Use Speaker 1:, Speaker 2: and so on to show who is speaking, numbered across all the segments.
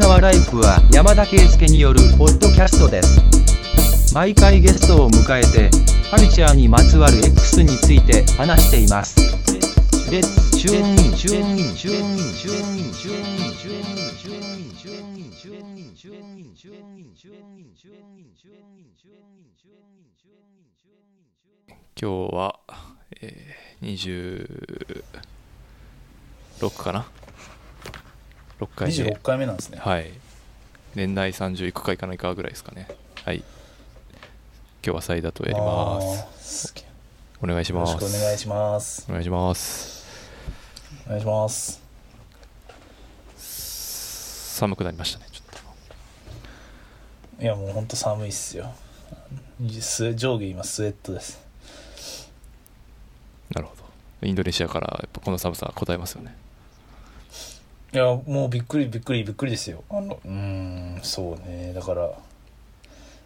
Speaker 1: 川ライフは山田圭介によるポッドキャストです毎回ゲストを迎えてカルチャーにまつわる X について話していますレッツチューンインチューンインチューンインチューンインチューンインチューンインチューンインチューンインチューンインチューンインチューンインチューンインチューンインチューンインチューンインチューンインチューンインチューン
Speaker 2: 今日は、えー、26かな6回目
Speaker 3: 26回目なんですね
Speaker 2: はい年内30いくかいかないかぐらいですかねはい今日はサイダとやります
Speaker 3: すげえ
Speaker 2: お願いし
Speaker 3: よろ
Speaker 2: ま
Speaker 3: し
Speaker 2: す
Speaker 3: くお願いします
Speaker 2: お願いします
Speaker 3: お願いします
Speaker 2: 寒くなりましたねちょっ
Speaker 3: いやもうほんと寒いっすよす上下今スウェットです
Speaker 2: となるほどインドネシアからやっぱこの寒さは答えますよね
Speaker 3: いやもうびっくりびっくりびっくりですよあのうーんそうねだから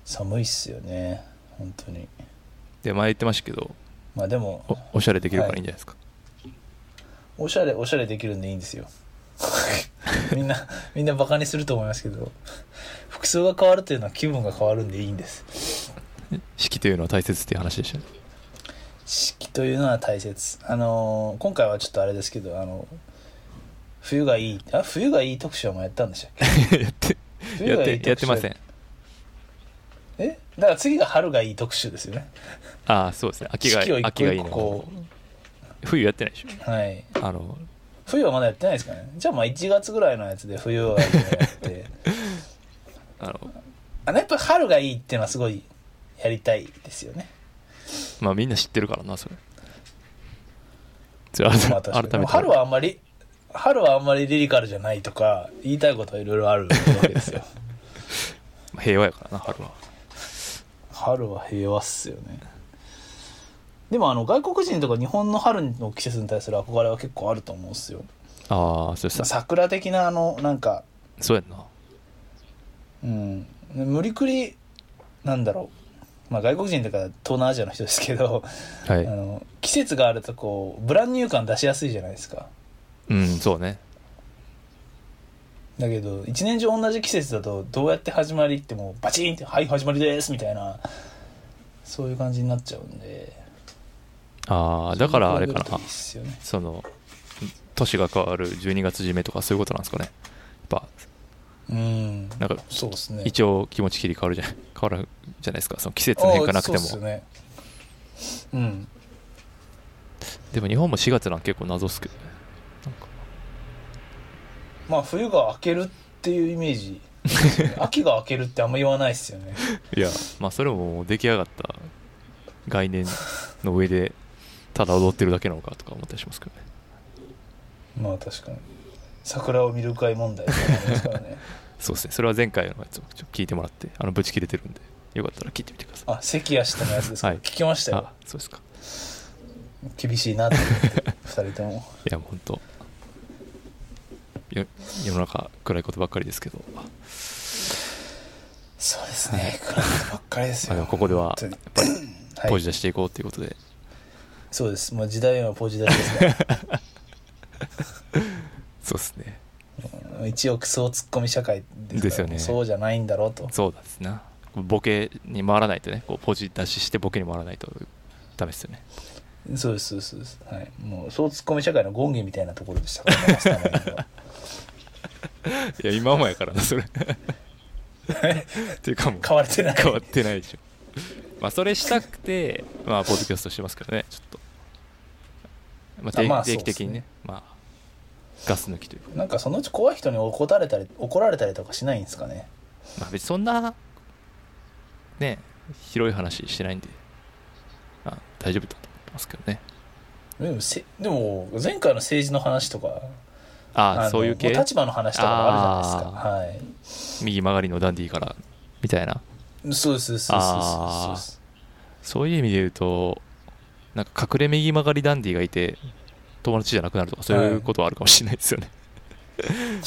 Speaker 3: 寒いっすよね本当に
Speaker 2: で前言ってましたけど
Speaker 3: まあでも
Speaker 2: おおしゃれできるからいいんじゃないですか、
Speaker 3: おしゃれおしゃれできるんでいいんですよ みんなみんなバカにすると思いますけど服装が変わるというのは気分が変わるんでいいんです
Speaker 2: 式というのは大切っていう話でした ね
Speaker 3: 式というのは大切あのー今回はちょっとあれですけどあの冬がいいあ冬がいい特集はもうやったんでしたっけ
Speaker 2: やって
Speaker 3: 冬
Speaker 2: や
Speaker 3: が
Speaker 2: っ
Speaker 3: いい
Speaker 2: てやってません
Speaker 3: えだから次が春がいい特集ですよね
Speaker 2: ああそうですね秋が
Speaker 3: 四季を一個
Speaker 2: 秋がいい
Speaker 3: 一個
Speaker 2: の
Speaker 3: こ
Speaker 2: 冬やってないでしょ
Speaker 3: うはい
Speaker 2: あの
Speaker 3: 冬はまだやってないですかねじゃあまあ1月ぐらいのやつで冬はいいのやって
Speaker 2: あの
Speaker 3: あのやっぱり春がいいっていうのはすごいやりたいですよね
Speaker 2: まあみんな知ってるからなそれそれ改
Speaker 3: ま
Speaker 2: め
Speaker 3: あ確かに
Speaker 2: 改めて
Speaker 3: 春はあんまり春はあんまりリリカルじゃないとか言いたいことはいろいろあるわけですよ
Speaker 2: まあ平和やからな春は
Speaker 3: 春は平和っすよねでもあの外国人とか日本の春の季節に対する憧れは結構あると思うんですよ
Speaker 2: ああそれさ
Speaker 3: 桜的なあのなんか
Speaker 2: そうやんな
Speaker 3: うん無理くりなんだろうまあ外国人とか東南アジアの人ですけど、
Speaker 2: は
Speaker 3: あ
Speaker 2: い
Speaker 3: の季節があるとこうブランニュー感出しやすいじゃないですか
Speaker 2: うんそうね
Speaker 3: だけど一年中同じ季節だとどうやって始まりってもうバチンって「はい始まりです」みたいなそういう感じになっちゃうんで
Speaker 2: ああだからあれか
Speaker 3: そういうの
Speaker 2: な
Speaker 3: がいいっすよね
Speaker 2: その年が変わる12月締めとかそういうことなんですかねやっぱ
Speaker 3: うん
Speaker 2: なんか
Speaker 3: そうですね
Speaker 2: 一応気持ち切り替わるじゃん変わるじゃないですかその季節の変化なくて
Speaker 3: ああそ
Speaker 2: も
Speaker 3: うっすねうん
Speaker 2: でも日本も4月なん結構謎っすけどねなんか
Speaker 3: まあ冬が明けるっていうイメ ージ秋が明けるってあんま言わないっすよね
Speaker 2: いやまあそれももう出来上がった概念の上でただ踊ってるだけなのかとか思ったりしますけどね
Speaker 3: まあ確かに桜を見る会問題ってありますか らね
Speaker 2: そうですねそれは前回のやつをちょっと聞いてもらってあのブチ切れてるんでよかったら聞いてみてくださ
Speaker 3: あ関谷下のやつですか、
Speaker 2: はい
Speaker 3: 聞きました
Speaker 2: い
Speaker 3: よ
Speaker 2: あそうですか
Speaker 3: 厳しいなって2人とも
Speaker 2: いやもう本当よ世の中暗いことばっかりですけど、ま
Speaker 3: そうですね、暗いことばっかりです
Speaker 2: あ、で
Speaker 3: よ
Speaker 2: もここではやっぱり
Speaker 3: はい
Speaker 2: ポジ出していこうということで、
Speaker 3: そうですもう時代はポジ出しですから
Speaker 2: そうですね
Speaker 3: うん一応クソツッコミ社会ですから
Speaker 2: ですよね
Speaker 3: そうじゃないんだろうと
Speaker 2: そうなんですなボケに回らないとねこうポジ出ししてボケに回らないとダメですよね
Speaker 3: そうですそうですそうですはいもうそうツッコミ社会の権限みたいなところでし たからねマスターマインドはい
Speaker 2: や今もやからなそれっていうかもう
Speaker 3: 変われてない
Speaker 2: 変わってないでしょまあそれしたくてまあポッドキャストしてますけどねちょっと、まあ、定
Speaker 3: あまあ
Speaker 2: 定期的
Speaker 3: そうっ
Speaker 2: にね
Speaker 3: すね
Speaker 2: まあガス抜きというか
Speaker 3: なんかそのうち怖い人に怒られたり怒られたりとかしないんですかね
Speaker 2: まあ別にそんなね広い話してないんで、まあ、大丈夫だと思ってますけどね
Speaker 3: でもせでも前回の政治の話とか
Speaker 2: あ
Speaker 3: あ
Speaker 2: あ
Speaker 3: の
Speaker 2: そういう系
Speaker 3: も立場の話とかもあるじゃないですかはい
Speaker 2: 右曲がりのダンディからみたいな
Speaker 3: そうですそうですそう
Speaker 2: あー
Speaker 3: です
Speaker 2: そういう意味で言うとなんか隠れ右曲がりダンディがいて友達じゃなくなるとかそういうことはあるかもしれないですよね、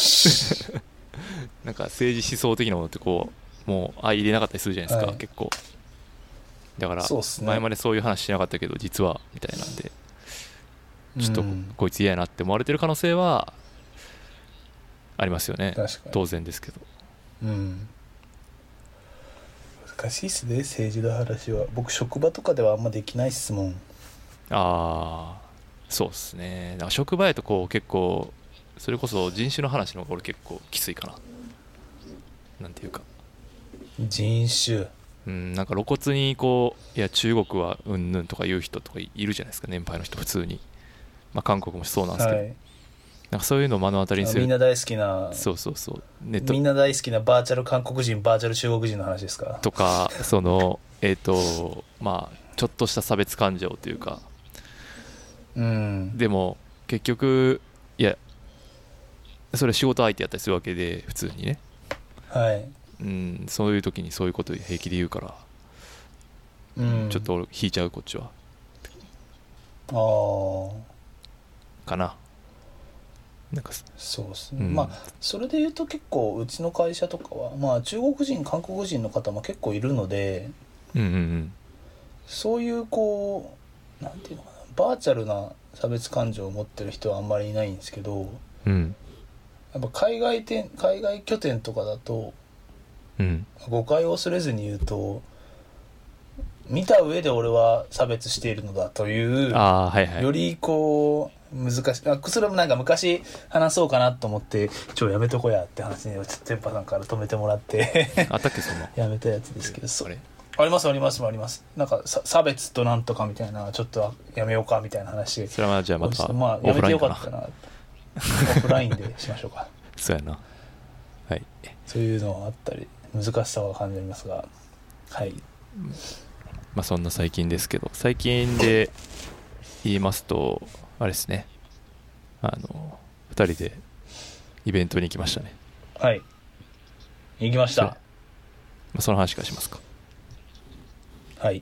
Speaker 2: なんか政治思想的なものってこうもう相入れなかったりするじゃないですか、
Speaker 3: はい
Speaker 2: 結構だから
Speaker 3: そうっすね
Speaker 2: 前までそういう話してなかったけど実はみたいなんでちょっと
Speaker 3: うん
Speaker 2: こいつ嫌やなって思われてる可能性はあありますよね
Speaker 3: 確かに
Speaker 2: 当然ですけど
Speaker 3: うん難しいっすね政治の話は僕職場とかではあんまできない質問
Speaker 2: ああそうですねだから職場へとこう結構それこそ人種の話の方が俺結構きついかななんていうか
Speaker 3: 人種
Speaker 2: うんなんか露骨にこういや中国はうんぬんとか言う人とかいいるじゃないですか年配の人普通にまあ韓国もそうなんですけど、
Speaker 3: はい
Speaker 2: なんかそういうのを目の当たりにす
Speaker 3: みん
Speaker 2: る
Speaker 3: な大好きな
Speaker 2: そうそうそうネット
Speaker 3: みんな大好きなバーチャル韓国人バーチャル中国人の話ですか
Speaker 2: とかそのえっ、とまあちょっとした差別感情というか
Speaker 3: うん
Speaker 2: でも結局いやそれ仕事相手やったりするわけで普通にね、
Speaker 3: はい、
Speaker 2: うん、そういう時にそういうこと平気で言うから、
Speaker 3: うん、
Speaker 2: ちょっと俺引いちゃうこっちは
Speaker 3: ああ
Speaker 2: かななんかす
Speaker 3: そうですね、
Speaker 2: うん
Speaker 3: まあそれで言うと結構うちの会社とかはまあ中国人韓国人の方も結構いるので
Speaker 2: うんうんうん
Speaker 3: そういうこうなんていうのかなバーチャルな差別感情を持ってる人はあんまりいないんですけど
Speaker 2: うん
Speaker 3: やっぱ海外店海外拠点とかだと
Speaker 2: うん
Speaker 3: 誤解を恐れずに言うと見た上で俺は差別しているのだという
Speaker 2: ああはいはい
Speaker 3: よりこう難しいあそれもなんか昔話そうかなと思って「ちょやめとこや」って話にちょっと天パさんから止めてもらって
Speaker 2: あったっけそんな
Speaker 3: やめたやつですけどそ
Speaker 2: あれ
Speaker 3: ありますありますありますなんかさ差別となんとかみたいなちょっとやめようかみたいな話
Speaker 2: それはじゃあまた
Speaker 3: まあ
Speaker 2: オ
Speaker 3: や
Speaker 2: フラ
Speaker 3: めて
Speaker 2: イン
Speaker 3: よ
Speaker 2: か
Speaker 3: か
Speaker 2: な
Speaker 3: ったなオフラインでしましょうか
Speaker 2: そうやなはい
Speaker 3: そういうのはあったり難しさは感じますがはい
Speaker 2: まあそんな最近ですけど最近で言いますとあれですねあの2人でイベントに行きましたね、
Speaker 3: はい行きまし
Speaker 2: そう
Speaker 3: た
Speaker 2: まあ、その話からしますか
Speaker 3: はい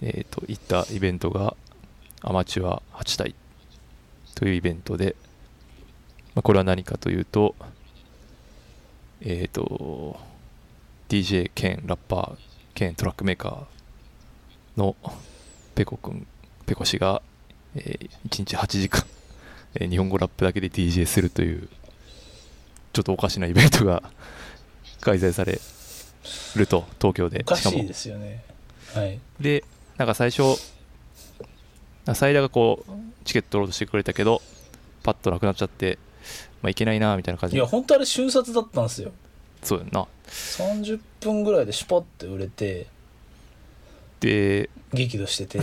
Speaker 2: えっ、と行ったイベントがアマチュア8体というイベントで、まあ、これは何かというとえっ、と DJ 兼ラッパー兼トラックメーカーのペコくんペコ氏が、え1日8時間、えー日本語ラップだけで DJ するというちょっとおかしなイベントが開催されると東京で
Speaker 3: おか
Speaker 2: しか
Speaker 3: し
Speaker 2: も
Speaker 3: いですよねはい
Speaker 2: でなんか最初サイダーがこうチケット取ろうとしてくれたけどパッとなくなっちゃって、まあ、いけないなみたいな感
Speaker 3: い
Speaker 2: じ
Speaker 3: や本当あれ瞬殺だったんですよ
Speaker 2: そうやんな
Speaker 3: 30分ぐらいでシュパって売れて
Speaker 2: で
Speaker 3: 激 怒してて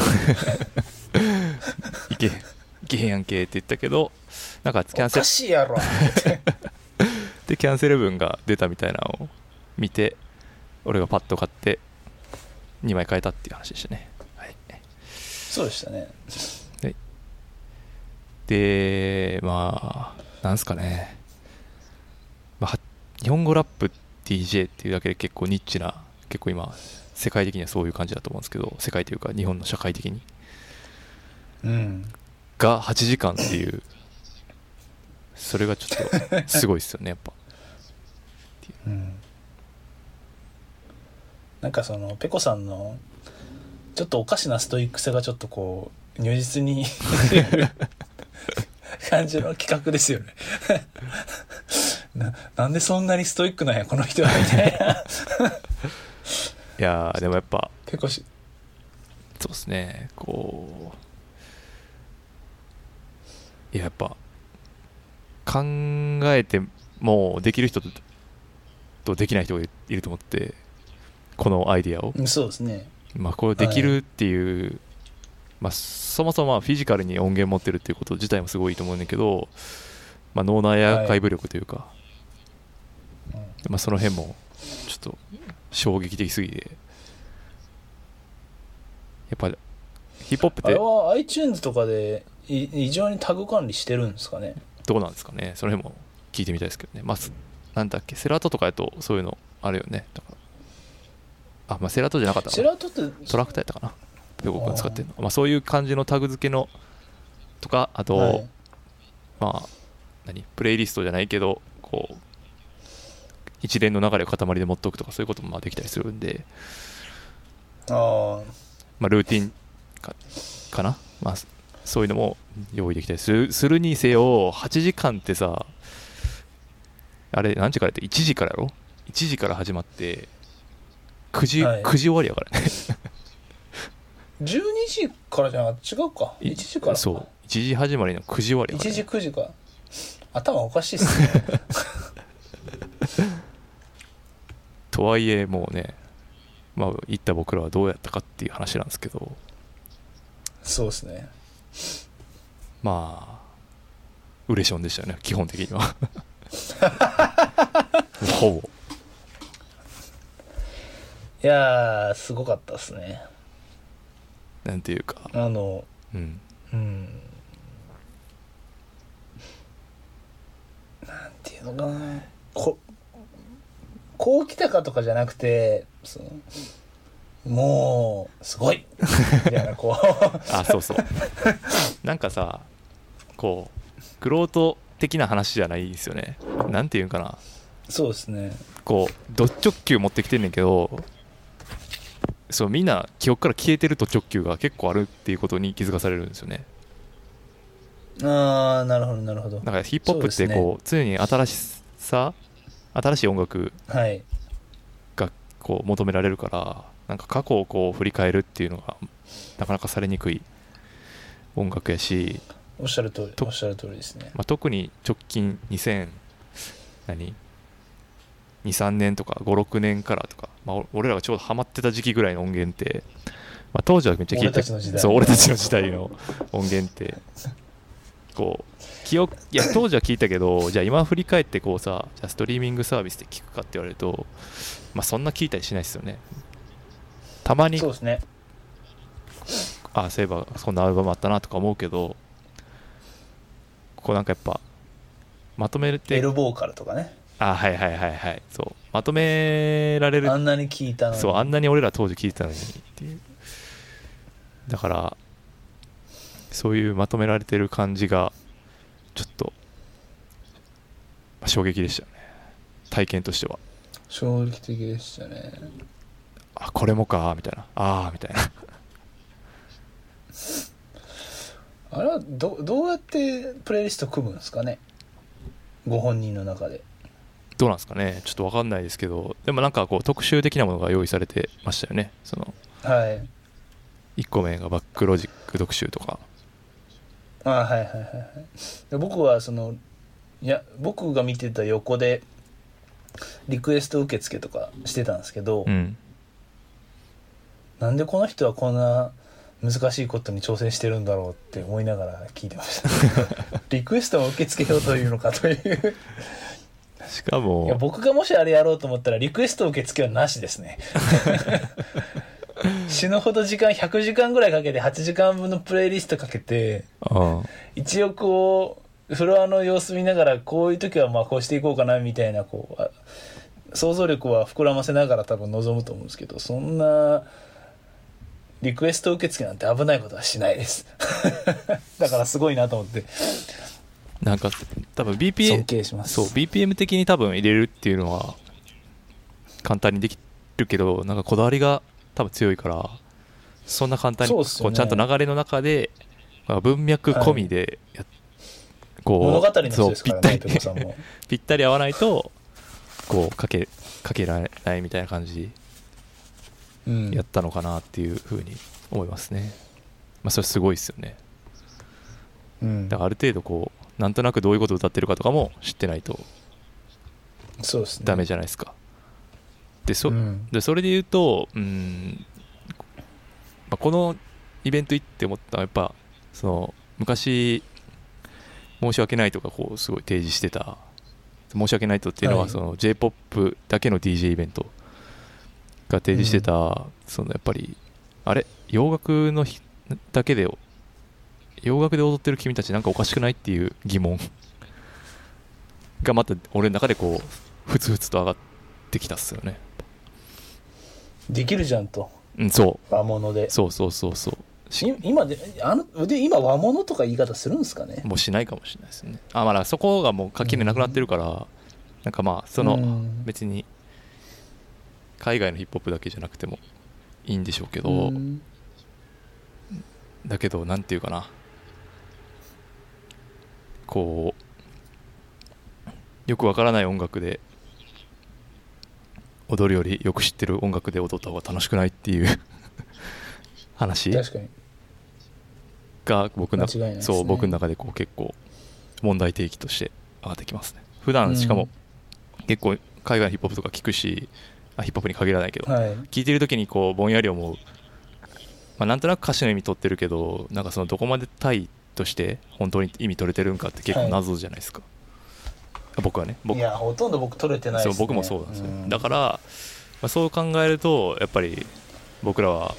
Speaker 2: いけいけへんやんけって言ったけどなんかキャ
Speaker 3: お
Speaker 2: ンセ
Speaker 3: か
Speaker 2: ル
Speaker 3: しいやろ
Speaker 2: でキャンセル分が出たみたいなのを見て俺がパッと買って2枚買えたっていう話でしたね、はい、
Speaker 3: そうでしたね
Speaker 2: でまあなんすかね、まあは日本語ラップ DJ っていうだけで結構ニッチな結構今世界的にはそういう感じだと思うんですけど世界というか日本の社会的に
Speaker 3: うん
Speaker 2: が8時間っていうそれがちょっとすごいですよねやっぱ
Speaker 3: うんなんかそのペコさんのちょっとおかしなストイックさがちょっとこう如実に 感じの企画ですよね ななんでそんなにストイックなんやこの人はみたいない
Speaker 2: やーでもやっぱ
Speaker 3: ペコし
Speaker 2: そうですねこういややっぱ考えてもできる人ととできない人がいいると思ってこのアイディアを、
Speaker 3: うんそうですね
Speaker 2: まあ、これできるっていう、まあ、そもそもまあフィジカルに音源持ってるっていうこと自体もすごいいいと思うんだけど、まあ、脳内アーカイブ力というか、まあ、その辺もちょっと衝撃的すぎてやっぱヒップホップっ
Speaker 3: あ
Speaker 2: て
Speaker 3: れは iTunes とかでい異常にタグ管理してるんですかね
Speaker 2: どうなんですかねその辺も聞いてみたいですけどねまあすなんだっけセラートとかやとそういうのあるよねだからあまあセラートじゃなかった
Speaker 3: セ
Speaker 2: かな
Speaker 3: ラトって
Speaker 2: トラクターやったかなペコ君使ってるのまあそういう感じのタグ付けのとかあと、
Speaker 3: はい
Speaker 2: まあ何プレイリストじゃないけどこう一連の流れを塊で持っておくとかそういうこともまあできたりするんで、
Speaker 3: あ
Speaker 2: まあ、ルーティンかかな、まあ、そういうのも用意できたりするするにせよ8時間ってさあれ何時からやって1時からやろ1時から始まって9時、
Speaker 3: はい
Speaker 2: 9時終わりやからね
Speaker 3: 12時からじゃなくて違うか1時から
Speaker 2: そう1時始まりの9時終わりやから、
Speaker 3: 1
Speaker 2: ね、
Speaker 3: 時9 時か頭おかしいっすね
Speaker 2: とはいえもうねまあ行った僕らはどうやったかっていう話なんですけど
Speaker 3: そうですね
Speaker 2: まあウレションでしたよね基本的にはほぼ
Speaker 3: いやーすごかったっすね
Speaker 2: なんていうか
Speaker 3: あの
Speaker 2: うん
Speaker 3: うんなんていうのかなここう来たかとかじゃなくてそのもうすごいみたいなこ う
Speaker 2: あそうそうなんかさこう玄人的な話じゃないですよねなんていうんかな
Speaker 3: そうですね
Speaker 2: こうド直球持ってきてんねんけどそうみんな記憶から消えてると直球が結構あるっていうことに気づかされるんですよね
Speaker 3: ああなるほどなるほど
Speaker 2: だからヒップホップってこう常に新しさ新しい音楽
Speaker 3: はい
Speaker 2: がこう求められるからなんか過去をこう振り返るっていうのがなかなかされにくい音楽やし、
Speaker 3: おっしゃる通り
Speaker 2: と
Speaker 3: おっしゃる通りですね
Speaker 2: まあ、特に直近2000何23年とか56年からとか、まあ、お俺らがちょうどハマってた時期ぐらいの音源って、まあ、当時はめっちゃ聞い
Speaker 3: 俺
Speaker 2: て
Speaker 3: たちの時代
Speaker 2: そう俺たちの時代の音源 ってこう記憶いや当時は聞いたけどじゃあ今振り返ってこうさじゃあストリーミングサービスで聞くかって言われると、まあ、そんな聞いたりしないですよねたまに
Speaker 3: そうですね
Speaker 2: あそういえばそんなアルバムあったなとか思うけどこうなんかやっぱまとめるって
Speaker 3: エロボーカルとかね
Speaker 2: あはいはいはいはいそうまとめられる
Speaker 3: あんなに聞いたのに
Speaker 2: そうあんなに俺ら当時聞いてたのにっていうだからそういうまとめられてる感じがちょっとまあ衝撃でしたよね体験としては
Speaker 3: 衝撃的でしたね
Speaker 2: あこれもかみたいなああみたいな
Speaker 3: あれはどどうやってプレイリスト組むんですかねご本人の中で
Speaker 2: どうなんですかねちょっと分かんないですけどでもなんかこう特集的なものが用意されてましたよねその
Speaker 3: はい
Speaker 2: 1個目がバックロジック特集とか
Speaker 3: あはいはいはいはいで僕はそのいや僕が見てた横でリクエスト受付とかしてたんですけど、
Speaker 2: うん
Speaker 3: なんでこの人はこんな難しいことに挑戦してるんだろうって思いながら聞いてました リクエストを受け付けようというのかという
Speaker 2: しか
Speaker 3: いや
Speaker 2: も
Speaker 3: 僕がもしあれやろうと思ったらリクエスト受付はなしです ね死ぬほど時間100時間ぐらいかけて8時間分のプレイリストかけて
Speaker 2: うん
Speaker 3: 一応こうフロアの様子見ながらこういう時はまあこうしていこうかなみたいなこうあ想像力は膨らませながら多分望むと思うんですけどそんなリクエスト受付なんて危ないことはしないです だからすごいなと思って
Speaker 2: なんか多分
Speaker 3: 尊
Speaker 2: BPM
Speaker 3: 敬します
Speaker 2: そう BPM 的に多分入れるっていうのは簡単にできるけどなんかこだわりが多分強いからそんな簡単に
Speaker 3: そうっすよ
Speaker 2: こ
Speaker 3: ね
Speaker 2: うちゃんと流れの中でまあ文脈込みでやっこう
Speaker 3: 物語の人ですから
Speaker 2: そう
Speaker 3: ねペ
Speaker 2: ぴ
Speaker 3: コ
Speaker 2: った
Speaker 3: さん
Speaker 2: り
Speaker 3: も
Speaker 2: ぴったり合わないとこうかけかけられないみたいな感じ
Speaker 3: う ん
Speaker 2: やったのかなっていうふうに思いますね、まあ、それすごいですよね
Speaker 3: うん
Speaker 2: だからある程度こうなんとなくどういうことを歌ってるかとかも知ってないと
Speaker 3: そうですね
Speaker 2: ダメじゃないですか、でそ,、
Speaker 3: うん
Speaker 2: でそれで言うとうん、まあ、このイベント行って思ったのはやっぱその昔申し訳ないとかこうすごい提示してた申し訳ないとっていうの
Speaker 3: は
Speaker 2: はいその j p o p だけの DJ イベントが提示してた、そのやっぱりあれ洋楽のひだけで洋楽で踊ってる君たちなんかおかしくないっていう疑問がまた俺の中でこうふつふつと上がってきたっすよね、
Speaker 3: できるじゃんと
Speaker 2: うん、そ
Speaker 3: 和物で
Speaker 2: うそうそうそうそうし
Speaker 3: い今であので今和物とか言い方するんですかね
Speaker 2: もうしないかもしれないですねあまあだからそこがもう垣根なくなってるから、なんかまあその、
Speaker 3: うん
Speaker 2: 別に海外のヒップホップだけじゃなくてもいいんでしょうけど、
Speaker 3: うん
Speaker 2: だけどなんていうかなこうよくわからない音楽で踊るよりよく知ってる音楽で踊った方が楽しくないっていう 話
Speaker 3: 確かに
Speaker 2: が僕の中
Speaker 3: 間違いないですね
Speaker 2: そう僕の中でこう結構問題提起として上がってきますね普
Speaker 3: う
Speaker 2: 段
Speaker 3: ん
Speaker 2: しかも結構海外のヒップホップとか聞くしあヒップホップに限らないけど、
Speaker 3: はい
Speaker 2: 聞いてる時にこうぼんやり思う、まあ、なんとなく歌詞の意味取ってるけどなんかそのどこまで対として本当に意味取れてるんかって結構謎じゃないですか、僕はね僕
Speaker 3: いやほとんど僕取れてない
Speaker 2: そ
Speaker 3: で
Speaker 2: う
Speaker 3: す、ね、
Speaker 2: 僕もそうなんですよ、だからら、まあ、そう考えるとやっぱり僕ら は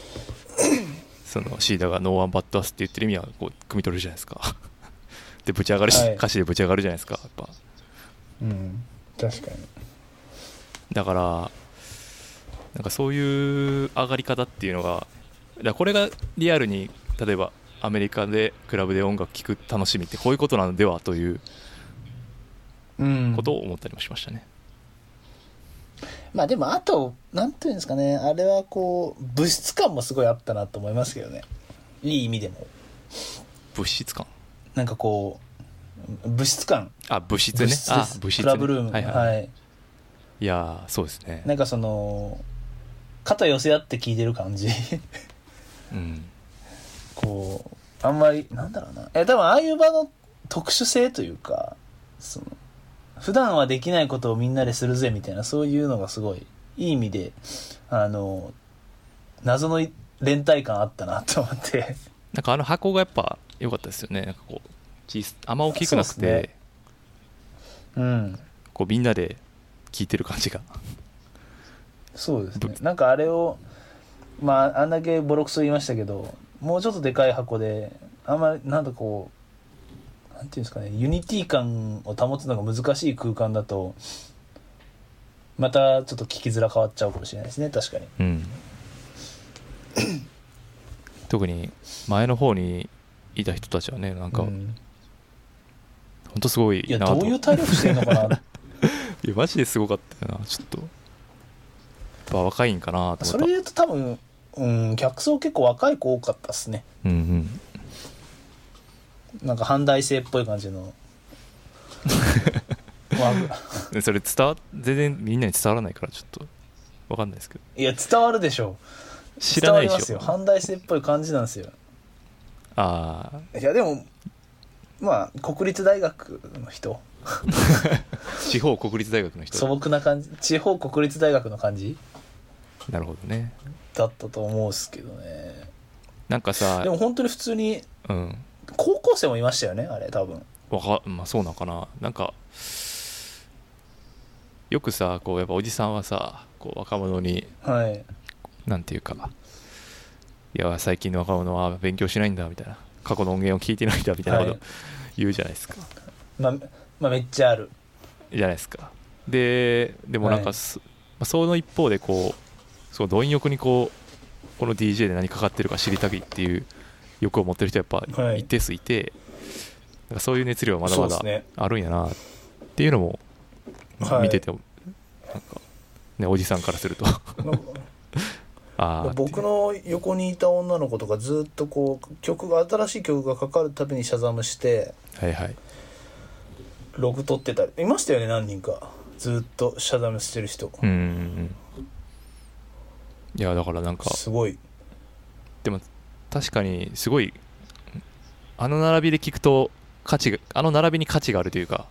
Speaker 2: そのシーダが「ノーワンバッドアス」って言ってる意味はこう汲み取れるじゃないですか でぶち上がるし、
Speaker 3: はい
Speaker 2: 歌詞でぶち上がるじゃないですかやっぱ
Speaker 3: うん確かに
Speaker 2: だからなんかそういう上がり方っていうのがだからこれがリアルに例えばアメリカでクラブで音楽聴く楽しみってこういうことなのではという
Speaker 3: うん
Speaker 2: ことを思ったりもしましたね、
Speaker 3: まあでもあとなんていうんですかねあれはこう物質感もすごいあったなと思いますけどねいい意味でも
Speaker 2: 物質感
Speaker 3: なんかこう物質感
Speaker 2: あ物質ね
Speaker 3: 物質
Speaker 2: あ
Speaker 3: です
Speaker 2: 物質、ね、
Speaker 3: クラブルーム
Speaker 2: はいはい、い、
Speaker 3: はい
Speaker 2: やーそうですね
Speaker 3: なんかその肩寄せ合って聞いてる感じ
Speaker 2: うん
Speaker 3: こうあんまりなんだろうなえ多分ああいう場の特殊性というかその普段はできないことをみんなでするぜみたいなそういうのがすごいいい意味であの謎の連帯感あったなと思って
Speaker 2: なんかあの箱がやっぱ良かったですよねなんかこう小さあんま大きくなく
Speaker 3: そ
Speaker 2: て
Speaker 3: うですうん
Speaker 2: こうみんなで聴いてる感じが
Speaker 3: そうですね
Speaker 2: ぶ
Speaker 3: なんかあれをまああんだけボロクソ言いましたけどもうちょっとでかい箱であんまりなんかこうなんていうんですかねユニティ感を保つのが難しい空間だとまたちょっと聞きづら変わっちゃうかもしれないですね確かに
Speaker 2: うん 特に前の方にいた人たちはねなんか
Speaker 3: う
Speaker 2: 本
Speaker 3: ん
Speaker 2: 当すごい
Speaker 3: いや
Speaker 2: なと、
Speaker 3: どういう体力してんのか な
Speaker 2: いやマジですごかったよなちょっとやっぱ若いんかなと
Speaker 3: そ
Speaker 2: 思
Speaker 3: れ
Speaker 2: っ
Speaker 3: で言うと多分うん客層結構若い子多かったっすね
Speaker 2: たうんうん
Speaker 3: なんか反対性っぽい感じ のわ
Speaker 2: でそれ伝わ全然みんなに伝わらないからちょっとわかんないですけど
Speaker 3: いや伝わるでしょ
Speaker 2: 知らない
Speaker 3: 伝わり
Speaker 2: で
Speaker 3: ます
Speaker 2: し
Speaker 3: よ
Speaker 2: ょ
Speaker 3: 反対性っぽい感じなんですよ
Speaker 2: ああ
Speaker 3: いやでもまあ国立大学の人
Speaker 2: 地方国立大学の人
Speaker 3: 素朴な感じ地方国立大学の感じ
Speaker 2: なるほどね
Speaker 3: だったと思うんですけどね
Speaker 2: なんかさ
Speaker 3: でも本当に普通に
Speaker 2: うん
Speaker 3: 高校生もいましたよねあれ多分
Speaker 2: わかまあそうなんかななんかよくさこうやっぱおじさんはさこう若者に
Speaker 3: はい
Speaker 2: なんていうかいや最近の若者は勉強しないんだみたいな過去の音源を聞いてないんだみたいなこと
Speaker 3: はい
Speaker 2: 言うじゃないですか、
Speaker 3: まあまあめっちゃある
Speaker 2: じゃないですかででもなん
Speaker 3: は
Speaker 2: か
Speaker 3: い
Speaker 2: そ,、まあ、その一方でこうそう貪欲にこうこの DJ で何かかってるか知りたいっていう欲を持ってる人はやっ
Speaker 3: は
Speaker 2: ぱ
Speaker 3: い
Speaker 2: 一定数いて、なんかそういう熱量はまだま
Speaker 3: そ
Speaker 2: だ
Speaker 3: うですね
Speaker 2: あるんやなっていうのも
Speaker 3: はい
Speaker 2: 見てて、なんか、ね、おじさんからす ると
Speaker 3: なんか
Speaker 2: ああ
Speaker 3: 僕の横にいた女の子とかずっとこう曲が新しい曲がかかるたびにシャザムして
Speaker 2: はいはい
Speaker 3: ログ取ってたりいましたよね何人かずっとシャザムしてる人
Speaker 2: うんうんうんいやだからなんか
Speaker 3: すごい
Speaker 2: でも確かにすごいあの並びで聞くと価値があの並びに価値があるというか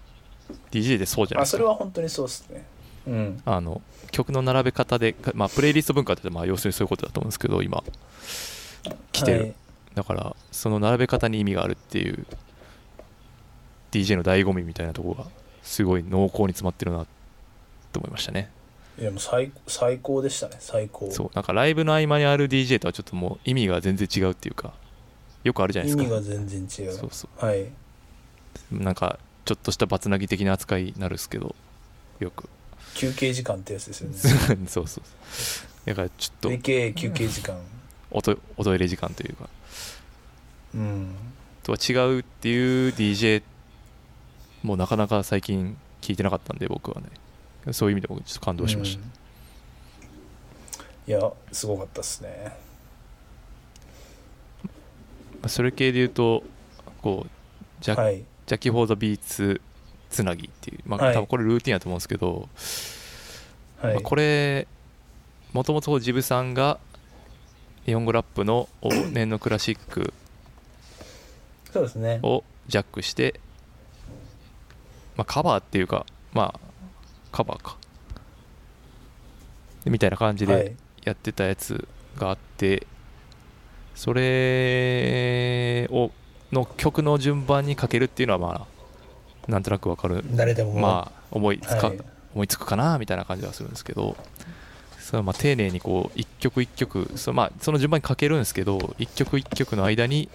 Speaker 2: DJ でそうじゃない
Speaker 3: あ
Speaker 2: です
Speaker 3: それ
Speaker 2: か
Speaker 3: は本当にそうですねうん
Speaker 2: あの曲の並べ方で、かまあ、プレイリスト文化ってまあ要するにそういうことだと思うんですけど今来てる、
Speaker 3: はい
Speaker 2: だからその並べ方に意味があるっていう DJ の醍醐味みたいなところがすごい濃厚に詰まってるなと思いましたね
Speaker 3: いやもう最最高でしたね最高
Speaker 2: そうなんかライブの合間にある DJ とはちょっともう意味が全然違うっていうかよくあるじゃない
Speaker 3: 意
Speaker 2: ですか
Speaker 3: 味が全然違う
Speaker 2: そうそう
Speaker 3: はい
Speaker 2: なんかちょっとしたバツナギ的な扱いになるんですけどよく
Speaker 3: 休憩時間ってやつですよね
Speaker 2: そうそうだからちょっと
Speaker 3: AKA 休憩時間
Speaker 2: おとおトイレ時間というか
Speaker 3: うん
Speaker 2: とは違うっていう DJ もなかなか最近聞いてなかったんで僕はねそういう意味でもちょっと感動しました、
Speaker 3: うんいやすごかったですね
Speaker 2: まあそれ系で言うとこうジャ,、
Speaker 3: はい
Speaker 2: ジャッキー・フォード・ビーツつなぎっていう、ま
Speaker 3: は
Speaker 2: あ、
Speaker 3: い
Speaker 2: 多分これルーティンやと思うんですけど、
Speaker 3: はい
Speaker 2: まあ、これもともとジブさんが日本語ラップの 往年のクラシック
Speaker 3: そうですね
Speaker 2: をジャックして、まあ、カバーっていうかまあカバーかみたいな感じ
Speaker 3: は
Speaker 2: で
Speaker 3: い
Speaker 2: やってたやつがあってそれをの曲の順番にかけるっていうのはまあなんとなくわかる
Speaker 3: 誰でも
Speaker 2: まあ思いつか、
Speaker 3: はい
Speaker 2: 思いつくかなみたいな感じはするんですけどそれはまあ丁寧にこう一曲一曲その,、まあ、その順番に書けるんですけど一曲一曲の間に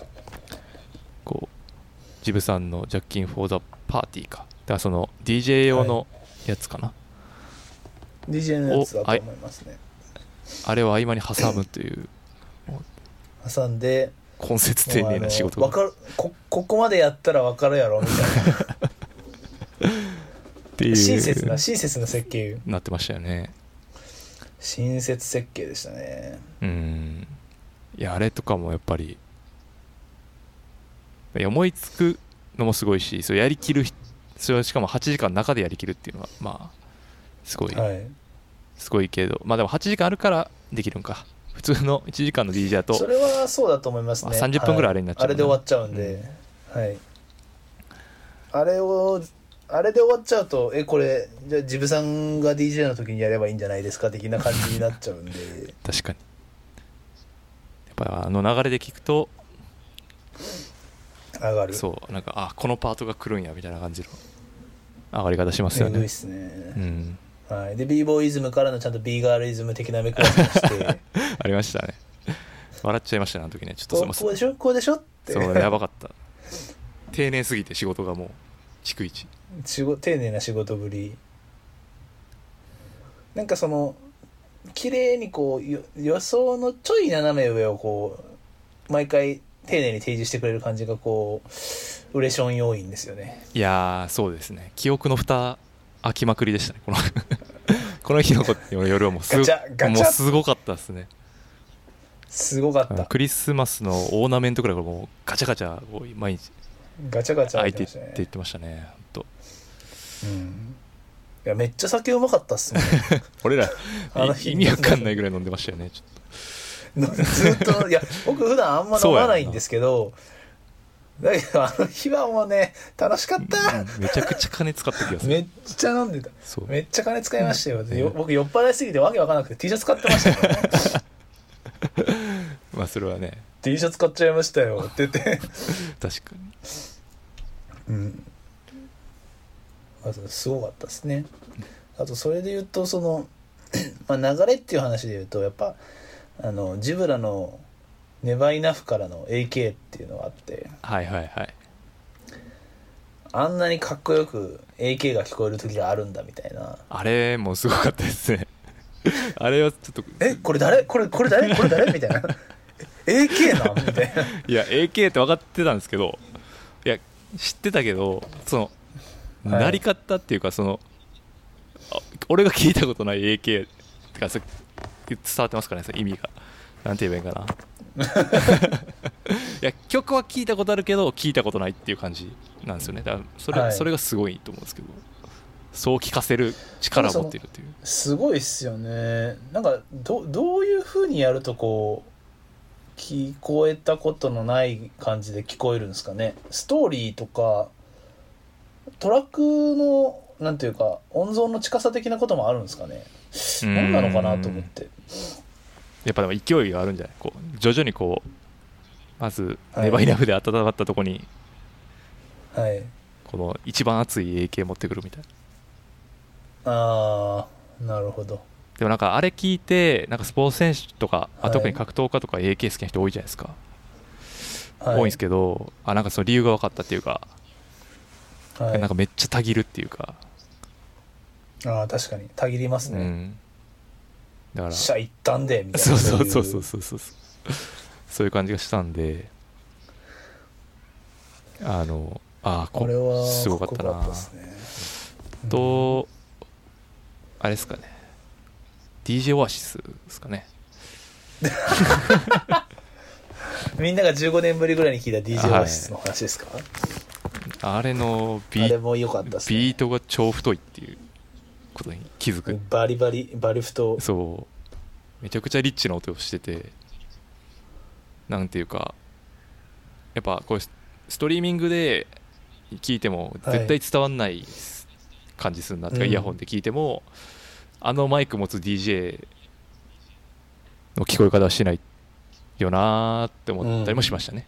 Speaker 2: こうジブさんの「ジャッキン・フォー・ザ・パーティーか」だからその DJ 用のやつかな、
Speaker 3: DJ のやつだと思いますね
Speaker 2: あれを合間に挟むと いう
Speaker 3: 挟んで
Speaker 2: 根節丁寧な仕事
Speaker 3: もうあのわ
Speaker 2: が
Speaker 3: かるこここまでやったら分かるやろみた
Speaker 2: っ
Speaker 3: い
Speaker 2: て い
Speaker 3: な
Speaker 2: う
Speaker 3: 親切な親切な設計
Speaker 2: なってましたよね
Speaker 3: 親切設計でしたね
Speaker 2: うんいやあれとかもやっぱりいや思いつくのもすごいしそれやりきるひそれはしかも8時間の中でやりきるっていうのはまあすごい、
Speaker 3: はい
Speaker 2: すごいけどまあでも8時間あるからできるんか普通の1時間の DJ だと
Speaker 3: それはそうだと思いますね
Speaker 2: あ30分ぐらいあれになっちゃう
Speaker 3: はいあれで終わっちゃうんで、はいあれをあれで終わっちゃうとえこれじゃあジブさんが DJ の時にやればいいんじゃないですか的な感じになっちゃうん で
Speaker 2: 確かにやっぱあの流れで聞くと
Speaker 3: 上がる
Speaker 2: そうなんかあこのパートが来るんやみたいな感じの上がり方しますよ
Speaker 3: えぐいっ
Speaker 2: ね
Speaker 3: すね
Speaker 2: う、ん
Speaker 3: はい、で b ボーイズムからのちゃんと b ガールイズム的な目くらしを して
Speaker 2: ありましたね笑っちゃいましたねあの時ねちょっとすい
Speaker 3: こ
Speaker 2: うません
Speaker 3: こうでしょこうでしょって
Speaker 2: そうやばかった丁寧すぎて仕事がもう逐一
Speaker 3: 仕事丁寧な仕事ぶりなんかその綺麗にこうよ予想のちょい斜め上をこう毎回丁寧に提示してくれる感じがこうウレション要因ですよね
Speaker 2: いやーそうですね記憶の蓋開きまくりでしたねこの この日の夜はもうすご
Speaker 3: ガチャガチャ
Speaker 2: もうすごかったですね
Speaker 3: すごかった
Speaker 2: クリスマスのオーナメントくらいからもうガチャガチャこう毎日
Speaker 3: ガチャガチャ
Speaker 2: 開
Speaker 3: 開
Speaker 2: い
Speaker 3: い
Speaker 2: て
Speaker 3: て
Speaker 2: いっ
Speaker 3: ま
Speaker 2: て
Speaker 3: し
Speaker 2: 言
Speaker 3: たね
Speaker 2: ってましたねほんと
Speaker 3: うんいやめっちゃ酒うまかったっすね
Speaker 2: 俺ら
Speaker 3: あの
Speaker 2: い
Speaker 3: 日
Speaker 2: 意味わかんないぐらい飲んでましたよねちょっ
Speaker 3: ずっといや僕普段あんま飲まないんですけどだけどあの日はもうね楽しかった
Speaker 2: とめちゃくちゃ金使った気がす
Speaker 3: め
Speaker 2: る
Speaker 3: っちゃ飲んでた
Speaker 2: そう
Speaker 3: めっちゃ金使いましたよ,、
Speaker 2: ん
Speaker 3: よ僕酔っ払いすぎてわけわかんなくて T シャツ買ってました からね
Speaker 2: まあそれはね
Speaker 3: T シャツ買っちゃいましたよって言って、
Speaker 2: 確かに
Speaker 3: うん、まずすごかったですねあとそれで言うとその、 まあ、流れっていう話で言うとやっぱあのジブラの「ネバイナフ」からの AK っていうのがあって
Speaker 2: はいはいはい
Speaker 3: あんなにかっこよく AK が聞こえる時があるんだみたいな
Speaker 2: あれもすごかったですね あれはちょっと
Speaker 3: 「えこれ誰これこれ誰これ誰?」みたい な「AK なん?」みたいない
Speaker 2: や AK って分かってたんですけどいや知ってたけどその、
Speaker 3: はい
Speaker 2: なり方っていうかそのあ俺が聞いたことない AK ってかそ伝わってますかねその意味がなんて言えばいいかな いや曲は聞いたことあるけど聞いたことないっていう感じなんですよねだからそれ,、
Speaker 3: はい
Speaker 2: それがすごいと思うんですけどそう聞かせる力を持っているっていう
Speaker 3: すごいっすよねなんかどどういうふうにやるとこう聞こえたことのない感じで聞こえるんですかねストーリーとかトラックのなんていうか音像の近さ的なこともあるんですかね何なのかなと思っ
Speaker 2: うん
Speaker 3: て
Speaker 2: やっぱでも勢いがあるんじゃないこう徐々にこうまず
Speaker 3: はい
Speaker 2: ネバイナフで温まったとこに
Speaker 3: はい
Speaker 2: この一番熱い AK 持ってくるみたいな
Speaker 3: ああなるほど
Speaker 2: でもなんかあれ聞いてなんかスポーツ選手とか、あ
Speaker 3: はい
Speaker 2: 特に格闘家とか AK 好きな人多いじゃないですか、
Speaker 3: は
Speaker 2: 多いんですけどあなんかその理由が分かったっていうか、
Speaker 3: はい
Speaker 2: なんかめっちゃたぎるっていうか、
Speaker 3: ああ確かにたぎります
Speaker 2: う
Speaker 3: ね、
Speaker 2: んだから
Speaker 3: しゃ行ったんでみたい
Speaker 2: そ
Speaker 3: な
Speaker 2: うそうそうそううそうそうそういう感じがしたんであのあー
Speaker 3: これは
Speaker 2: すごかったな
Speaker 3: かっこよかですねうん
Speaker 2: と、あれですかね DJ オアシスですかね
Speaker 3: みんなが15年ぶりぐらいに聞いた DJ
Speaker 2: はい
Speaker 3: オアシスの話ですか、
Speaker 2: あれのビ
Speaker 3: あれも良かったっすね
Speaker 2: ビートが超太いっていうことに気づく
Speaker 3: バリバリバリフト
Speaker 2: そうめちゃくちゃリッチな音をしててなんていうかやっぱこうスストリーミングで聞いても
Speaker 3: はい
Speaker 2: 絶対伝わんないす感じするな、とか
Speaker 3: うん
Speaker 2: イヤホンで聞いてもあのマイク持つ DJ の聞こえ方はしないよなーって思ったりもしましたね、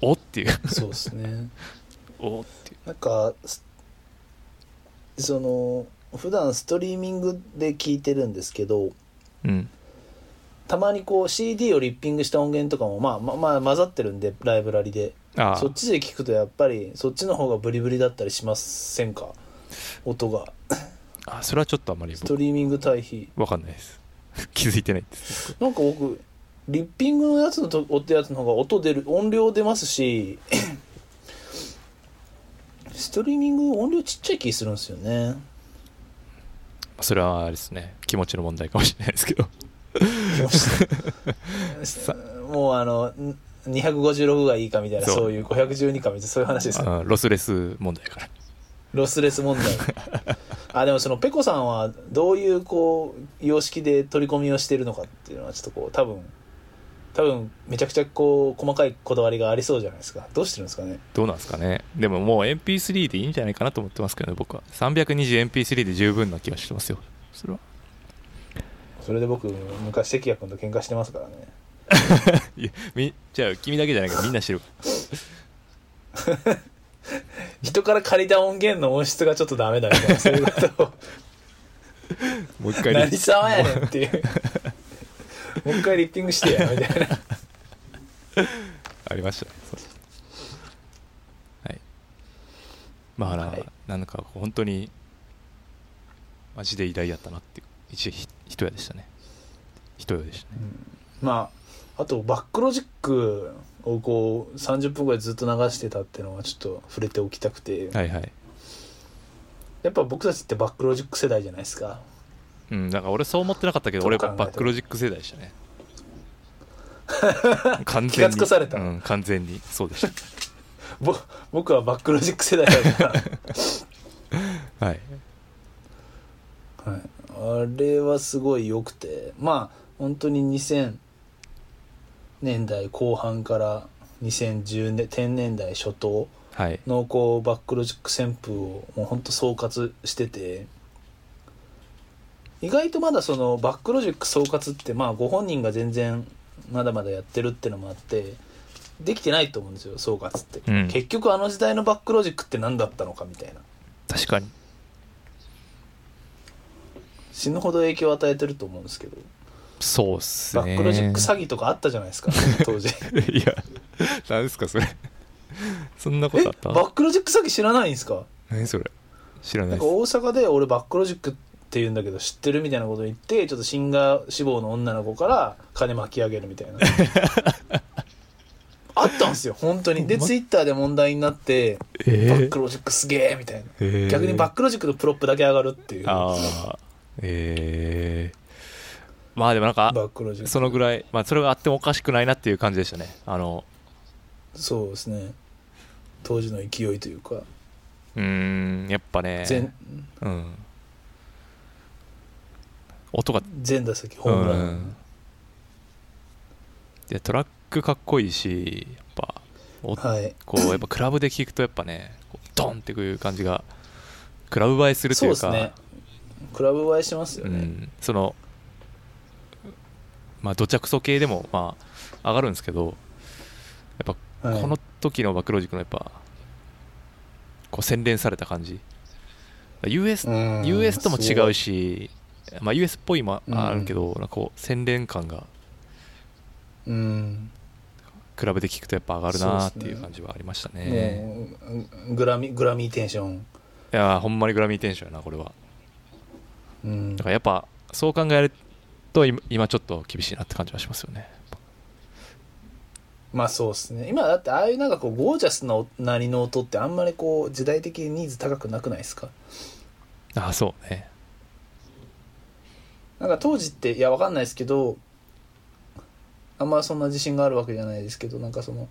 Speaker 2: おっていう
Speaker 3: そうですね
Speaker 2: おっていう
Speaker 3: なんかすその普段ストリーミングで聞いてるんですけど
Speaker 2: うん
Speaker 3: たまにこう CD をリッピングした音源とかもまあまあまあ混ざってるんでライブラリで
Speaker 2: あ
Speaker 3: そっちで聞くとやっぱりそっちの方がブリブリだったりしませんか音が
Speaker 2: ああそれはちょっとあんまり
Speaker 3: スト
Speaker 2: 僕
Speaker 3: リーミング対比
Speaker 2: わかんないです 気づいてないです
Speaker 3: なんか僕リッピングのやつのと音やつの方が音出る音量出ますし ストリーミング音量ちっちゃい気するんです よね
Speaker 2: それはあれですね気持ちの問題かもしれないですけど
Speaker 3: もうあのん256がいいかみたいな
Speaker 2: そう
Speaker 3: そういう512かみたいなそういう話ですよね
Speaker 2: あロスレス問題から
Speaker 3: ロスレ ス問題あでもそのペコさんはどういうこう様式で取り込みをしてるのかっていうのはちょっとこう多分多分めちゃくちゃこう細かいこだわりがありそうじゃないですかどうしてるんですかね
Speaker 2: どうなんですかねでももう MP3 でいいんじゃないかなと思ってますけどね僕は 320MP3 で十分な気がしてますよそれは
Speaker 3: それで僕昔関谷君と喧嘩してますからね
Speaker 2: いやみじゃあ君だけじゃないからみんな知る
Speaker 3: 人から借りた音源の音質がちょっとダメだみたいなそういうことを
Speaker 2: もう一回
Speaker 3: 何
Speaker 2: リ
Speaker 3: 様やねんっていうもう一回リッピングしてやみたいな
Speaker 2: ありましたねそうはいまあな,、
Speaker 3: はい
Speaker 2: なんか本当にマジで偉大やったなっていう一ひ一夜でしたね一夜でしたね
Speaker 3: まああとバックロジックをこう30分ぐらいずっと流してたっていうのはちょっと触れておきたくて、
Speaker 2: はいはい
Speaker 3: やっぱ僕たちってバックロジック世代じゃないですか
Speaker 2: うん、なんか俺そう思ってなかったけど
Speaker 3: どう
Speaker 2: 俺
Speaker 3: 考えて
Speaker 2: バ
Speaker 3: も
Speaker 2: ックロジック世代でした ね完全に
Speaker 3: 気がつかされた
Speaker 2: うん、完全にそうでし
Speaker 3: ぼ僕はバックロジック世代だか
Speaker 2: たはい
Speaker 3: ら、はい、あれはすごい良くてまあ本当に2000年代後半から2010年10年代初頭
Speaker 2: はい
Speaker 3: のこうバックロジック旋風をもうほんと総括してて意外とまだそのバックロジック総括ってまあご本人が全然まだまだやってるってのもあってできてないと思うんですよ総括って、
Speaker 2: うん
Speaker 3: 結局あの時代のバックロジックって何だったのかみたいな
Speaker 2: 確かに
Speaker 3: 死ぬほど影響を与えてると思うんですけど
Speaker 2: そうっすね
Speaker 3: バックロジック詐欺とかあったじゃないです か当時
Speaker 2: いや何ですかそれそんなこ
Speaker 3: え
Speaker 2: とあっ
Speaker 3: バ
Speaker 2: た
Speaker 3: ックロジック詐欺知らないんですか
Speaker 2: 何それ知らな
Speaker 3: ないん
Speaker 2: で
Speaker 3: か
Speaker 2: す
Speaker 3: 大阪で俺バックロジックって言うんだけど知ってるみたいなこと言ってちょっとシンガー志望の女の子から金巻き上げるみたいな あったんすよ本当にで
Speaker 2: ま
Speaker 3: ツイッターで問題になって
Speaker 2: え
Speaker 3: バッ
Speaker 2: ー
Speaker 3: クロジックすげえみたいな
Speaker 2: えー
Speaker 3: 逆にバックロジックのプロップだけ上がるっていうバ
Speaker 2: ああええまあでもなんか
Speaker 3: ックロジック
Speaker 2: そのぐらいまあそれがあってもおかしくないなっていう感じでしたねあの
Speaker 3: そうですね当時の勢いというか、
Speaker 2: うーんやっぱね
Speaker 3: 全
Speaker 2: うん音が
Speaker 3: 全打席ホームラン、
Speaker 2: うんでトラックかっこいいしやっぱお
Speaker 3: はい
Speaker 2: こうやっぱクラブで聴くとやっぱねこうドンっていう感じがクラブ映えすると
Speaker 3: そう
Speaker 2: い
Speaker 3: で
Speaker 2: う
Speaker 3: す
Speaker 2: か
Speaker 3: ねクラブ映えしますよ
Speaker 2: う
Speaker 3: ね、
Speaker 2: ん、そのまあ土着素系でもまあ上がるんですけどやっ
Speaker 3: は
Speaker 2: ぱ
Speaker 3: い
Speaker 2: この時のバクロジックのやっぱこう洗練された感じ US
Speaker 3: うん
Speaker 2: US とも違うし、まあ、US っぽいもあるけど、なんかこう洗練感が
Speaker 3: すごいうん
Speaker 2: 比べて聞くとやっぱ上がるなーって
Speaker 3: そう
Speaker 2: い
Speaker 3: っす
Speaker 2: う
Speaker 3: ね
Speaker 2: 感じはありましたね
Speaker 3: もうグラミグラミーテンション、
Speaker 2: いやーほんまにグラミーテンションやなこれは
Speaker 3: うん
Speaker 2: だからやっぱそう考えると今今ちょっと厳しいなって感じはしますよね
Speaker 3: まあそうですね今だってああいうなんかこうゴージャスななりの音ってあんまりこう時代的にニーズ高くなくないですか
Speaker 2: ああそうね
Speaker 3: なんか当時っていやわかんないですけどあんまそんな自信があるわけじゃないですけどなんかその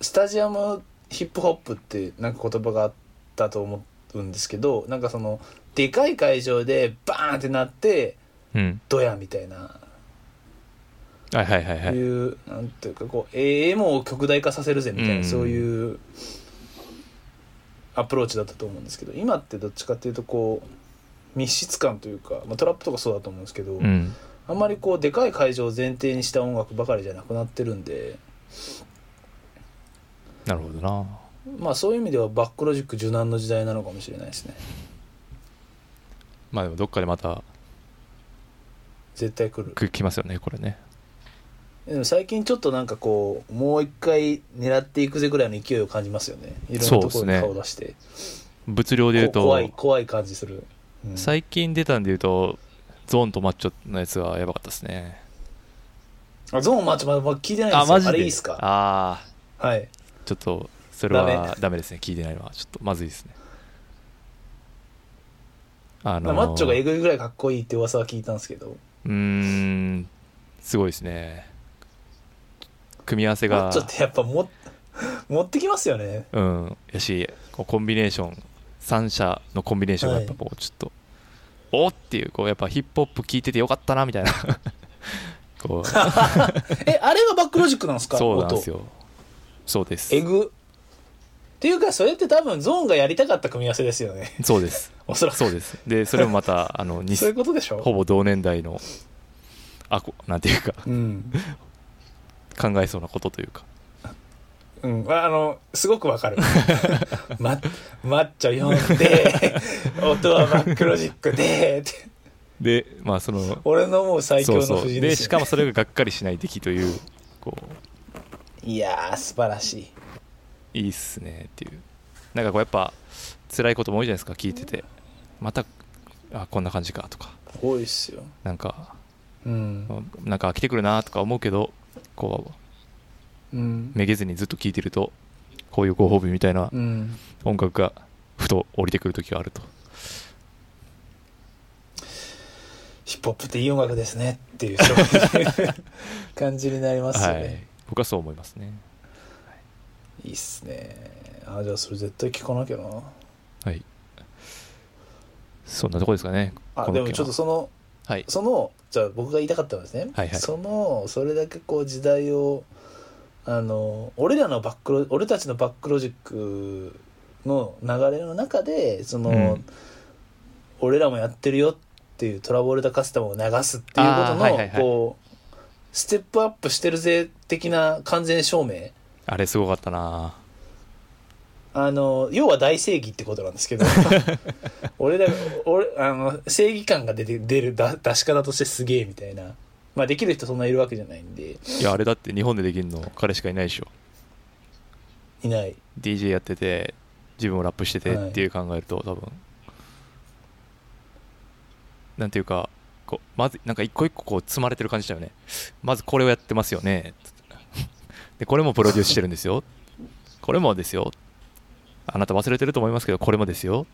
Speaker 3: スタジアムヒップホップってなんか言葉があったと思うんですけどなんかそのでかい会場でバーンってなって
Speaker 2: うん。
Speaker 3: ドヤみたいな
Speaker 2: はいはいはいはい
Speaker 3: い。う、なんていうかこう AM を極大化させるぜみたいな、
Speaker 2: うん
Speaker 3: そういうアプローチだったと思うんですけど今ってどっちかっていうとこう密室感というか、まあ、トラップとかそうだと思うんですけど、
Speaker 2: うん。
Speaker 3: あんまりこうでかい会場を前提にした音楽ばかりじゃなくなってるんで、
Speaker 2: なるほどな。
Speaker 3: まあ、そういう意味ではバックロジック柔軟の時代なのかもしれないですね
Speaker 2: まあでもどっかでまた
Speaker 3: 絶対来る
Speaker 2: く来ますよね、これね。
Speaker 3: でも最近ちょっとなんかこうもう一回狙っていくぜぐらいの勢いを感じますよねいろんなとこ
Speaker 2: そうです
Speaker 3: ろ
Speaker 2: ね
Speaker 3: に顔出して、
Speaker 2: 物量で言う
Speaker 3: こ怖い
Speaker 2: と、
Speaker 3: 怖い感じする、うん
Speaker 2: 最近出たんで言うと、ゾーンとマッチョのやつはやばかったですね。
Speaker 3: あゾーンマッチまだ聞いてないんです
Speaker 2: あ、
Speaker 3: よあ
Speaker 2: マジで。
Speaker 3: れいいっすか
Speaker 2: ああ、
Speaker 3: はい
Speaker 2: ちょっと、それは
Speaker 3: ダメ
Speaker 2: ダメですね。聞いてないのは。ちょっとまずいですね。あのー
Speaker 3: マッチョがえぐいぐらいかっこいいって噂は聞いたんですけど
Speaker 2: うーん、すごいですね。組み合わせ
Speaker 3: マ
Speaker 2: が
Speaker 3: ッチョ、ってやっぱ も持ってきますよ ね
Speaker 2: うん、やし、こうコンビネーション、3社のコンビネーションがやっぱもうちょっと、おっっていう、こうやっぱヒップホップ聞いててよかったなみたいな、 こう、
Speaker 3: えあれがバックロジックなんですか
Speaker 2: そうなんです
Speaker 3: 音
Speaker 2: よ。そうです
Speaker 3: え。ぐっていうかそれって多分ゾーンがやりたかった組み合わせですよね
Speaker 2: そうです。
Speaker 3: おそらく
Speaker 2: そうです。で、それもまた、あの、に
Speaker 3: そういうことでしょ
Speaker 2: ほぼ同年代の、あこ、なんていうか、
Speaker 3: うん、
Speaker 2: 考えそうなことというか。
Speaker 3: うん、ああのすごく わかるマッマッチョ呼んで 音はバックロジックでって
Speaker 2: で、まあ、その、
Speaker 3: 俺のもう最強
Speaker 2: そう
Speaker 3: の
Speaker 2: そう。
Speaker 3: 夫人
Speaker 2: で、
Speaker 3: です
Speaker 2: し
Speaker 3: よ
Speaker 2: かもそれががっかりしない出来という、こう、
Speaker 3: いやー素晴らしい
Speaker 2: いいっすねっていうなんかこうやっぱ辛いことも多いじゃないですか聞いててまたあこんな感じかとか
Speaker 3: 多いっすよ
Speaker 2: なんか
Speaker 3: うん
Speaker 2: なんか飽きてくるなとか思うけどこ
Speaker 3: うん
Speaker 2: うめげずにずっと聞いてるとこういうご褒美みたいな
Speaker 3: うん
Speaker 2: 音楽がふと降りてくる時があると
Speaker 3: ヒップホップっていい音楽ですねっていうそういう 感じになりますよ
Speaker 2: は
Speaker 3: ね、
Speaker 2: い僕はそう思いますね
Speaker 3: い、いっすねあじゃあそれ絶対聞かなきゃな
Speaker 2: はいそんなとこですかね
Speaker 3: あ
Speaker 2: この件
Speaker 3: で
Speaker 2: は
Speaker 3: もちょっとその
Speaker 2: はい
Speaker 3: そのじゃあ僕が言いたかったのはですね、
Speaker 2: はいはい
Speaker 3: そのそれだけこう時代をあの俺らのバックロ俺たちのバックロジックの流れの中でその、
Speaker 2: うん
Speaker 3: 俺らもやってるよっていうトラボルタカスタムを流すっていうこと
Speaker 2: あー
Speaker 3: の、
Speaker 2: はいはいはい
Speaker 3: こうステップアップしてるぜ的な完全証明
Speaker 2: あれすごかったな
Speaker 3: あの要は大正義ってことなんで すけど俺ら俺あの正義感が出て出るだ出し方としてすげえみたいな、まあ、できる人そんないるわけじゃないんで
Speaker 2: いやあれだって日本でできるの彼しかいないでしょ
Speaker 3: いない
Speaker 2: DJ やってて自分もラップしててっていう考えると、多分なんていうかこうまずなんか一個一個こう積まれてる感じだよねまずこれをやってますよねつってでこれもプロデュースしてるんですよこれもですよあなた忘れてると思いますけどこれもですよ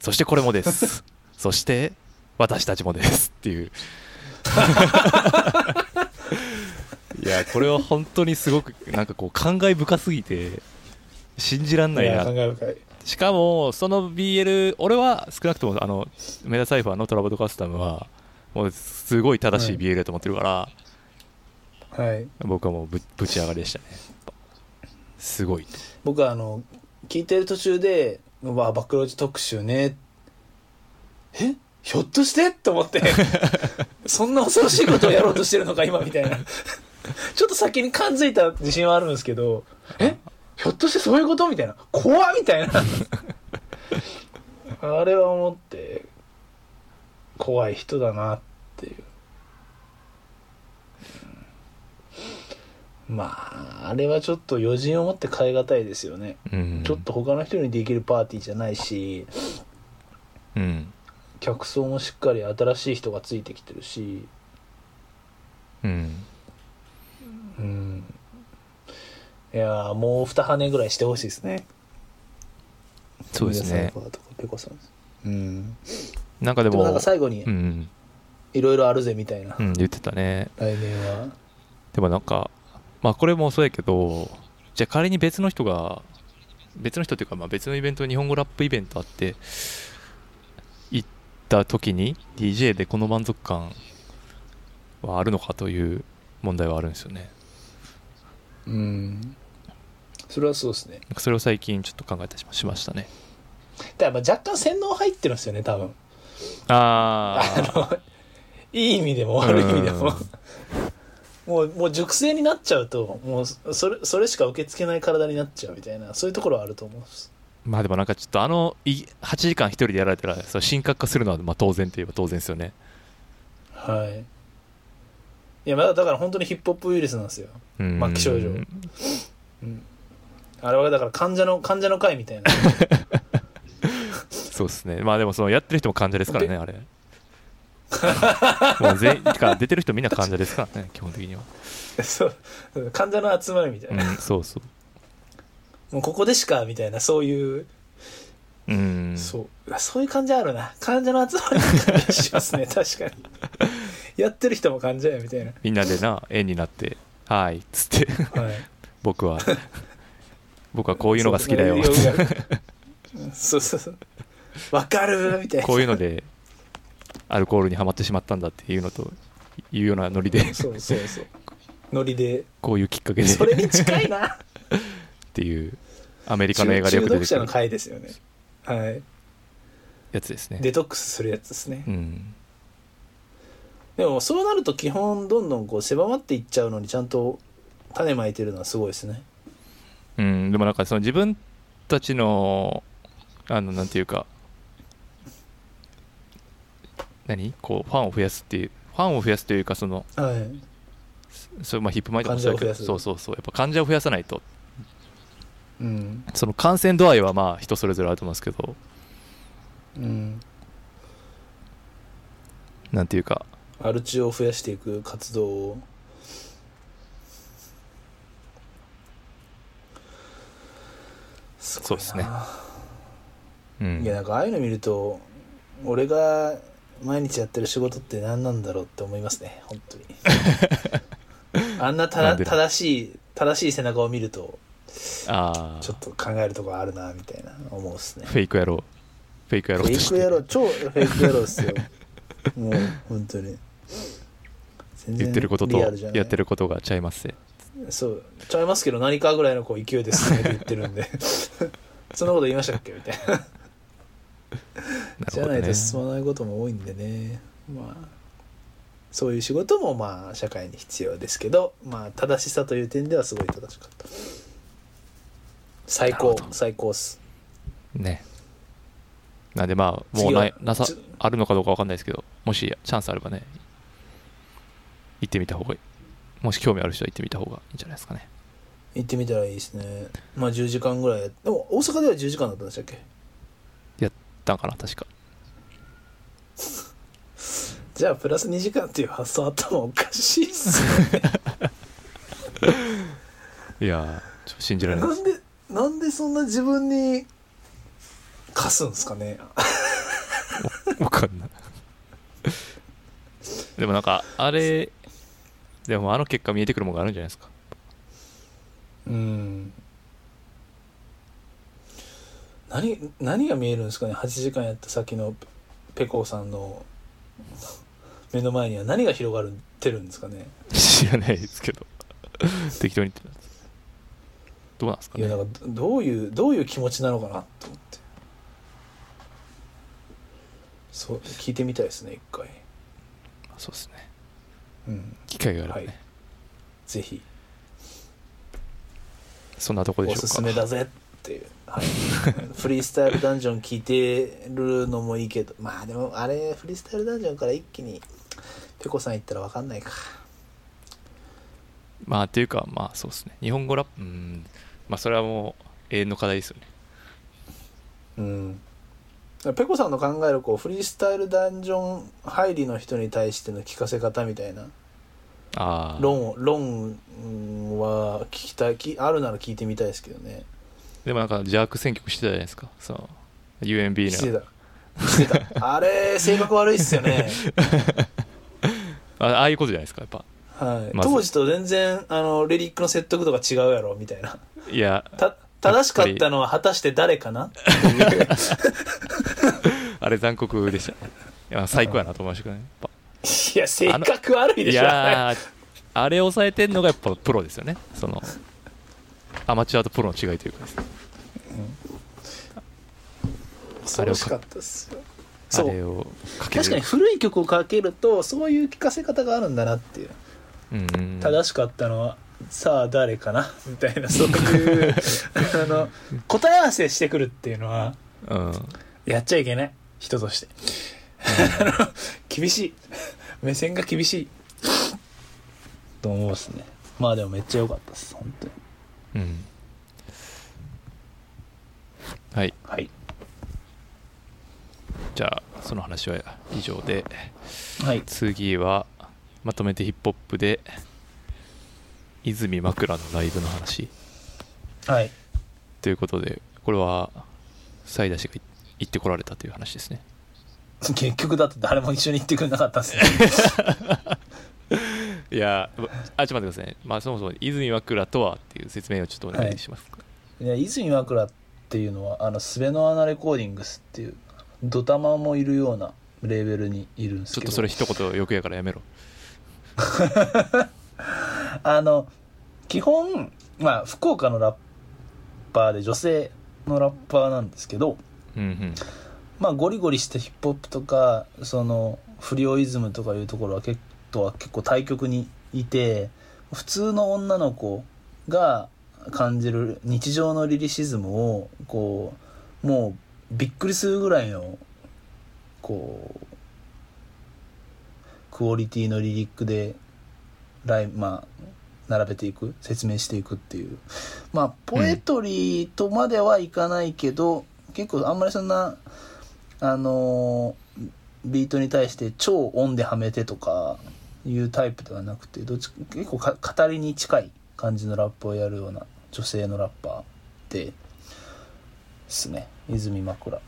Speaker 2: そしてこれもです そして私たちもですっていういやこれは本当にすごくなんかこう感慨深すぎて信じらん
Speaker 3: い
Speaker 2: ないな
Speaker 3: や
Speaker 2: っ
Speaker 3: 考
Speaker 2: て
Speaker 3: え深い
Speaker 2: しかもその BL 俺は少なくともあのメダサイファーのトラボドカスタムはもうすごい正しい
Speaker 3: は
Speaker 2: BL
Speaker 3: い
Speaker 2: だと思ってるから、
Speaker 3: はい
Speaker 2: 僕はもうぶぶち上がりでしたねやっぱすごい
Speaker 3: 僕はあの聞いてる途中で「うわバックロジ特集ね」えひょっとしてと思 ってそんな恐ろしいことをやろうとしてるのか今みたいなちょっと先に感づいた自信はあるんですけどえひょっとしてそういうことみたいな怖っみた いなあれは思って怖い人だなっていうまああれはちょっと余人を持って変え難いですよね
Speaker 2: うん
Speaker 3: ちょっと他の人にできるパーティーじゃないし
Speaker 2: うん
Speaker 3: 客層もしっかり新しい人がついてきてるし
Speaker 2: うん
Speaker 3: うんいやーもう二羽ぐらいしてほしいですね
Speaker 2: そうですね
Speaker 3: 皆さんとかペコさんうん
Speaker 2: なんかで
Speaker 3: でも
Speaker 2: も
Speaker 3: なんか最後に
Speaker 2: うん、
Speaker 3: いろいろあるぜみたいな、
Speaker 2: うん、言ってたね
Speaker 3: 来年は
Speaker 2: でもなんかまあこれもそうやけどじゃあ仮に別の人が別の人というかまあ別のイベント日本語ラップイベントあって行った時に DJ でこの満足感はあるのかという問題はあるんですよね
Speaker 3: うんそれはそうですね
Speaker 2: なんかそれを最近ちょっと考えたりしましましたね
Speaker 3: だからまあ若干洗脳入ってるんですよね多分
Speaker 2: あ
Speaker 3: あ
Speaker 2: あ
Speaker 3: のいい意味でも悪い意味で
Speaker 2: う
Speaker 3: も
Speaker 2: ん
Speaker 3: もうもう熟成になっちゃうともうそれそれしか受け付けない体になっちゃうみたいなそういうところはあると思うんです
Speaker 2: まあでもなんかちょっとあのい8時間一人でやられたらそれ深刻化するのはまあ当然といえば当然ですよね
Speaker 3: はいいやまだだから本当にヒップホップウイルスなんですよ
Speaker 2: うん
Speaker 3: 末期症状あれはだから患者の患者の会みたいな
Speaker 2: そうですね。まあでもそのやってる人も患者ですからね、あれ。 もう全員てか出てる人みんな患者ですから ね、基本的には。
Speaker 3: そう患者の集まりみた
Speaker 2: う
Speaker 3: いな、
Speaker 2: ん、そうそ
Speaker 3: もうここでしかみたいなそうい
Speaker 2: う。
Speaker 3: う
Speaker 2: うん。
Speaker 3: そうあそういう感じあるな患者の集まりみたいな気しま すね確かにやってる人も患者やみたいな
Speaker 2: みんなでな、円になって、はい、っつって、
Speaker 3: はい
Speaker 2: 僕 は、僕はこういうのが好きだよ。
Speaker 3: そうそうそうわかるみたい な
Speaker 2: こういうので、アルコールにはまってしまったんだっていうのと、いうようなノリで、
Speaker 3: そうそうそうノリで
Speaker 2: こういうきっかけで
Speaker 3: それに
Speaker 2: っ
Speaker 3: 近いな
Speaker 2: て いう、アメリカの映画でよ
Speaker 3: 中
Speaker 2: く出
Speaker 3: 毒
Speaker 2: てく
Speaker 3: 者の
Speaker 2: る
Speaker 3: 会ですよねはい
Speaker 2: やつですね。
Speaker 3: デトックスするやつですね
Speaker 2: うん。
Speaker 3: でもそうなると基本どんどんこう狭まっていっちゃうのにちゃんと種まいてるのはすごいですね
Speaker 2: うん、でもなんかその自分たちの、あの、なんていうか、何こう、ファンを増やすっていう、ファンを増やすというか、その、
Speaker 3: はい
Speaker 2: そうまあ、ヒップマイとかもそうだけど
Speaker 3: 患者を増やす
Speaker 2: そうそうそう、やっぱ患者を増やさないと、
Speaker 3: うん
Speaker 2: その感染度合いはまあ、人それぞれあると思うんですけど、
Speaker 3: うん
Speaker 2: なんていうか、
Speaker 3: アルチを増やしていく活動を
Speaker 2: そうですね。う
Speaker 3: いや
Speaker 2: ん。
Speaker 3: なんかああいうの見ると俺が毎日やってる仕事って何なんだろうって思いますね本当に あんなた
Speaker 2: な
Speaker 3: だ
Speaker 2: んでだ
Speaker 3: 正しい正しい背中を見ると
Speaker 2: ああ
Speaker 3: ちょ、っと考えるとこあるなみたいな思うっすね
Speaker 2: フェイク野郎。フェイク野
Speaker 3: フ
Speaker 2: 郎と
Speaker 3: ェイ
Speaker 2: し
Speaker 3: ク
Speaker 2: て
Speaker 3: 野郎超フェイク野郎っすよ もう本当に全然
Speaker 2: 言ってることと
Speaker 3: リアルじゃない
Speaker 2: やってることがちゃいますね。
Speaker 3: そうちゃいますけど何かぐらいのこう勢 いですねって言ってるんで そんなこと言いましたっけみたいな
Speaker 2: な
Speaker 3: じ
Speaker 2: るほ
Speaker 3: ゃ
Speaker 2: ど
Speaker 3: ない
Speaker 2: ね
Speaker 3: と。進まないことも多いんでねまあそういう仕事もまあ社会に必要ですけどまあ正しさという点ではすごい正しかった最
Speaker 2: な
Speaker 3: 高
Speaker 2: るほど
Speaker 3: 最高っす
Speaker 2: ねなんでまあもう
Speaker 3: 次は
Speaker 2: ないなさ
Speaker 3: ちょ
Speaker 2: あるのかどうかわかんないですけどもしチャンスあればね行ってみた方がいいもし興味ある人は行ってみた方がいいんじゃないですかね
Speaker 3: 行ってみたらいいですねまあ10時間ぐらいやでも大阪では10時間だったんでしたっけ
Speaker 2: だから確か
Speaker 3: じゃあプラス2時間っていう発想頭おかしいっすよね
Speaker 2: いやーちょっと信じられない
Speaker 3: なんでなんでそんな自分に課すんですかね
Speaker 2: わかんないでもなんかあれでもあの結果見えてくるものがあるんじゃないですか
Speaker 3: うん何何が見えるんですかね8時間やった先のペコさんの目の前には何が広がってるんですかね
Speaker 2: 知らないですけど適当に言ってますどうなんですか
Speaker 3: いやな
Speaker 2: ね
Speaker 3: んかどどういうどういう気持ちなのかなと思ってそう聞いてみたいですね一回、
Speaker 2: そうですね
Speaker 3: うん、
Speaker 2: 機会があれば
Speaker 3: は
Speaker 2: ね、
Speaker 3: いぜひ
Speaker 2: そんなとこで
Speaker 3: お
Speaker 2: しょうか
Speaker 3: すすめだぜっていう、はい、 フリースタイルダンジョン聞いてるのもいいけどまあでもあれフリースタイルダンジョンから一気にペコさん行ったら分かんないか
Speaker 2: まあっていうかまあそうですね日本語ラップうんまあそれはもう永遠の課題ですよね
Speaker 3: うんペコさんの考えるこうフリースタイルダンジョン入りの人に対しての聞かせ方みたいな
Speaker 2: ああ
Speaker 3: 論を論うんは聞きたいきあるなら聞いてみたいですけどね
Speaker 2: でもなんか邪悪選曲してたじゃないですかその
Speaker 3: して
Speaker 2: UMB の
Speaker 3: たして たあれ性格悪いっすよね
Speaker 2: あああいうことじゃないですかやっぱ
Speaker 3: はい、
Speaker 2: まず
Speaker 3: 当時と全然あのレリックの説得度が違うやろみたいない
Speaker 2: や、
Speaker 3: た正しかったのは果たして誰かな
Speaker 2: あれ残酷 でしたね。いや最高やなと思いましたけどね。やっ
Speaker 3: いや性格悪
Speaker 2: ぱ
Speaker 3: いで
Speaker 2: い
Speaker 3: しょ
Speaker 2: やー、あれ抑えてんのがやっぱプロですよね。その、アマチュアとプロの違いというかですね
Speaker 3: 恐ろしかったっすよ
Speaker 2: あ
Speaker 3: そ
Speaker 2: れ
Speaker 3: う
Speaker 2: をかける。
Speaker 3: 確かに古い曲をかけるとそういう聴かせ方があるんだなっていう
Speaker 2: うんうん、
Speaker 3: 正しかったのはさあ誰かなみたいなそういう あの答え合わせしてくるっていうのは
Speaker 2: うん、
Speaker 3: やっちゃいけない人として あの厳しい目線が厳しいと思うっすねまあでもめっちゃ良かったっす本当に
Speaker 2: うん。はい。
Speaker 3: はい
Speaker 2: じゃあその話は以上で
Speaker 3: はい
Speaker 2: 次はまとめてヒップホップで泉枕のライブの話
Speaker 3: はい
Speaker 2: ということでこれはサイダ氏が行ってこられたという話ですね
Speaker 3: 結局だって誰も一緒に行ってくれなかっ たっすね
Speaker 2: いやーあちょっと待ってくださいね、まあ、そもそも泉枕とはっていう説明をちょっとお願いしますか、
Speaker 3: いや泉枕っていうのはあのスベノアナレコーディングスっていうドタマもいるようなレーベルにいるんです
Speaker 2: ちょ
Speaker 3: け
Speaker 2: っ
Speaker 3: ど
Speaker 2: とそれ一言よくやからやめろ
Speaker 3: あの基本、まあ、福岡のラッパーで女性のラッパーなんですけど、
Speaker 2: うんうん
Speaker 3: まあ、ゴリゴリしたヒップホップとかその不良イズムとかいうところは結とは結構対極にいて普通の女の子が感じる日常のリリシズムをこうもうびっくりするぐらいのこうクオリティのリリックでライまあ並べていく説明していくっていうまあポエトリーとまではいかないけど、結構あんまりそんなあのービートに対して超音ではめてとかいうタイプではなくてどっち結構か語りに近い感じのラップをやるような女性のラッパーでですね泉枕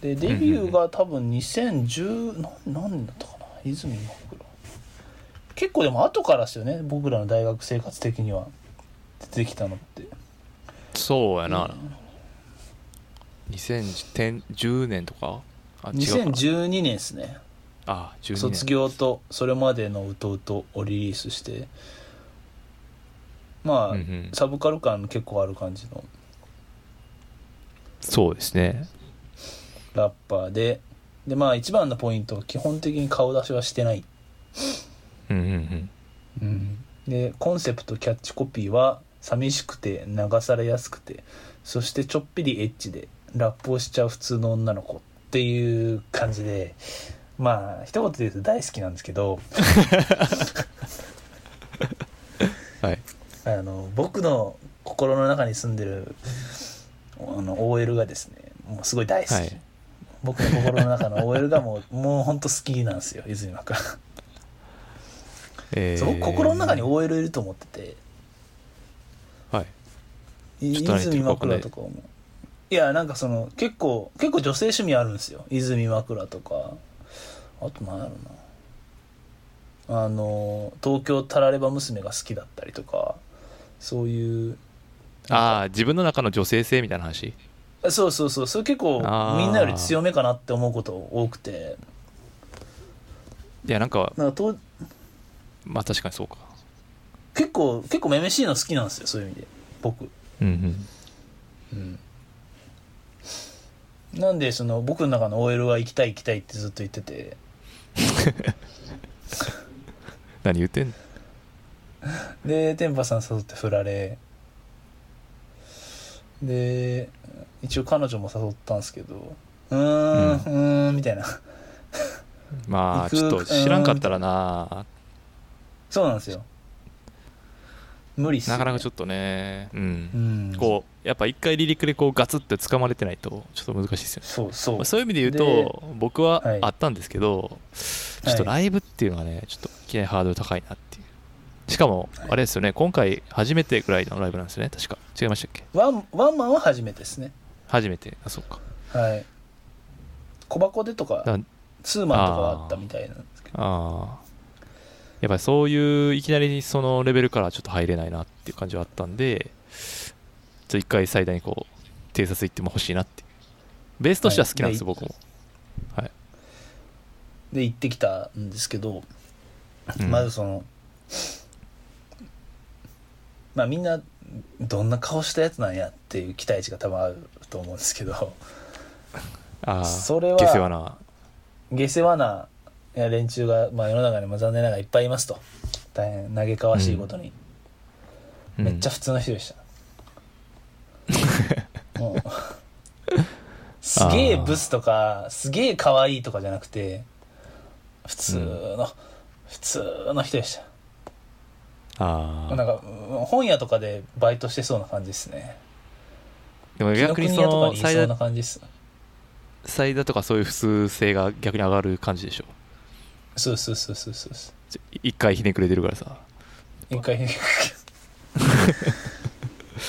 Speaker 3: でデビューが多分2010な何年だったかな泉枕結構でも後からですよね僕らの大学生活的には出てきたのって
Speaker 2: そうやな、2010年とかあ違うかな
Speaker 3: 2012年ですね
Speaker 2: あ12年
Speaker 3: 卒業とそれまでの「うとうと」をリリースしてまあ、
Speaker 2: うんうん
Speaker 3: サブカル感結構ある感じの
Speaker 2: そうですね
Speaker 3: ラッパーででまあ一番のポイントは基本的に顔出しはしてない、
Speaker 2: うんうんうん
Speaker 3: でコンセプトキャッチコピーは「寂しくて流されやすくてそしてちょっぴりエッチでラップをしちゃう普通の女の子」っていう感じでまあ一言で言うと大好きなんですけど
Speaker 2: はい
Speaker 3: あの僕の心の中に住んでるあの OL がですねもうすごい大好き、
Speaker 2: はい
Speaker 3: 僕の心の中の OL がもうもうほんと好きなんですよ泉君、
Speaker 2: えー
Speaker 3: そう僕心の中に OL いると思ってて
Speaker 2: はい
Speaker 3: い
Speaker 2: ちょっと何言って
Speaker 3: 泉
Speaker 2: るか分かんない
Speaker 3: 枕とかもいやなんかその結構結構女性趣味あるんですよ泉枕とかあと何やろなあの東京タラレバ娘が好きだったりとかそういう
Speaker 2: ああ自分の中の女性性みたいな話
Speaker 3: そうそうそうそれ結構
Speaker 2: あー
Speaker 3: みんなより強めかなって思うこと多くて
Speaker 2: いやなんか
Speaker 3: なんかと
Speaker 2: まあ確かにそうか
Speaker 3: 結構結構めめしいの好きなんですよそういう意味で僕、
Speaker 2: うんうん
Speaker 3: なんでその僕の中の OL は行きたい行きたいってずっと言ってて
Speaker 2: 何言ってんの
Speaker 3: で天パさん誘って振られで一応彼女も誘ったんですけどうーんうーんみたいな
Speaker 2: まあ
Speaker 3: 行く
Speaker 2: ちょっと知らんかったらな
Speaker 3: そうなんですよ無理っすよ
Speaker 2: なかなかちょっとねう
Speaker 3: うんん
Speaker 2: こうやっぱ一回離陸でこうガツッと掴まれてないとちょっと難しいですよね
Speaker 3: そうそう
Speaker 2: まあそういう意味で言うと僕は
Speaker 3: はい
Speaker 2: あったんですけどちょっとライブっていうのはねちょっといきなりハードル高いなっていうしかもあれですよね今回初めてぐらいのライブなんですよね確か違いましたっけ
Speaker 3: ワンワンマンは初めてですね
Speaker 2: 初めてあそうか
Speaker 3: はい小箱でとか
Speaker 2: だ
Speaker 3: ツーマンとかはあったみたいなんですけど
Speaker 2: ああやっぱりそういういきなりそのレベルからはちょっと入れないなっていう感じはあったんでちょっと一回最大にこう偵察行っても欲しいなっていうベースとしては好きなんですよ、
Speaker 3: はい
Speaker 2: 僕も、
Speaker 3: で行ってきたんですけど、
Speaker 2: うん
Speaker 3: まずそのまあみんなどんな顔したやつなんやっていう期待値が多分あると思うんですけど
Speaker 2: ああ
Speaker 3: それは
Speaker 2: 下世話な
Speaker 3: 下世話な連中が、まあ、世の中にも残念ながらいっぱいいますと大変嘆かわしいことに、
Speaker 2: うん
Speaker 3: めっちゃ普通の人 でした、もうすげえブスとかすげえ可愛いとかじゃなくて普通の、普通の人でした
Speaker 2: ああ
Speaker 3: なんかうん本屋とかでバイトしてそうな感じですね
Speaker 2: でも逆に
Speaker 3: 紀伊
Speaker 2: そ
Speaker 3: 国屋とか
Speaker 2: の
Speaker 3: にいそ
Speaker 2: 最
Speaker 3: う
Speaker 2: 大最
Speaker 3: な感じです
Speaker 2: 大とかそういう普通性が逆に上がる感じでしょ
Speaker 3: そうそうそうそうそうそう
Speaker 2: ちょ一回ひねくれてるからさ
Speaker 3: 一回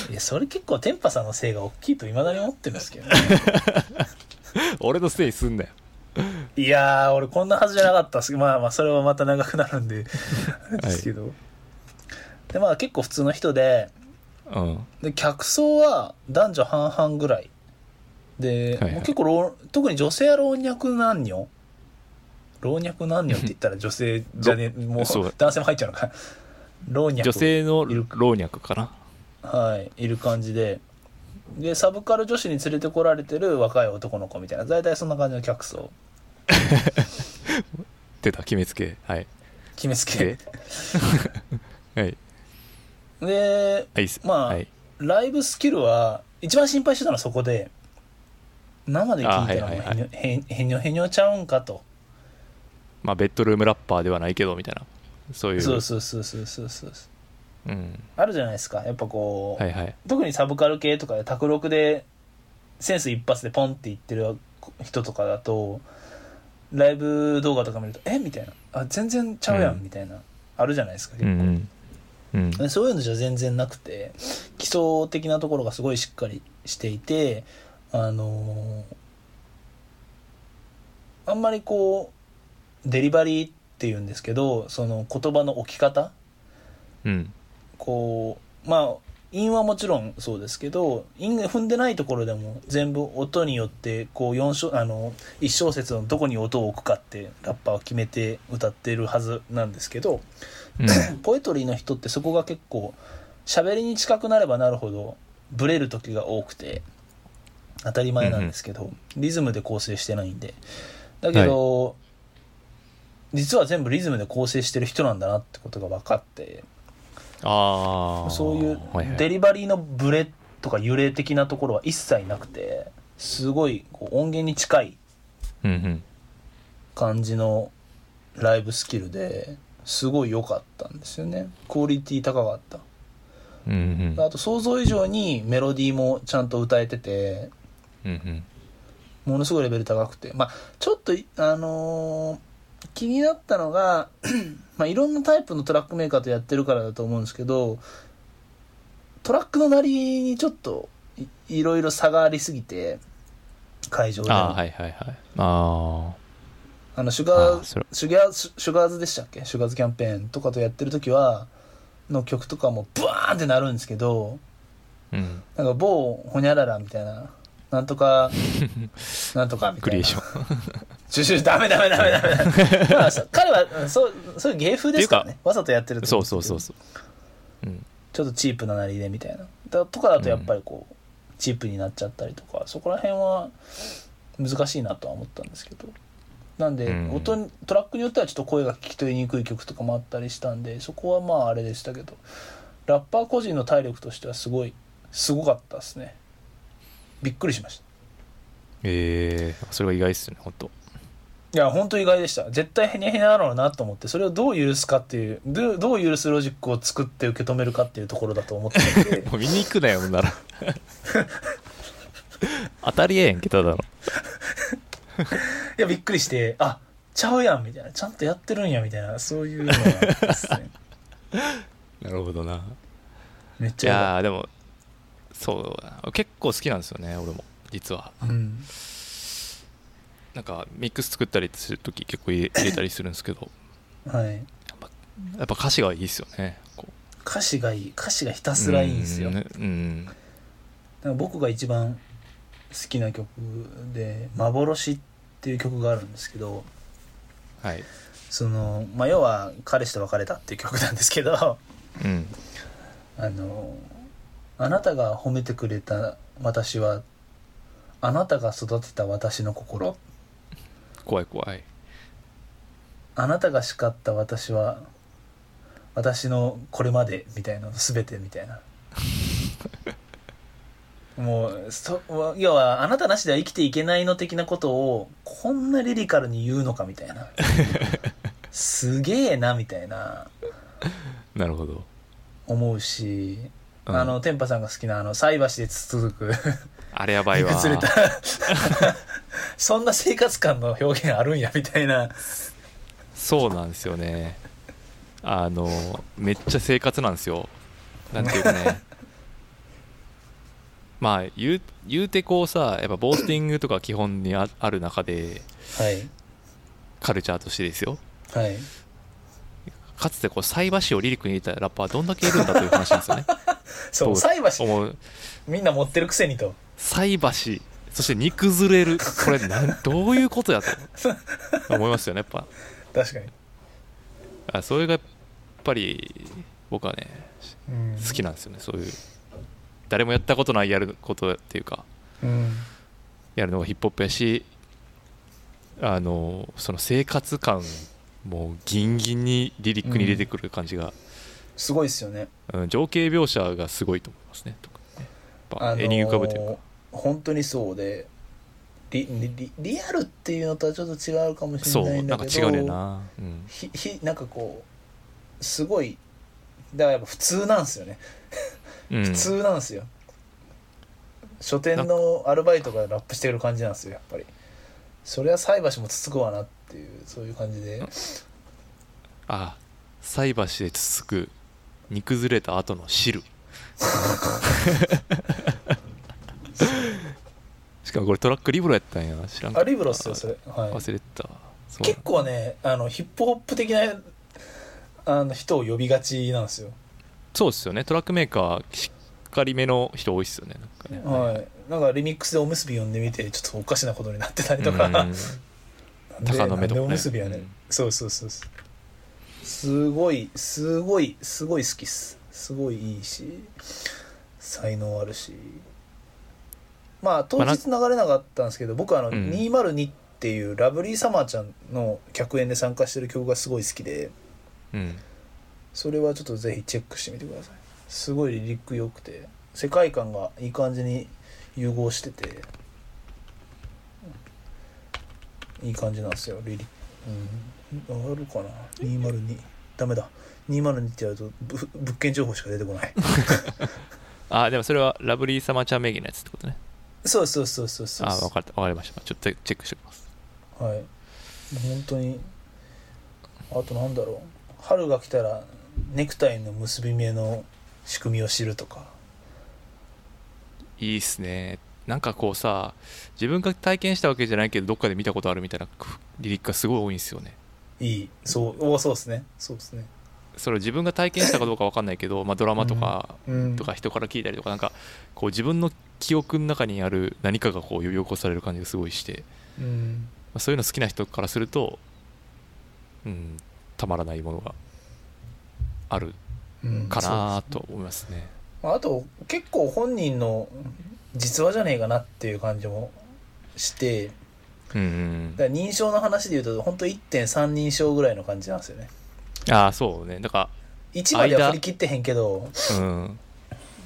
Speaker 3: いやそれ結構天パさんのせいが大きいといまだに思ってるんですけどね、
Speaker 2: 俺のせいにすんなよ
Speaker 3: いやー俺こんなはずじゃなかったっすまあまあそれはまた長くなるんでですけど、でまあ結構普通の人で
Speaker 2: うん
Speaker 3: で客層は男女半々ぐらいで、
Speaker 2: はいはい
Speaker 3: もう結構老特に女性は老若男女老若男女って言ったら女性じゃねも う
Speaker 2: そう
Speaker 3: 男性も入っちゃうのか老若
Speaker 2: 女性の老若かな
Speaker 3: はいいる感じででサブカル女子に連れてこられてる若い男の子みたいな大体そんな感じの客層
Speaker 2: 出た決めつけ はい
Speaker 3: 決めつけ
Speaker 2: で はい
Speaker 3: で
Speaker 2: あいいっす
Speaker 3: まあ
Speaker 2: はい、
Speaker 3: ライブスキルは一番心配してたのはそこで生で聞いて
Speaker 2: あ
Speaker 3: の
Speaker 2: はい
Speaker 3: も
Speaker 2: はいはい
Speaker 3: へんへんにょへにょちゃうんかと
Speaker 2: まあベッドルームラッパーではないけどみたいなそういう
Speaker 3: そうそうそうそうそうそう
Speaker 2: うん、
Speaker 3: あるじゃないですかやっぱこう、
Speaker 2: はいはい
Speaker 3: 特にサブカル系とかで卓録でセンス一発でポンっていってる人とかだとライブ動画とか見ると「えみたいな「あ全然ちゃうやん」
Speaker 2: うん
Speaker 3: みたいなあるじゃないですか、
Speaker 2: うんうんうん
Speaker 3: でそういうのじゃ全然なくて基礎的なところがすごいしっかりしていてあのーあんまりこうデリバリーっていうんですけどその言葉の置き方
Speaker 2: うん
Speaker 3: こうまあ韻はもちろんそうですけど韻が踏んでないところでも全部音によってこう4小あの1小節のどこに音を置くかってラッパーは決めて歌ってるはずなんですけど
Speaker 2: うん
Speaker 3: ポエトリーの人ってそこが結構喋りに近くなればなるほどブレる時が多くて当たり前なんですけど、リズムで構成してないんでだけど、実は全部リズムで構成してる人なんだなってことが分かって
Speaker 2: ああ
Speaker 3: そういう
Speaker 2: はいは
Speaker 3: デ
Speaker 2: い、
Speaker 3: リバリーのブレとか揺れ的なところは一切なくてすごいこう音源に近い
Speaker 2: うんうん
Speaker 3: 感じのライブスキルですごい良かったんですよねクオリティ高かった。
Speaker 2: うんうん
Speaker 3: あと想像以上にメロディーもちゃんと歌えてて
Speaker 2: うんうん
Speaker 3: ものすごいレベル高くてまあちょっといあのー気になったのが まあいろんなタイプのトラックメーカーとやってるからだと思うんですけどトラックのなりにちょっといいろいろ差がありすぎて会場でも
Speaker 2: ああはいはいはいあ
Speaker 3: あのシュ
Speaker 2: あ
Speaker 3: ガ
Speaker 2: あ
Speaker 3: ー
Speaker 2: あそれ
Speaker 3: シュガーシュシュガーズでしたっけシュガーズキャンペーンとかとやってる時はの曲とかもブワーンってなるんですけど
Speaker 2: うん
Speaker 3: なんか某ほにゃららみたいな、なんと か、なんとかみ
Speaker 2: ク
Speaker 3: た
Speaker 2: リエ
Speaker 3: い
Speaker 2: ーシ
Speaker 3: な。
Speaker 2: ョンっ
Speaker 3: シュシュダメダメダメダメダメ。 まあ、そう彼は、そう、そういう芸風ですから
Speaker 2: ってい
Speaker 3: ね。わざとやってると
Speaker 2: そ
Speaker 3: 思
Speaker 2: うそう
Speaker 3: ですけ
Speaker 2: そ
Speaker 3: ど
Speaker 2: うそううん
Speaker 3: ちょっとチープななりでみたいな。だとかだとやっぱりこう、チープになっちゃったりとか、そこら辺は難しいなとは思ったんですけど。なんで、
Speaker 2: うん
Speaker 3: 音にトラックによってはちょっと声が聞き取りにくい曲とかもあったりしたんで、そこはまああれでしたけど、ラッパー個人の体力としてはすごい、すごかったですね。びっくりしました。
Speaker 2: ええそれは意外っすね本当
Speaker 3: いや、本当意外でした。絶対ヘニャヘニャだろうなと思って、それをどう許すかっていう、どうどう許すロジックを作って受け止めるかっていうところだと思ってたん
Speaker 2: 、
Speaker 3: で
Speaker 2: もう見に行くなよほん なら当たりえやんけただろ
Speaker 3: いや、びっくりして、あ、ちゃうやんみたいな、ちゃんとやってるんやみたいな、そういうのがあですね。
Speaker 2: なるほどな
Speaker 3: めっち
Speaker 2: い
Speaker 3: ゃよか
Speaker 2: やーでもそうだな結構好きなんですよね俺も実は
Speaker 3: った。うん。
Speaker 2: なんかミックス作ったりする時結構入れ入れたりするんですけど
Speaker 3: はい。
Speaker 2: まやっぱ歌詞がいいですよね。こう
Speaker 3: 歌詞がいい歌詞がひたすらいいんですよ
Speaker 2: う
Speaker 3: なん
Speaker 2: うん
Speaker 3: か僕が一番好きな曲で「幻」っていう曲があるんですけど
Speaker 2: はい。
Speaker 3: その、まあ、要は「彼氏と別れた」っていう曲なんですけど
Speaker 2: うん。
Speaker 3: あの「あなたが褒めてくれた私はあなたが育てた私の心
Speaker 2: 怖い怖い。
Speaker 3: あなたが叱った私は私のこれまでみたいなの全てみた いなもうそ要はあなたなしでは生きていけないの的なことをこんなリリカルに言うのかみたいなすげえなみたいな
Speaker 2: なるほど。
Speaker 3: 思うし、
Speaker 2: うん
Speaker 3: あの天パさんが好きなあの菜箸でつつづく
Speaker 2: あれやばいわ。
Speaker 3: 崩れた そんな生活感の表現あるんやみたいな
Speaker 2: そうなんですよね。あの、めっちゃ生活なんですよ。なんていうか ね。まあ、言う、言うてこうさ、やっぱボーティングとか基本にあある中で、
Speaker 3: はい
Speaker 2: カルチャーとしてですよ。
Speaker 3: はい
Speaker 2: かつてこう、菜箸をリリックに入れたラッパーはどんだけいるんだという話なんですよ ね。
Speaker 3: そう
Speaker 2: そう
Speaker 3: 菜箸
Speaker 2: 思う。
Speaker 3: みんな持ってるくせにと
Speaker 2: 菜箸、そして煮崩れる。これ、 なん、どういうことやと思いますよね、やっぱ。
Speaker 3: 確かに、
Speaker 2: あそれがやっぱり僕はね
Speaker 3: うん
Speaker 2: 好きなんですよねそういう誰もやったことないやることっていうか
Speaker 3: うん
Speaker 2: やるのがヒップホップやしあのその生活感もうギンギンにリリックに出てくる感じが、
Speaker 3: すごいですよね
Speaker 2: うん情景描写がすごいと思いますね特にねや
Speaker 3: あ
Speaker 2: っぱ
Speaker 3: のー
Speaker 2: 絵に浮かぶというか、
Speaker 3: 本当にそうでリリリリアルっていうのとはちょっと違うかもしれ
Speaker 2: そ
Speaker 3: ない
Speaker 2: うんな
Speaker 3: だ
Speaker 2: んか
Speaker 3: けど
Speaker 2: 違うねんな、うん、
Speaker 3: ひひなんかこうすごいだからやっぱ普通なんですよね
Speaker 2: うん
Speaker 3: 普通なんですよ、書店のアルバイトがラップしてくる感じなんですよやっぱりそりゃ菜箸もつつくわなっていうそういう感じで
Speaker 2: あ菜箸でつつく煮崩れた後の 汁しかもこれトラックリブロやったんや知らんか
Speaker 3: あ
Speaker 2: った
Speaker 3: リブロっすよそれ、はい、
Speaker 2: 忘れてたそう
Speaker 3: 結構ねあのヒップホップ的なあの人を呼びがちなんですよ、
Speaker 2: そうっすよねトラックメーカーしっかりめの人多いっすよねなんかね
Speaker 3: はい、なんかリミックスでおむすび呼んでみてちょっとおかしなことになってたりと
Speaker 2: う
Speaker 3: か
Speaker 2: ん
Speaker 3: なんで
Speaker 2: 鷹の目とかね
Speaker 3: なんでおむすびやね、
Speaker 2: うん
Speaker 3: そうそうそうそうすごいすごいすごい好きっすすごいいいし才能あるしまあ当
Speaker 2: まあな
Speaker 3: 日流れなかったんですけど僕あの
Speaker 2: うん
Speaker 3: 202っていうラブリーサマーちゃんの客演で参加してる曲がすごい好きで、
Speaker 2: うん
Speaker 3: それはちょっとぜひチェックしてみてくださいすごいリリック良くて世界観がいい感じに融合してていい感じなんですよリリうんあるかな202ダメだ202ってやるとぶ物件情報しか出てこない
Speaker 2: あでもそれはラブリーサマーチャー名義のやつってことね
Speaker 3: そうそうそうそうそう
Speaker 2: あ分かった分かりましたちょっとチェックしておきます
Speaker 3: はいもう本当にあとなんだろう春が来たらネクタイの結び目の仕組みを知るとか
Speaker 2: いいっすねなんかこうさ自分が体験したわけじゃないけどどっかで見たことあるみたいなリリックがすごい多いんですよね
Speaker 3: いいそうおそうですねそうですね
Speaker 2: それを自分が体験したかどうかわかんないけど、まあ、ドラマとか、
Speaker 3: うん
Speaker 2: とか人から聞いたりとかなんかこう自分の記憶の中にある何かがこう呼び起こされる感じがすごいして、
Speaker 3: うん
Speaker 2: まあ、そういうの好きな人からすると、うん、たまらないものがある
Speaker 3: うん
Speaker 2: か
Speaker 3: そう
Speaker 2: なと思いますね。
Speaker 3: まああと結構本人の実話じゃねえかなっていう感じもして
Speaker 2: うんうん
Speaker 3: だから認証の話でいうと本当1.3人称ぐらいの感じなんですよね
Speaker 2: ああそうねだか
Speaker 3: 1までは振り切ってへんけど
Speaker 2: ら、うん、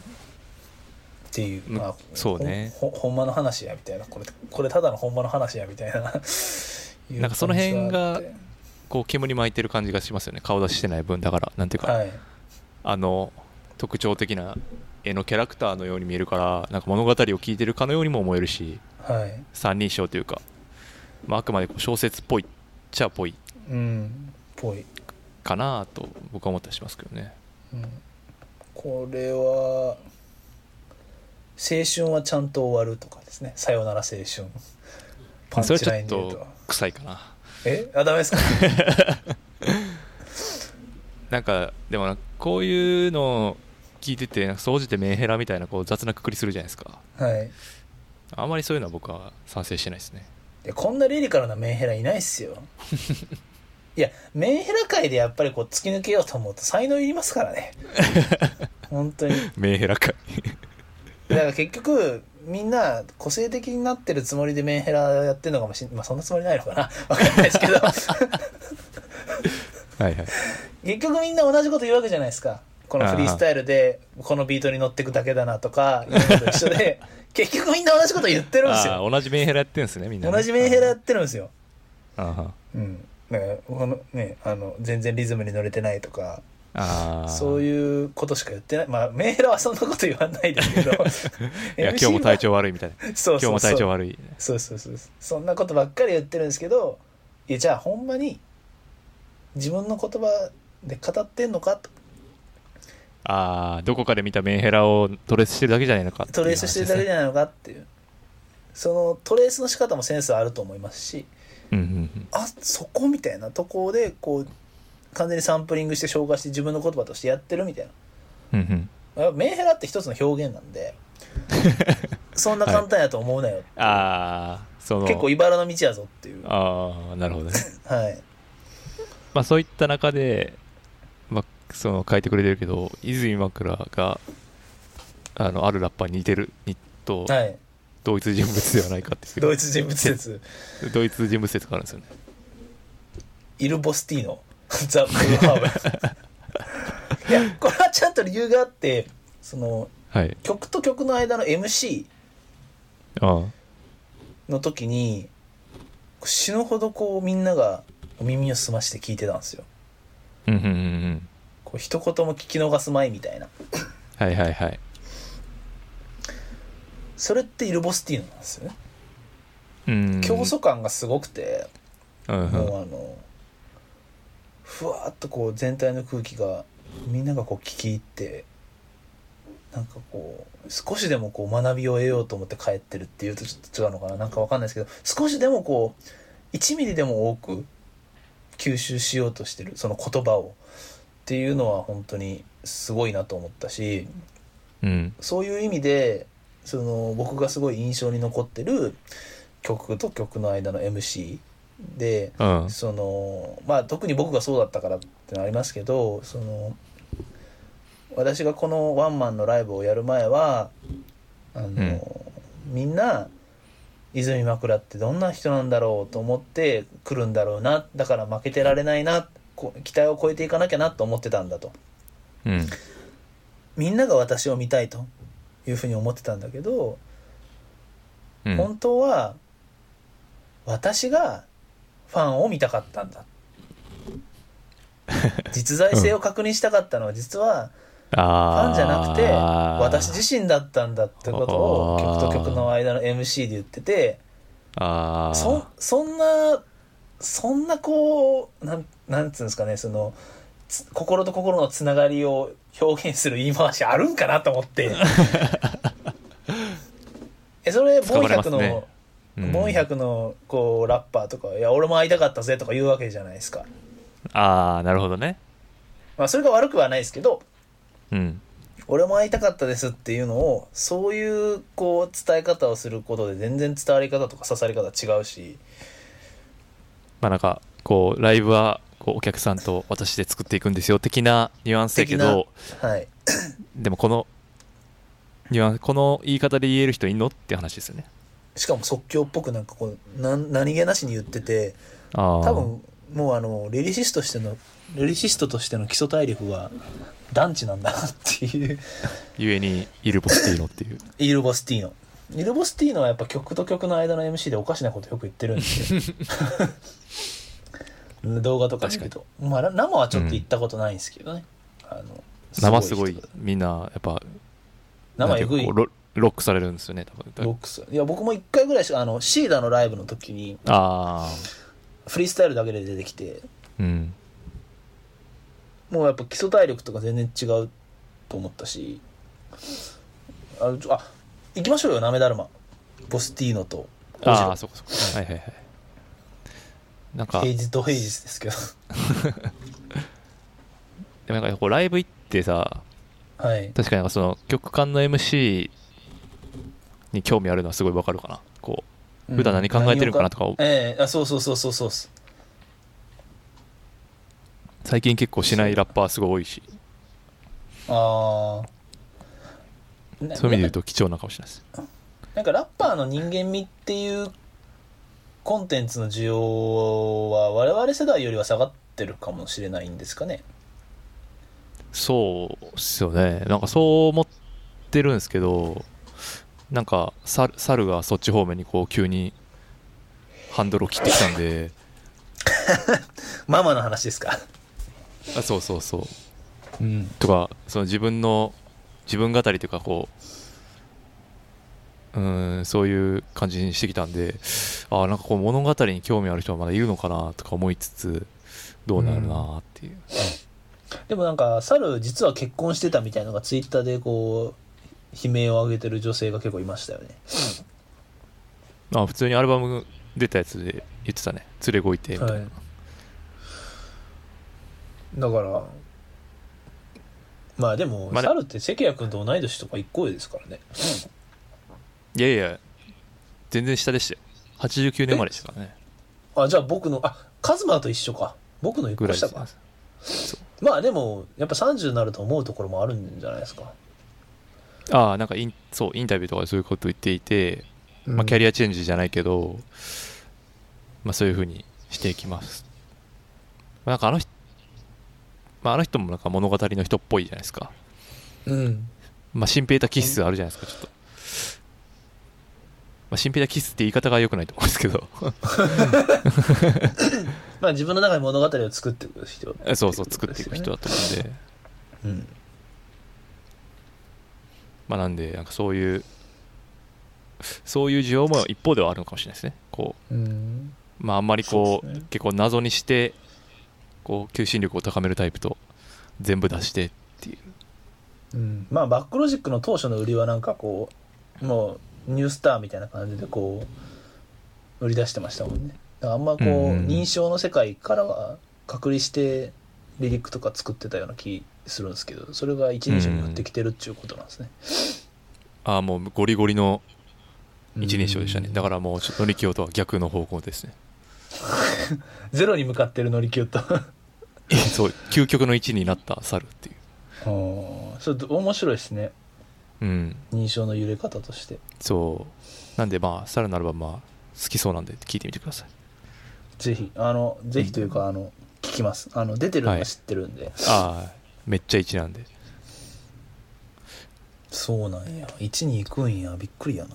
Speaker 3: っていう、
Speaker 2: む
Speaker 3: まあ、
Speaker 2: そうね
Speaker 3: ほほほんまの話やみたいなこれこれただのほんまの話やみたいないう
Speaker 2: なんかその辺が
Speaker 3: 感じ
Speaker 2: こう煙巻いてる感じがしますよね顔出ししてない分だからなんていうか、
Speaker 3: があってはい
Speaker 2: あの特徴的な絵のキャラクターのように見えるからなんか物語を聞いてるかのようにも思えるし
Speaker 3: はい
Speaker 2: 三人称というか、まあ、あくまでこう小説っぽいっちゃっぽい
Speaker 3: うんぽい
Speaker 2: かなと僕は思ったりしますけどね
Speaker 3: うんこれは「青春はちゃんと終わる」とかですね「さよなら青春」パン
Speaker 2: それ
Speaker 3: チ
Speaker 2: ち
Speaker 3: ラ
Speaker 2: ょ
Speaker 3: イ
Speaker 2: っ
Speaker 3: ンで言うと
Speaker 2: と臭いかな
Speaker 3: えあダメですか
Speaker 2: なんかでもなこういうの聞いててなんか総じてメンヘラみたいなこう雑なくくりするじゃないですか
Speaker 3: はい
Speaker 2: あんまりそういうのは僕は賛成してないですね
Speaker 3: いやこんなリリカルなメンヘラいないっすよいやメンヘラ界でやっぱりこう突き抜けようと思うと才能いりますからね本当に
Speaker 2: メンヘラか
Speaker 3: だから結局みんな個性的になってるつもりでメンヘラやってるのかもしんまあそんなつもりないのかなわかんないですけど
Speaker 2: はいはい
Speaker 3: 結局みんな同じこと言うわけじゃないですかこのフリースタイルでこのビートに乗ってくだけだなとかいうのと一 緒で結局みんな同じこと言ってるんです
Speaker 2: あ
Speaker 3: よ
Speaker 2: ー同じメンヘラやってるんですねみんなね、
Speaker 3: 同じメンヘラやってるんですよ
Speaker 2: あー
Speaker 3: うんだからこのねあの全然リズムに乗れてないとか
Speaker 2: あー
Speaker 3: そういうことしか言ってないまあメンヘラはそんなこと言わないですけど
Speaker 2: いや
Speaker 3: MC は
Speaker 2: 今日も体調悪いみたいな
Speaker 3: そうそうそう
Speaker 2: 今日も体調悪い
Speaker 3: そうそうそうそうそんなことばっかり言ってるんですけどいやじゃあほんまに自分の言葉で語ってんのかと
Speaker 2: ああどこかで見たメンヘラをトレースしてるだけじゃないのかっていう
Speaker 3: トレースしてるだけじゃないのかっていうそのトレースの仕方もセンスあると思いますし
Speaker 2: うんうんうん
Speaker 3: あそこみたいなとこでこう完全にサンプリングして消化して自分の言葉としてやってるみたいな
Speaker 2: うんうん
Speaker 3: やっぱメンヘラって一つの表現なんでそんな簡単やと思うなよ、
Speaker 2: ああその
Speaker 3: 結構茨の道やぞっていうは
Speaker 2: ああなるほどね
Speaker 3: い
Speaker 2: まあそういった中で、まあ、その書いてくれてるけど泉枕があのあるラッパーに似てるにと
Speaker 3: はい
Speaker 2: 同一人物ではないかっていう
Speaker 3: 同一人物説
Speaker 2: 同一人物説があるんですよね
Speaker 3: イル・ボスティーノ ザ・ブルーハーブいやこれはちゃんと理由があってその
Speaker 2: はい
Speaker 3: 曲と曲の間の MC
Speaker 2: ああ
Speaker 3: の時に死ぬほどこうみんながお耳を澄まして聞いてたんですよ
Speaker 2: うんうんうんうん
Speaker 3: こう一言も聞き逃すまいみたいな
Speaker 2: はいはいはい
Speaker 3: それってイル・ボスティーノなんですよね
Speaker 2: うん
Speaker 3: 競争感がすごくて、
Speaker 2: うんうん
Speaker 3: もうあのふわーっとこう全体の空気がみんながこう聞き入ってなんかこう少しでもこう学びを得ようと思って帰ってるっていうとちょっと違うのかななんかわかんないですけど少しでもこう1ミリでも多く吸収しようとしてるその言葉をっていうのは本当にすごいなと思ったし
Speaker 2: うん
Speaker 3: そういう意味でその僕がすごい印象に残ってる曲と曲の間の MC で
Speaker 2: うん
Speaker 3: そのまあ特に僕がそうだったからってのはありますけどその私がこのワンマンのライブをやる前はあの、
Speaker 2: ん
Speaker 3: みんな泉枕ってどんな人なんだろうと思って来るんだろうなだから負けてられないなこ期待を超えていかなきゃなと思ってたんだと
Speaker 2: うん
Speaker 3: みんなが私を見たいというふうに思ってたんだけど
Speaker 2: うん
Speaker 3: 本当は私がファンを見たかった んだ実在性を確認したかったのは実はフ
Speaker 2: あ
Speaker 3: ァ
Speaker 2: あ
Speaker 3: ンじゃなくて私自身だったんだってことを
Speaker 2: あー
Speaker 3: 曲と曲の間の MC で言ってて
Speaker 2: ああ
Speaker 3: そそんなそんなこうなんなんつうんですかねそのつ心と心のつながりを表現する言い回しあるんかなと思って えそれボン
Speaker 2: 使わ
Speaker 3: 100の、
Speaker 2: れますねうん
Speaker 3: ボン100のこうラッパーとか「いや俺も会いたかったぜ」とか言うわけじゃないですか、
Speaker 2: ああなるほどね
Speaker 3: まあ、それが悪くはないですけど
Speaker 2: うん
Speaker 3: 「俺も会いたかったです」っていうのをそういうこう伝え方をすることで全然伝わり方とか刺さり方違うし
Speaker 2: まあなんかこうライブはこうお客さんと私で作っていくんですよ的なニュアンスだけど
Speaker 3: はい
Speaker 2: でもこのニュアンスこの言い方で言える人いんのって話ですよね
Speaker 3: しかも即興っぽくなんかこうなん何気なしに言ってて
Speaker 2: ああ
Speaker 3: 多分もうあのリリシストとしてのリリシストとしての基礎体力は団地なんだなっていう
Speaker 2: ゆえにイルボスティーノって いう
Speaker 3: イル・ボスティーノイル・ボスティーノはやっぱ曲と曲の間の MC でおかしなことよく言ってる んですよ動画とか見ると、まあ、ら生はちょっと行ったことないんですけどね、あの
Speaker 2: 生すご
Speaker 3: 人
Speaker 2: いみんなやっぱ
Speaker 3: 生
Speaker 2: なんて
Speaker 3: えぐいう
Speaker 2: かこうロロックされるんですよね多分
Speaker 3: ロックスいや僕も一回ぐらいしかあのシーダのライブの時に
Speaker 2: ああ
Speaker 3: フリースタイルだけで出てきて
Speaker 2: うん
Speaker 3: もうやっぱ基礎体力とか全然違うと思ったしあちょあ行きましょうよなめだるまボスティーノと
Speaker 2: ああそこそこはいはいはいなんか
Speaker 3: 平日と平日ですけど
Speaker 2: でもなんかこうライブ行ってさ
Speaker 3: はい。
Speaker 2: 確かになんかその曲間の MC に興味あるのはすごいわかるかなこう普段何考えてるのかなとか、
Speaker 3: うんええあ、そうそうそうそうそうっす。
Speaker 2: 最近結構しないラッパーすごい多いし
Speaker 3: ああ。な
Speaker 2: そういう意味で言うと貴重なかもしれないです
Speaker 3: なんかラッパーの人間味っていうコンテンツの需要は我々世代よりは下がってるかもしれないんですかね。
Speaker 2: そうっすよねなんかそう思ってるんですけどなんか猿猿がそっち方面にこう急にハンドルを切ってきたんで
Speaker 3: ママの話ですか。
Speaker 2: あそうそうそう
Speaker 3: うん。
Speaker 2: とかその自分の自分語りというかこううんそういう感じにしてきたんであーなんかこう物語に興味ある人はまだいるのかなとか思いつつどうなるなっていう、
Speaker 3: でもなんか、猿実は結婚してたみたいなのがツイッターでこう、悲鳴を上げてる女性が結構いましたよね。
Speaker 2: あ普通にアルバム出たやつで言ってたね連れごいてみたいな、
Speaker 3: はいだから、まあでも、
Speaker 2: まあね
Speaker 3: 猿って関谷君と同い年とか一個上ですからね。
Speaker 2: いやいや全然下でしたよ89年生まれでしたからね
Speaker 3: あ、じゃあ僕の、あ、カズマと一緒か。僕の一
Speaker 2: ぐ
Speaker 3: 個
Speaker 2: らいで
Speaker 3: 下
Speaker 2: す
Speaker 3: か。まあでも、やっぱ30になると思うところもあるんじゃないですか。
Speaker 2: ああなんかインそうインタビューとかでそういうこと言っていて、まあ、キャリアチェンジじゃないけど、まあ、そういうふうにしていきます、まあ、なんかあの人、まあ、あの人もなんか物語の人っぽいじゃないですか、
Speaker 3: うん。
Speaker 2: まあ、シンペーター気質あるじゃないですかちょっと、まあ、シンペーター気質って言い方が良くないと思うんですけど
Speaker 3: まあ自分の中に物語を作っていく人。
Speaker 2: そうそう 作っていく人だと思うんで、
Speaker 3: うん。
Speaker 2: まあ、なんでなんかそういうそういう需要も一方ではあるのかもしれないですねこ
Speaker 3: うん。
Speaker 2: う、まあ、あんまりこう
Speaker 3: そうですね
Speaker 2: 結構謎にしてこう求心力を高めるタイプと全部出してっていう
Speaker 3: うん、まあバックロジックの当初の売りはなんかこうもうニュースターみたいな感じでこう売り出してましたもんねだからあんまこう、
Speaker 2: うんうんうん
Speaker 3: 認証の世界からは隔離してリリックとか作ってたような気するんですけどそれが一人称になってきてるっていうことなんですね、
Speaker 2: ああもうゴリゴリの一人称でしたね、だ
Speaker 3: か
Speaker 2: からもうちょっと乗り気とは逆の方向です ね
Speaker 3: らゼロに向かってる乗り気 とあ
Speaker 2: そう究極の一になった猿っていう
Speaker 3: ー それど面白いですね
Speaker 2: うん
Speaker 3: 認証の揺れ方として
Speaker 2: そうなんでまあ猿ならばまあ好きそうなんで聞いてみてください
Speaker 3: ぜひあのぜひというかあの聞きますあの出てるのは知ってるんで、
Speaker 2: ああめっちゃ一なんで
Speaker 3: そうなんや1に行くんやびっくりやな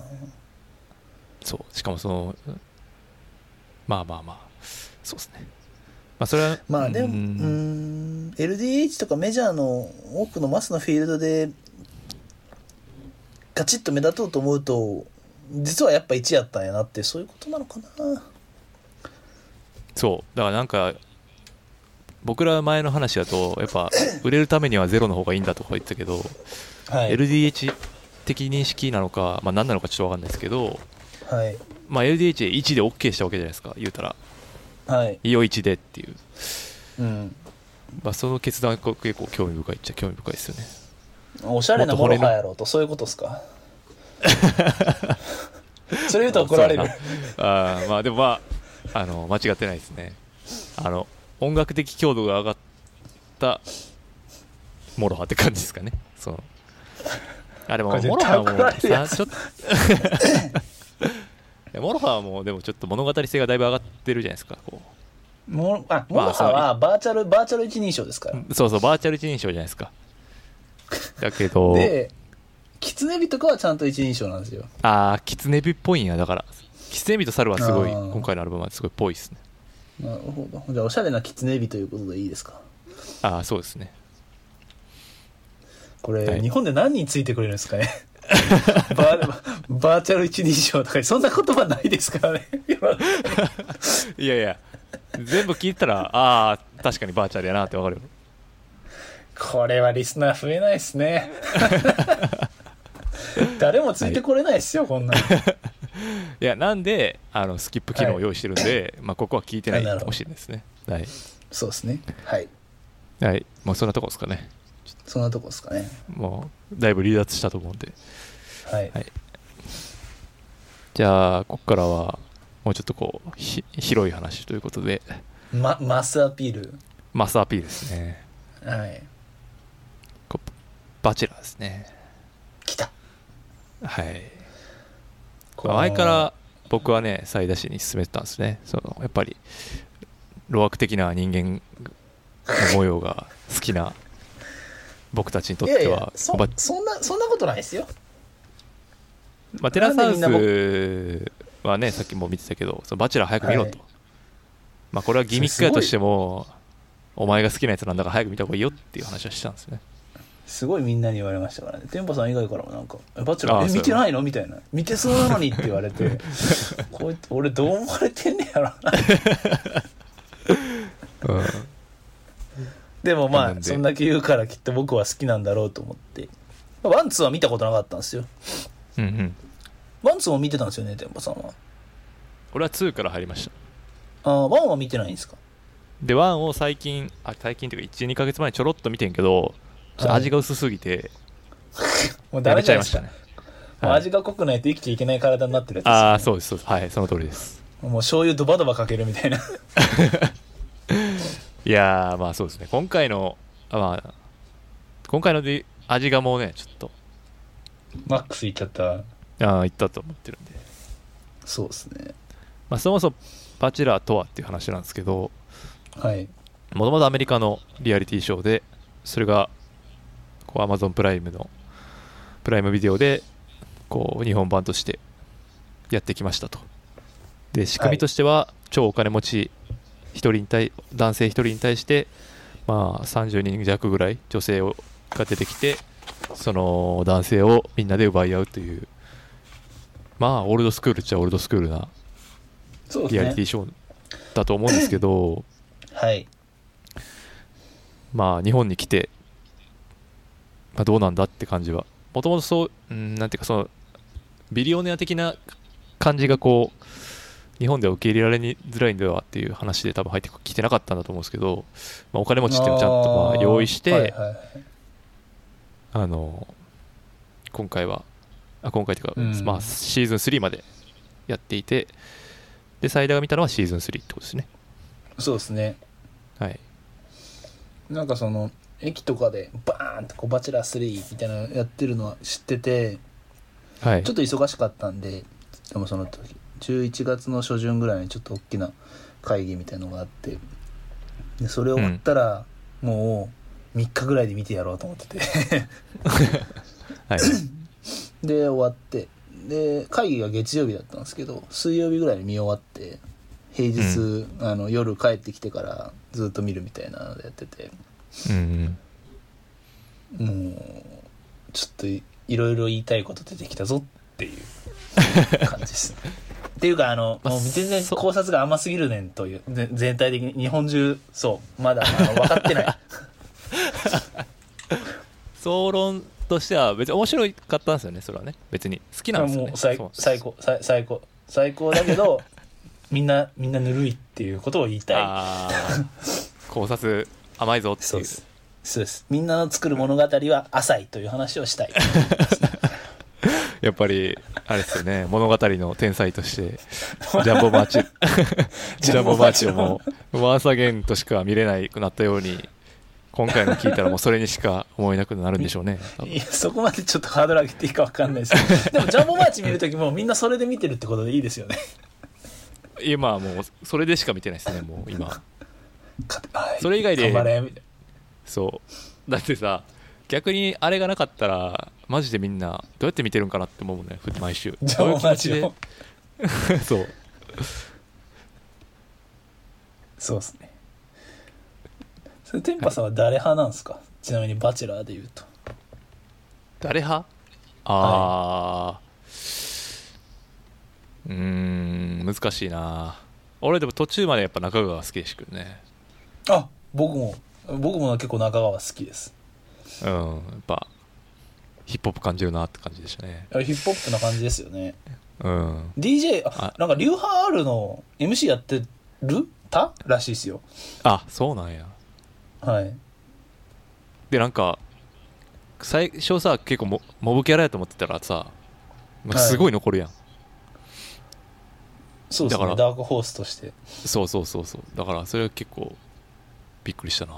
Speaker 2: そうしかもそのまあまあまあそうですねまあそれは
Speaker 3: まあでも、う
Speaker 2: う
Speaker 3: ー
Speaker 2: ん
Speaker 3: ん、LDH とかメジャーの多くのマスのフィールドで、ガチッと目立とうと思うと、実はやっぱ1やったんやなって、そういうことなのかな。
Speaker 2: そうだからなんか僕ら前の話だとやっぱ売れるためにはゼロの方がいいんだとか言ってたけど、
Speaker 3: はい。
Speaker 2: LDH 的認識なのか、まあ、何なのかちょっと分かんないですけど、
Speaker 3: はい。
Speaker 2: まあ、LDH1 で OK したわけじゃないですか言うたら
Speaker 3: はい。
Speaker 2: いいよ1でっていう、
Speaker 3: うん。
Speaker 2: まあ、その決断が結構興味深いっちゃ興味深いですよね
Speaker 3: おしゃれな
Speaker 2: もっと惚
Speaker 3: も
Speaker 2: れ
Speaker 3: ろ
Speaker 2: る
Speaker 3: はやろうと、そういうことですか。 それ言うと怒られ
Speaker 2: そ
Speaker 3: る。
Speaker 2: うやなあーまあでもまああの間違ってないですねあの音楽的強度が上がったモロハって感じですかねそのあでも
Speaker 3: これ
Speaker 2: モ
Speaker 3: 絶
Speaker 2: ロ
Speaker 3: 対
Speaker 2: ハも
Speaker 3: 怒られるや
Speaker 2: さ
Speaker 3: つ
Speaker 2: ちょっと いやモロハはもうでもちょっと物語性がだいぶ上がってるじゃないですかこ
Speaker 3: もあ、モ
Speaker 2: まあ
Speaker 3: ロハはバーチャル、バーチャル一人称ですから。
Speaker 2: うそうそうバーチャル一人称じゃないですかだけ ど
Speaker 3: で、キツネビとかはちゃんと一人称なんですよ。
Speaker 2: ああキツネビっぽいんやだからキツネビと猿はすごい
Speaker 3: あー
Speaker 2: 今回のアルバムはすごいっぽいですね
Speaker 3: なるほど。じゃあ、おしゃれなキツネビということでいいですか。
Speaker 2: ああそうですね
Speaker 3: これ、
Speaker 2: はい
Speaker 3: 日本で何人ついてくれるんですかね バーバーチャル一人称とかそんな言葉ないですからね
Speaker 2: いやいや、全部聞いたら、ああ、確かにバーチャルやなってわかるよ。
Speaker 3: これはリスナー増えないですね 誰もついてこれないですよ、こんなの
Speaker 2: いや、なんで、あの、スキップ機能を用意してるんで、まあ、ここは聞いてない
Speaker 3: あな
Speaker 2: か
Speaker 3: るほど
Speaker 2: もしれないですね。はい。
Speaker 3: そうですねはい
Speaker 2: はい。まあ、そんなとこですかね。
Speaker 3: そんなとこですかね。
Speaker 2: もう、だいぶ離脱したと思うんで。
Speaker 3: はい。
Speaker 2: はいじゃあ、ここからは、もうちょっとこう、ひ広い話ということで、
Speaker 3: ま、マスアピール。
Speaker 2: マスアピールですね。
Speaker 3: はい。
Speaker 2: こうバチェラーですね。
Speaker 3: 来た。
Speaker 2: はい。
Speaker 3: こ
Speaker 2: まあ
Speaker 3: の
Speaker 2: 前から僕はね、最大氏に勧めてたんですね。そのやっぱり、老悪的な人間の模様が好きな僕たちにとっ
Speaker 3: いやい
Speaker 2: て
Speaker 3: や
Speaker 2: は、
Speaker 3: そ
Speaker 2: ば
Speaker 3: そんなそんなことないですよ
Speaker 2: まあ、テラスハウ
Speaker 3: なんでみ
Speaker 2: スはね、さっきも見てたけど、そのバチェラー早く見ろと。
Speaker 3: はい
Speaker 2: まあ、これはギミックやとしても、お前が好きなやつなんだから早く見た方がいいよっていう話はしたんですね。
Speaker 3: すごいみんなに言われましたからね天パさん以外からもなんか「えバチェ
Speaker 2: あ
Speaker 3: ラ
Speaker 2: あ
Speaker 3: ーえ
Speaker 2: そう
Speaker 3: 見てないの?」みたいな「見てそうなのに」って言われ てこいつ俺どう思われてんねやろな
Speaker 2: うん、
Speaker 3: でもま
Speaker 2: な
Speaker 3: あ
Speaker 2: んで
Speaker 3: そんだけ言うからきっと僕は好きなんだろうと思ってワンツーは見たことなかったんですよ
Speaker 2: うん、うん。
Speaker 3: ワンツーも見てたんですよね天パさんは
Speaker 2: 俺は2から入りました。
Speaker 3: ああワンは見てないんですか
Speaker 2: で、1を最近、あ、最近というか1、2ヶ月前にちょろっと見てんけど、ちょっと味が薄すぎて、
Speaker 3: もうダ
Speaker 2: やめ
Speaker 3: メじ
Speaker 2: ち
Speaker 3: ゃ
Speaker 2: ゃま
Speaker 3: ないいで
Speaker 2: し
Speaker 3: すか
Speaker 2: たね。
Speaker 3: もう味が濃くないと生きていけない体になってるやつですよね
Speaker 2: ああ、そうです、そうです。はい、その通りです。
Speaker 3: もう醤油ドバドバかけるみたいな
Speaker 2: いやー、まあそうですね。今回の、あまあ、今回ので味がもうね、ちょっと、
Speaker 3: マックスいっちゃった
Speaker 2: ああ、いったと思ってるんで。
Speaker 3: そうですね
Speaker 2: まあそもそも、バチェラーとはっていう話なんですけど、
Speaker 3: はい
Speaker 2: もともとアメリカのリアリティショーで、それが、こう、アマゾンプライムの、プライムビデオで、こう、日本版としてやってきましたと。で、仕組みとしては、超お金持ち、一人に対、男性一人に対して、まあ、30人弱ぐらい、女性をが出てきて、その男性をみんなで奪い合うという、まあ、オールドスクールっちゃオールドスクールな
Speaker 3: そう
Speaker 2: リアリ
Speaker 3: です
Speaker 2: ティ
Speaker 3: ね
Speaker 2: ショーだと思うんですけど、
Speaker 3: はい
Speaker 2: まあ日本に来て、まあ、どうなんだって感じはもともとそう、うん、なんていうかそのビリオネア的な感じがこう日本では受け入れられにづらいんではっていう話で多分入ってきてなかったんだと思うんですけど、まあ、お金持ちっていうのをちゃんとまあ
Speaker 3: ー
Speaker 2: 用意してあ、
Speaker 3: はいはい
Speaker 2: の今回はあ今回というか、
Speaker 3: うん
Speaker 2: まあ、シーズン3までやっていてで最大が見たのはシーズン3ってことですね
Speaker 3: そうですね
Speaker 2: はい
Speaker 3: なんかその駅とかでバーンとこうバチェラー3みたいなのやってるのは知ってて
Speaker 2: はい
Speaker 3: ちょっと忙しかったんででもその時11月の初旬ぐらいにちょっと大きな会議みたいのがあってでそれ終わったらもう3日ぐらいで見てやろうと思ってて
Speaker 2: はい、
Speaker 3: で終わってで会議が月曜日だったんですけど水曜日ぐらいに見終わって平日、あの夜帰ってきてからずっと見るみたいなのでやってて
Speaker 2: うんうん
Speaker 3: もうちょっといいろいろ言いたいこと出てきたぞっていう 感じですね。っていうかあの、
Speaker 2: まあ
Speaker 3: もう全然
Speaker 2: そ
Speaker 3: 考察が甘すぎるねんというぜ全体的に日本中そうまだあの分か ってない
Speaker 2: 総論としては別に面白かったんですよねそれはね別に好きなんですよ
Speaker 3: も
Speaker 2: ね
Speaker 3: う最
Speaker 2: そう
Speaker 3: 最高最最高最高だ けどみんなみんなぬるいっていうことを言いたい
Speaker 2: あー考察甘いぞって
Speaker 3: そう
Speaker 2: いう
Speaker 3: です。そうです。みんなの作る物語は浅いという話をした い。
Speaker 2: やっぱりあれですよね物語の天才としてジャンボマー チジャンボマーチをもうワンサゲンとしか見れなくなったように今回の聞いたらもうそれにしか思えなくなるんでしょうね多分
Speaker 3: いや、そこまでちょっとハードル上げていいかわかんないです けど。でも、ジャンボマーチ見るときもみんなそれで見てるってことでいいですよね。
Speaker 2: 今はもうそれでしか見てないですねもう今
Speaker 3: 勝てはい
Speaker 2: それ以外で
Speaker 3: 頑張れ、みたい
Speaker 2: そう だってさ逆にあれがなかったらマジでみんなどうやって見てるんかなって思うもんねふ毎週
Speaker 3: な。ジャンボマーチ
Speaker 2: どういう
Speaker 3: を
Speaker 2: 気。持ちで そう
Speaker 3: そうですね。それ、天パさんは誰派なんですかちなみに、バチェラーで言うと。
Speaker 2: 誰派ああー、うーん難しいな俺でも途中までやっぱ中川が好きでしたけどね
Speaker 3: あ、僕も、僕も結構中川好きです。
Speaker 2: うんやっぱヒップホップ感じるなって感じでしたね
Speaker 3: あヒップホップな感じですよね。
Speaker 2: うん、
Speaker 3: DJ、あ
Speaker 2: あ
Speaker 3: なんか、リューハールの MC やってるたらしいですよ。
Speaker 2: あそうなんや
Speaker 3: はい。
Speaker 2: でなんか最初さ結構モモブキャラやと思ってたらさなんかすごい残るやん、
Speaker 3: そうです
Speaker 2: だか
Speaker 3: ね
Speaker 2: ら
Speaker 3: ダークホースとして
Speaker 2: そうそうそうそうだからそれは結構びっくりしたな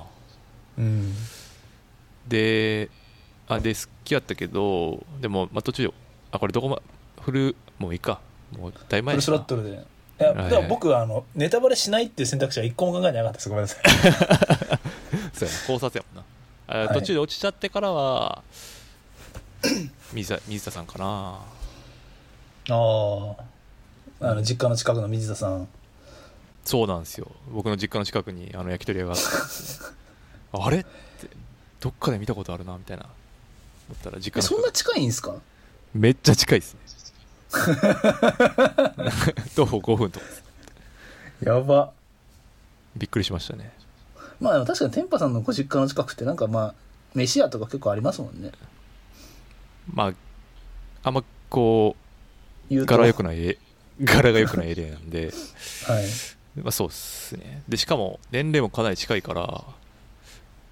Speaker 3: うん
Speaker 2: であで好きやったけどでも、まあ、途中あこれどこまフルもういいかもう大
Speaker 3: フ
Speaker 2: 前
Speaker 3: ル
Speaker 2: や
Speaker 3: ス
Speaker 2: し
Speaker 3: ロ
Speaker 2: な
Speaker 3: ットルでいや
Speaker 2: はいはい
Speaker 3: でも僕はあのネタバレしないっていう選択肢は一個も考えてなかったですごめんなさい
Speaker 2: そうやな考察やもんな、あ
Speaker 3: はい
Speaker 2: 途中で落ちちゃってからは 水田水田さんかな
Speaker 3: あああの実家の近くの水田さん
Speaker 2: そうなんですよ僕の実家の近くにあの焼き鳥屋があったんですよあれってどっかで見たことあるなみたいな思ったら実家の近
Speaker 3: えそん
Speaker 2: く
Speaker 3: な近いんですか
Speaker 2: めっちゃ近いですね 徒歩5分とかです
Speaker 3: やば
Speaker 2: びっくりしましたね
Speaker 3: まあでも確かに天パさんのご実家の近くってなんかまあ飯屋とか結構ありますもんね
Speaker 2: まああんまこ
Speaker 3: 言
Speaker 2: う
Speaker 3: うと
Speaker 2: 柄良くないえ柄が良くないエリアなんで
Speaker 3: はい
Speaker 2: まあそうっすねでしかも年齢もかなり近いから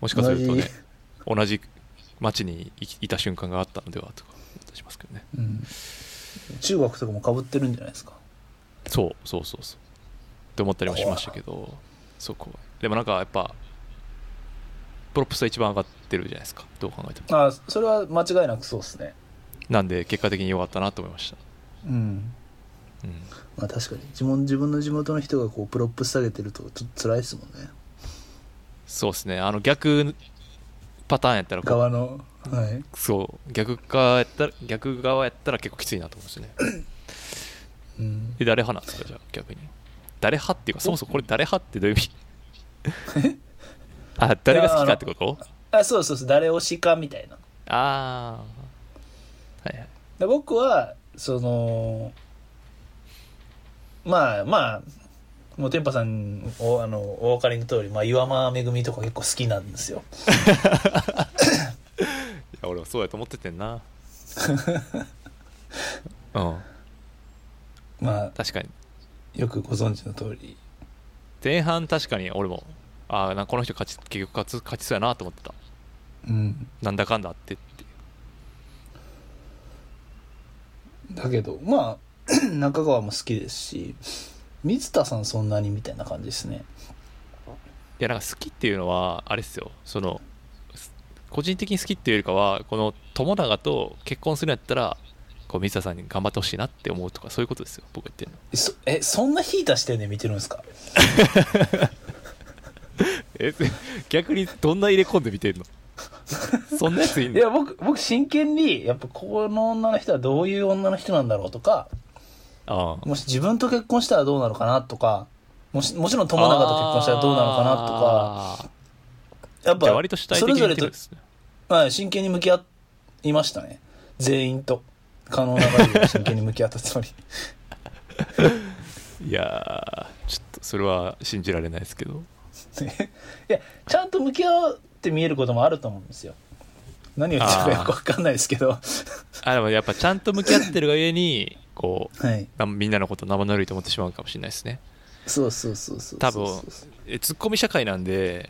Speaker 2: もしかするとね同じ町にいいた瞬間があったのではとか思ったりしますけどね
Speaker 3: うん、中学とかもかぶってるんじゃないですか
Speaker 2: そうそうそうそうって思ったりもしましたけどそうこうでもなんかやっぱプロップスが一番上がってるじゃないですかどう考えても
Speaker 3: あそれは間違いなくそうですね
Speaker 2: なんで結果的に良かったなと思いました、
Speaker 3: うん
Speaker 2: うん、
Speaker 3: まあ確かに自分自分の地元の人がこうプロップス下げてるとちょっと辛いですもんね
Speaker 2: そうですねあの逆パターンやったらこう
Speaker 3: 側のはい
Speaker 2: そう逆側やったら逆側やったら結構きついなと思うんですよね
Speaker 3: うん
Speaker 2: え誰派なんですかじゃあ逆に誰派っていうかそもそもこれ誰派ってどういう意味あ誰が好きかってこと
Speaker 3: あそうそうそう誰推しかみたいな
Speaker 2: ああーはいはい
Speaker 3: で僕はそのまあまあもう天パさんおあのお分かりの通り、まあ、岩間めぐみとか結構好きなんですよ
Speaker 2: いや俺はそうやと思っててんなうん
Speaker 3: まあ
Speaker 2: 確かに
Speaker 3: よくご存知の通り
Speaker 2: 前半確かに俺もああこの人勝ち結局勝つ勝ちそうやなと思ってた
Speaker 3: うん
Speaker 2: なんだかんだあってって
Speaker 3: だけどまあ 中川も好きですし水田さんそんなにみたいな感じですね
Speaker 2: いやなんか好きっていうのはあれっすよそのす個人的に好きっていうよりかはこの友永と結婚するんやったらこう水田さんに頑張ってほしいなって思うとかそういうことですよ僕が言ってるの
Speaker 3: そえそんなヒーターしてね見てるんですか
Speaker 2: え逆にどんな入れ込んで見てるのそんなやついん
Speaker 3: い
Speaker 2: の
Speaker 3: や僕僕真剣にやっぱこの女の人はどういう女の人なんだろうとか
Speaker 2: ああ
Speaker 3: もし自分と結婚したらどうなのかなとかもしもちろん友永と結婚したらどうなのかなとか
Speaker 2: あー
Speaker 3: や
Speaker 2: じゃあ
Speaker 3: っぱ
Speaker 2: 割と主体
Speaker 3: そ
Speaker 2: 的
Speaker 3: れ
Speaker 2: に言っ
Speaker 3: ぞれ
Speaker 2: て
Speaker 3: と
Speaker 2: るんですね
Speaker 3: はい、真剣に向き合いましたね全員と可能な限りは真剣に向き合ったつもり
Speaker 2: いやーちょっとそれは信じられないですけど
Speaker 3: いやちゃんと向き合って見えることもあると思うんですよ何を言ってるかよくわかんないですけど は
Speaker 2: あでもやっぱちゃんと向き合ってるがゆえにこう
Speaker 3: い
Speaker 2: なみんなのこと生ぬるいと思ってしまうかもしれないですね
Speaker 3: そうそうそうそう
Speaker 2: 多分えツッコミ社会なんで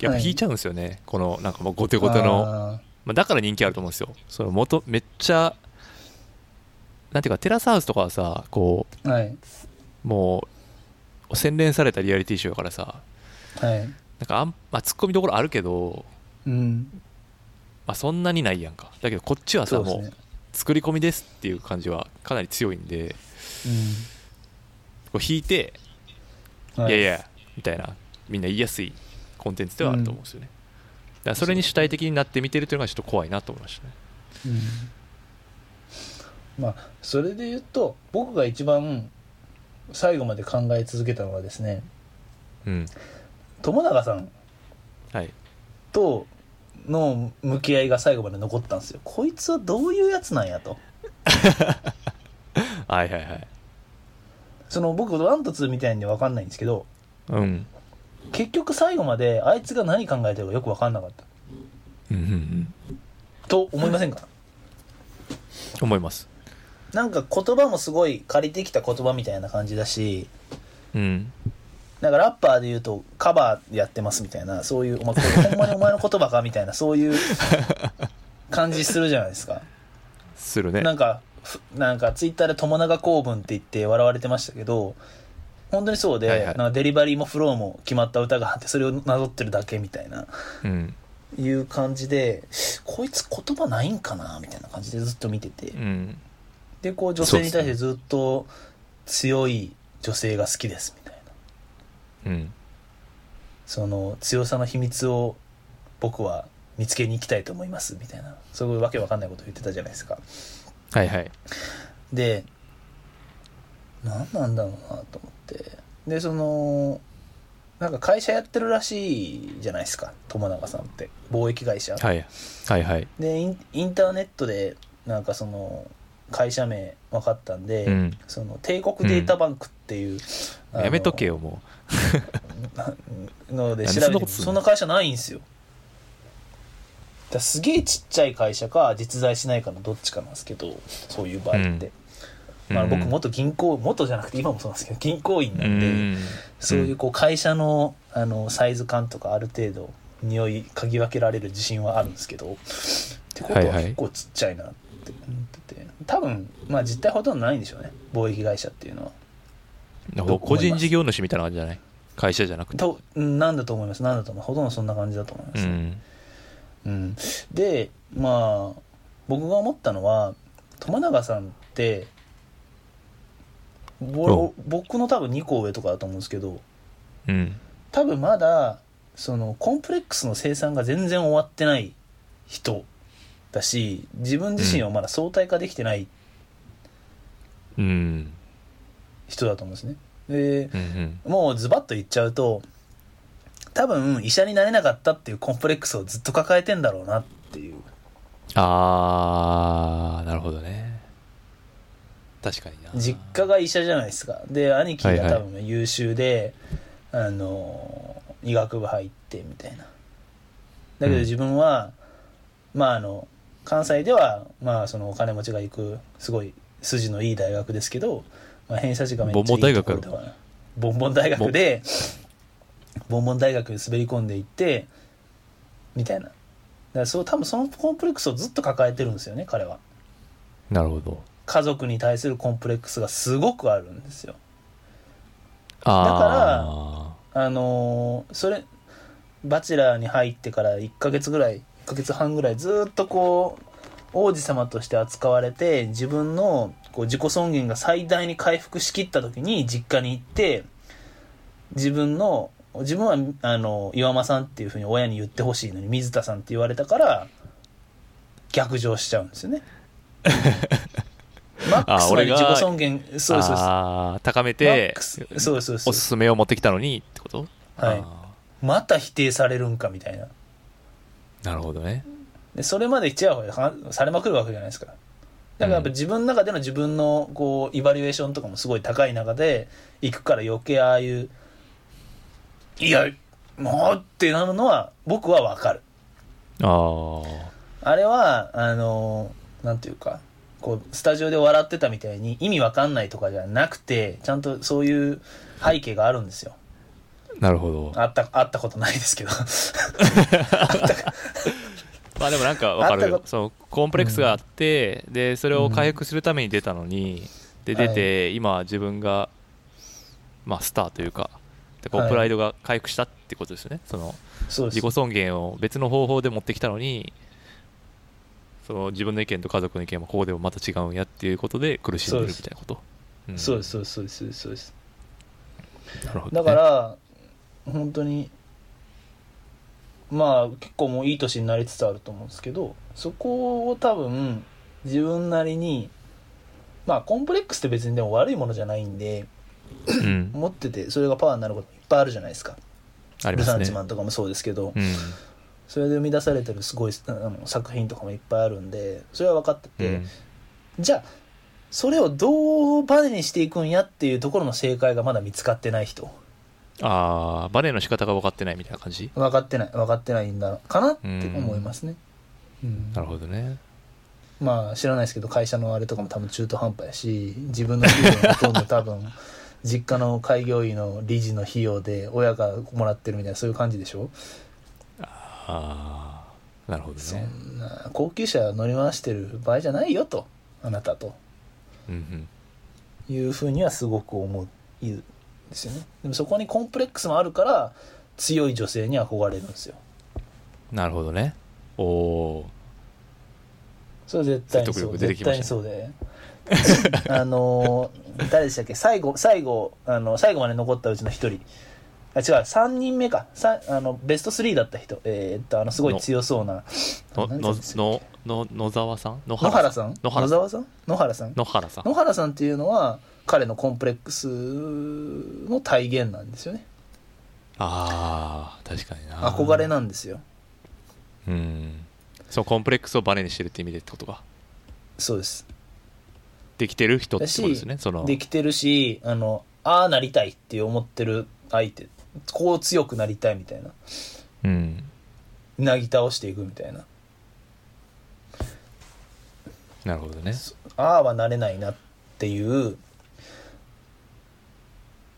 Speaker 2: やっぱ引いちゃうんですよね、このなんかもう後手後手の
Speaker 3: あ
Speaker 2: まあ、だから人気あると思うんですよその元めっちゃなんていうかテラスハウスとかはさこ
Speaker 3: ーはい、
Speaker 2: うもう洗練されたリアリティショーやからさ
Speaker 3: はい
Speaker 2: なんかあん、まあ、ツッコミどころあるけど、
Speaker 3: うん、
Speaker 2: まあ、そんなにないやんかだけどこっちはさ
Speaker 3: そうです
Speaker 2: も
Speaker 3: ね
Speaker 2: う作り込みですっていう感じはかなり強いんでこう引いて、
Speaker 3: うん
Speaker 2: い、やい
Speaker 3: や
Speaker 2: やみたいなみんな言いやすいコンテンツではあると思うんですよね、だからそれに主体的になって見てるというのがちょっと怖いなと思いましたね
Speaker 3: まあそれで言うと僕が一番最後まで考え続けたのはですね
Speaker 2: うん
Speaker 3: 友永さん
Speaker 2: はい
Speaker 3: との向き合いが最後まで残ったんですよこいつはどういうやつなんやと
Speaker 2: はいはいはい
Speaker 3: その僕ワンとツーみたいに分かんないんですけど
Speaker 2: うん
Speaker 3: 結局最後まであいつが何考えてるかよく分かんなかった
Speaker 2: うんうんうん
Speaker 3: と思いませんか
Speaker 2: 思います
Speaker 3: なんか言葉もすごい借りてきた言葉みたいな感じだし
Speaker 2: うん
Speaker 3: なんかラッパーで言うとカバーやってますみたいなそういう、お前これほんまにお前の言葉かみたいなそういう感じするじゃないですか。
Speaker 2: す るね
Speaker 3: なんかふなんかツイッターで友永公文って言って笑われてましたけど本当にそうで、
Speaker 2: はいはい
Speaker 3: なんかデリバリーもフローも決まった歌があってそれをなぞってるだけみたいな
Speaker 2: うん
Speaker 3: いう感じでこいつ言葉ないんかなみたいな感じでずっと見てて、
Speaker 2: うん
Speaker 3: でこう女性に対してずっと強い女性が好きですみたいな
Speaker 2: うん
Speaker 3: その強さの秘密を僕は見つけに行きたいと思いますみたいなそういうわけわかんないこと言ってたじゃないですか
Speaker 2: はいはい
Speaker 3: で何なんだろうなと思ってでそのなんか会社やってるらしいじゃないですか友永さんって貿易会社、
Speaker 2: はいはいはい
Speaker 3: でインインターネットでなんかその会社名分かったんで、
Speaker 2: うん
Speaker 3: その帝国データバンクっていう、あの
Speaker 2: やめとけよも
Speaker 3: ので
Speaker 2: 何そ
Speaker 3: 調
Speaker 2: んな
Speaker 3: べ
Speaker 2: こ
Speaker 3: て
Speaker 2: とすんの
Speaker 3: そんな会社ないんですよだからすげえちっちゃい会社か実在しないかのどっちかなんですけどそういう場合って、
Speaker 2: う
Speaker 3: まあ、
Speaker 2: うん
Speaker 3: 僕元銀行元じゃなくて今もそうなんですけど銀行員
Speaker 2: う
Speaker 3: なんで、
Speaker 2: ん
Speaker 3: そういうこう会社のあのサイズ感とかある程度匂い嗅ぎ分けられる自信はあるんですけどってこと
Speaker 2: はい
Speaker 3: は
Speaker 2: はい
Speaker 3: 結構ちっちゃいなって思ってて多分まあ実態ほとんどないんでしょうね貿易会社っていうのは
Speaker 2: なんか個人事業主みたいな感じじゃない会社じゃなくて
Speaker 3: とうんなんだと思いますなんだと思いますほとんどそんな感じだと思いま
Speaker 2: う
Speaker 3: す、
Speaker 2: ん
Speaker 3: うん、でまあ僕が思ったのは友永さんってぼ僕の多分2個上とかだと思うんですけど
Speaker 2: うん
Speaker 3: 多分まだそのコンプレックスの生産が全然終わってない人だし自分自身をまだ相対化できてない
Speaker 2: うん
Speaker 3: 人だと思うんですね。で
Speaker 2: うんうん
Speaker 3: もうズバッと言っちゃうと多分医者になれなかったっていうコンプレックスをずっと抱えてんだろうなっていう
Speaker 2: ああなるほどね確かにな
Speaker 3: 実家が医者じゃないですかで兄貴が多分優秀で、あの医学部入ってみたいなだけ
Speaker 2: うん
Speaker 3: ど自分は、まああの関西ではまあそのお金持ちが行くすごい筋のいい大学ですけど、まあ、偏差値がめっちゃいいところではないボンボン大学でボンボン大学に滑り込んでいってみたいなだからそう多分そのコンプレックスをずっと抱えてるんですよね彼は
Speaker 2: なるほど
Speaker 3: 家族に対するコンプレックスがすごくあるんですよ。
Speaker 2: あ
Speaker 3: あのーそれバチェラーに入ってから1ヶ月ぐらい1ヶ月半ぐらいずっとこう王子様として扱われて自分のこう自己尊厳が最大に回復しきった時に実家に行って自分の自分はあの岩間さんっていうふうに親に言ってほしいのに水田さんって言われたから逆上しちゃうんですよね。マックスまで自己尊厳
Speaker 2: あ
Speaker 3: そうですそうです
Speaker 2: ああ高め
Speaker 3: マ
Speaker 2: て
Speaker 3: ックスそうですそうです
Speaker 2: おすすめを持ってきたのにってこと
Speaker 3: はい
Speaker 2: あ
Speaker 3: また否定されるんかみたいな
Speaker 2: ーなるほどね
Speaker 3: でそれまでちやほやはされまくるわけじゃないですかだからやっぱ自分の中での自分のこうイバリュエーションとかもすごい高い中で行くから余計ああいう「いやもう!」ってなるのは僕はわかる
Speaker 2: ああ
Speaker 3: あれはあのなんていうかこうスタジオで笑ってたみたいに意味わかんないとかじゃなくてちゃんとそういう背景があるんですよ
Speaker 2: なるほど
Speaker 3: あったあったことないですけど
Speaker 2: まあでもなんかわかる
Speaker 3: あっ
Speaker 2: よ
Speaker 3: たこ
Speaker 2: そのコンプレックスがあって、でそれを回復するために出たのに、で
Speaker 3: はい
Speaker 2: 出て、今自分がまあスターというかでこ
Speaker 3: は
Speaker 2: う
Speaker 3: い
Speaker 2: プライドが回復したってことですよね、その
Speaker 3: そうです
Speaker 2: 自己尊厳を別の方法で持ってきたのにその自分の意見と家族の意見もここでもまた違うんやっていうことで苦しんでるみたいなことん
Speaker 3: そうですそうですそうですそうですそうです
Speaker 2: なるほど
Speaker 3: だ
Speaker 2: ね、
Speaker 3: から、本当にまあ結構もういい年になりつつあると思うんですけどそこを多分自分なりにまあコンプレックスって別にでも悪いものじゃないんで
Speaker 2: うん、
Speaker 3: 持っててそれがパワーになることいっぱいあるじゃないですか
Speaker 2: あり
Speaker 3: ル
Speaker 2: ま
Speaker 3: サ
Speaker 2: す
Speaker 3: ン
Speaker 2: ね
Speaker 3: チマンとかもそうですけど、
Speaker 2: うん
Speaker 3: それで生み出されてるすごいあの作品とかもいっぱいあるんでそれは分かってて、
Speaker 2: うん
Speaker 3: じゃあそれをどうバネにしていくんやっていうところの正解がまだ見つかってない人
Speaker 2: ああバネの仕方が分かってないみたいな感じ
Speaker 3: 分かってない分かってないんだろうかなって思いますね、うん
Speaker 2: なるほどね
Speaker 3: まあ知らないですけど会社のあれとかも多分中途半端やし自分の給料もほとんど多分 実家の開業医の理事の費用で親がもらってるみたいなそういう感じでしょ、
Speaker 2: ああなるほど
Speaker 3: そ
Speaker 2: ね
Speaker 3: んな高級車乗り回してる場合じゃないよとあなたと
Speaker 2: うんうん
Speaker 3: いうふうにはすごく思うですよねでもそこにコンプレックスもあるから強い女性に憧れるんですよ
Speaker 2: なるほどねおお
Speaker 3: それ絶対に
Speaker 2: 説
Speaker 3: そ
Speaker 2: 得
Speaker 3: う
Speaker 2: 力出て
Speaker 3: 絶
Speaker 2: きま
Speaker 3: 対
Speaker 2: し
Speaker 3: に
Speaker 2: た
Speaker 3: そうで あのー誰でしたっけ最後最後あの最後まで残ったうちの一人あ違う3人目かさあのベスト3だった人えーっとあのすごい強そう
Speaker 2: の
Speaker 3: ななんて言
Speaker 2: の
Speaker 3: うんですか
Speaker 2: のの野沢さん野
Speaker 3: 野原さん
Speaker 2: 野
Speaker 3: 野
Speaker 2: 原さん
Speaker 3: 沢さん野原さん
Speaker 2: 野原さん
Speaker 3: 野原さんっていうのは彼のコンプレックスの体現なんですよね
Speaker 2: ああ確かにな
Speaker 3: 憧れなんですよ
Speaker 2: うんそうコンプレックスをバネにしてるって意味でってことか
Speaker 3: そうです
Speaker 2: できてる人ってことですねその
Speaker 3: できてるしあのああなりたいって思ってる相手こう強くなりたいみたいな
Speaker 2: うん
Speaker 3: なぎ倒していくみたいな
Speaker 2: なるほどね
Speaker 3: ああはなれないなっていう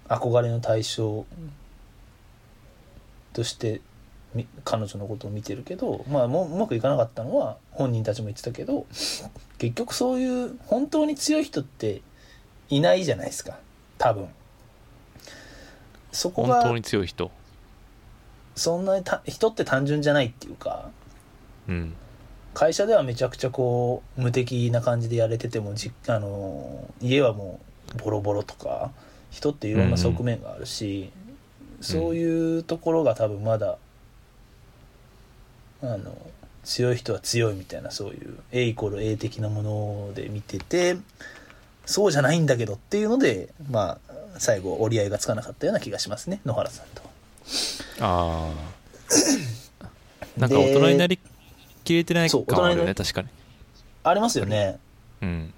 Speaker 3: 憧れの対象としてみ彼女のことを見てるけど、まあ、もううまくいかなかったのは本人たちも言ってたけど結局そういう本当に強い人っていないじゃないですか多分。そこ
Speaker 2: 本
Speaker 3: が
Speaker 2: 当に強い人
Speaker 3: そんなにた人って単純じゃないっていうか
Speaker 2: うん
Speaker 3: 会社ではめちゃくちゃこう無敵な感じでやれててもじあの家はもうボロボロとか人っていろんな側面があるし、そういうところが多分まだ、あの強い人は強いみたいなそういう A イコール A 的なもので見ててそうじゃないんだけどっていうのでまあ最後折り合いがつかなかったような気がしますね野原さんと。
Speaker 2: あ あなんか大人になりきれてない
Speaker 3: そう
Speaker 2: 感はあるよ
Speaker 3: 大
Speaker 2: ね確かに
Speaker 3: ありますよね。
Speaker 2: うん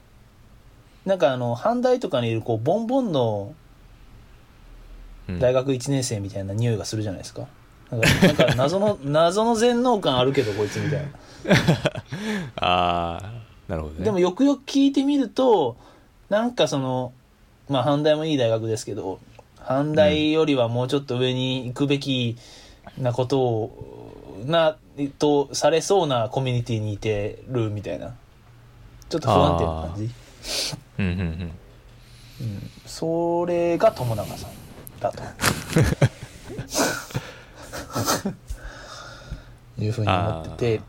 Speaker 3: なんかあの、阪大とかにいる、こう、ボンボンの
Speaker 2: うん
Speaker 3: 大学1年生みたいな匂いがするじゃないですか。なんか、なんか 謎の、謎の全能感あるけど、こいつみたいな。
Speaker 2: あ あなるほどね
Speaker 3: でも、よくよく聞いてみると、なんかその、まあ、阪大もいい大学ですけど、阪大よりはもうちょっと上に行くべきなことを、な、と、されそうなコミュニティにいてるみたいな。ちょっと不安定な感じ。
Speaker 2: うんうんうん
Speaker 3: うんそれが友永さん だというふうに思ってて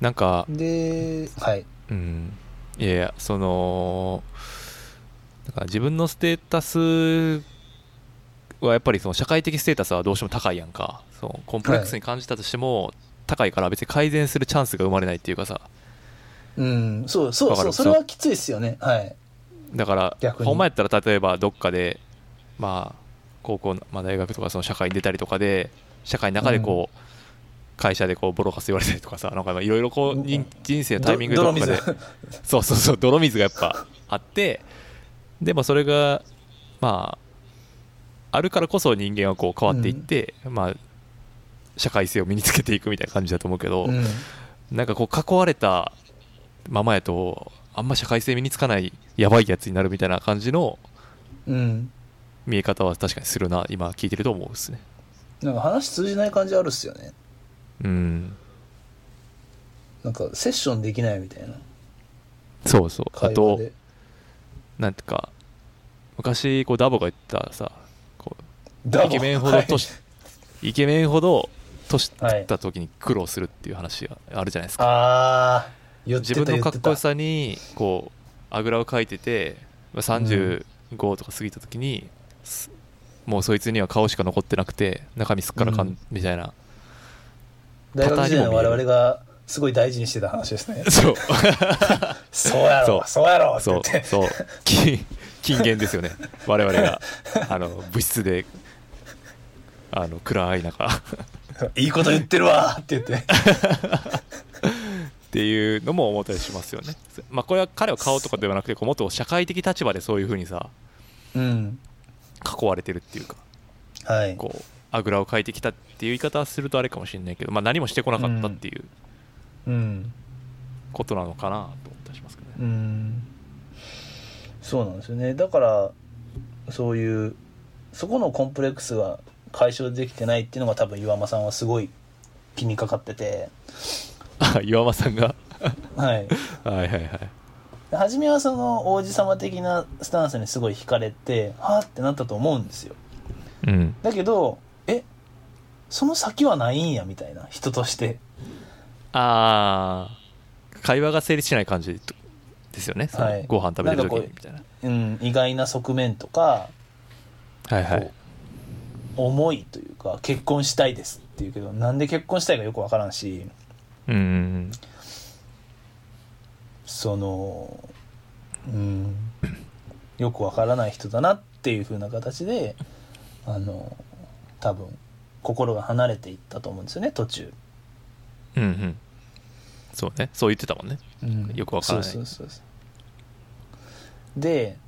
Speaker 2: なんか
Speaker 3: ではい
Speaker 2: うんいやいやそのだから自分のステータスはやっぱりその社会的ステータスはどうしても高いやんかそのコンプレックスに感じたとしても、高いから別に改善するチャンスが生まれないっていうかさ
Speaker 3: うんそうそう
Speaker 2: わか
Speaker 3: そ
Speaker 2: る
Speaker 3: うそれはきついですよねはい
Speaker 2: だから
Speaker 3: 逆に
Speaker 2: ほんまやったら例えばどっかでまあ高校の、まあ、大学とかその社会に出たりとかで社会の中でこう、会社でこうボロカス言われたりとかさなんかいろいろこう人人生のタイミングでど
Speaker 3: ど泥
Speaker 2: っか
Speaker 3: 水
Speaker 2: でそうそうそう泥水がやっぱあってでもそれがまああるからこそ人間はこう変わっていって、まあ社会性を身につけていくみたいな感じだと思うけど、
Speaker 3: うん
Speaker 2: なんかこう囲われたままやとあんま社会性身につかないやばいやつになるみたいな感じの
Speaker 3: うん
Speaker 2: 見え方は確かにするな今聞いてると思うですね
Speaker 3: なんか話通じない感じあるっすよね
Speaker 2: うん
Speaker 3: なんかセッションできないみたいな
Speaker 2: そうそうあ
Speaker 3: 会話
Speaker 2: と
Speaker 3: で
Speaker 2: なんていうか昔こうダボが言ったさこう
Speaker 3: ダボ
Speaker 2: イケメンほど
Speaker 3: はい
Speaker 2: 年、イケメンほど年
Speaker 3: は
Speaker 2: 取
Speaker 3: い
Speaker 2: った時に苦労するっていう話があるじゃないですか、
Speaker 3: ああ言って
Speaker 2: 自
Speaker 3: た
Speaker 2: 分のかっこよ
Speaker 3: 言
Speaker 2: さにこうあぐらをかいててまあ35とか過ぎた時に、すもうそいつには顔しか残ってなくて中身すっからかん、
Speaker 3: うん
Speaker 2: みたいな
Speaker 3: ってた大学時代の
Speaker 2: パタ
Speaker 3: 我
Speaker 2: ーンにも見える
Speaker 3: 々がすごい大事にしてた話です ね
Speaker 2: そう
Speaker 3: そうやろ
Speaker 2: そう
Speaker 3: そうやろって
Speaker 2: そ
Speaker 3: 言っ
Speaker 2: う
Speaker 3: て
Speaker 2: そう金金言ですよね我々があの物質であの暗い中っ
Speaker 3: いいこと言ってるわって言って。
Speaker 2: ていうのも思ったりしますよねまあこれは彼を顔とかではなくてこうもっと社会的立場でそういうふうにさ
Speaker 3: うん。
Speaker 2: 囲われてるっていうか
Speaker 3: はい。
Speaker 2: こうあぐらをかいてきたっていう言い方はするとあれかもしれないけど、まあ、何もしてこなかったっていう
Speaker 3: うん。
Speaker 2: ことなの かなと思ったりしますけどね
Speaker 3: うん。そうなんですよね。だから、そういうそこのコンプレックスが解消できてないっていうのが多分岩間さんはすごい気にかかってて、
Speaker 2: あ岩間さんが
Speaker 3: はい、
Speaker 2: はいはいはい
Speaker 3: で初めはその王子様的なスタンスにすごい惹かれてはあってなったと思うんですよ
Speaker 2: うん
Speaker 3: だけどえその先はないんやみたいな人として
Speaker 2: ああ会話が成立しない感じとですよね、その
Speaker 3: はい
Speaker 2: ご飯食べてる時に
Speaker 3: なんかこう
Speaker 2: みたいな
Speaker 3: うん意外な側面とか
Speaker 2: はいはい
Speaker 3: 思いというか結婚したいですっていうけどなんで結婚したいかよくわからんし
Speaker 2: うんうんうん
Speaker 3: そのうんよくわからない人だなっていう風な形であの多分心が離れていったと思うんですよね途中、
Speaker 2: うんうんそうねそう言ってたもんねよくわからない
Speaker 3: そうそうそうそうで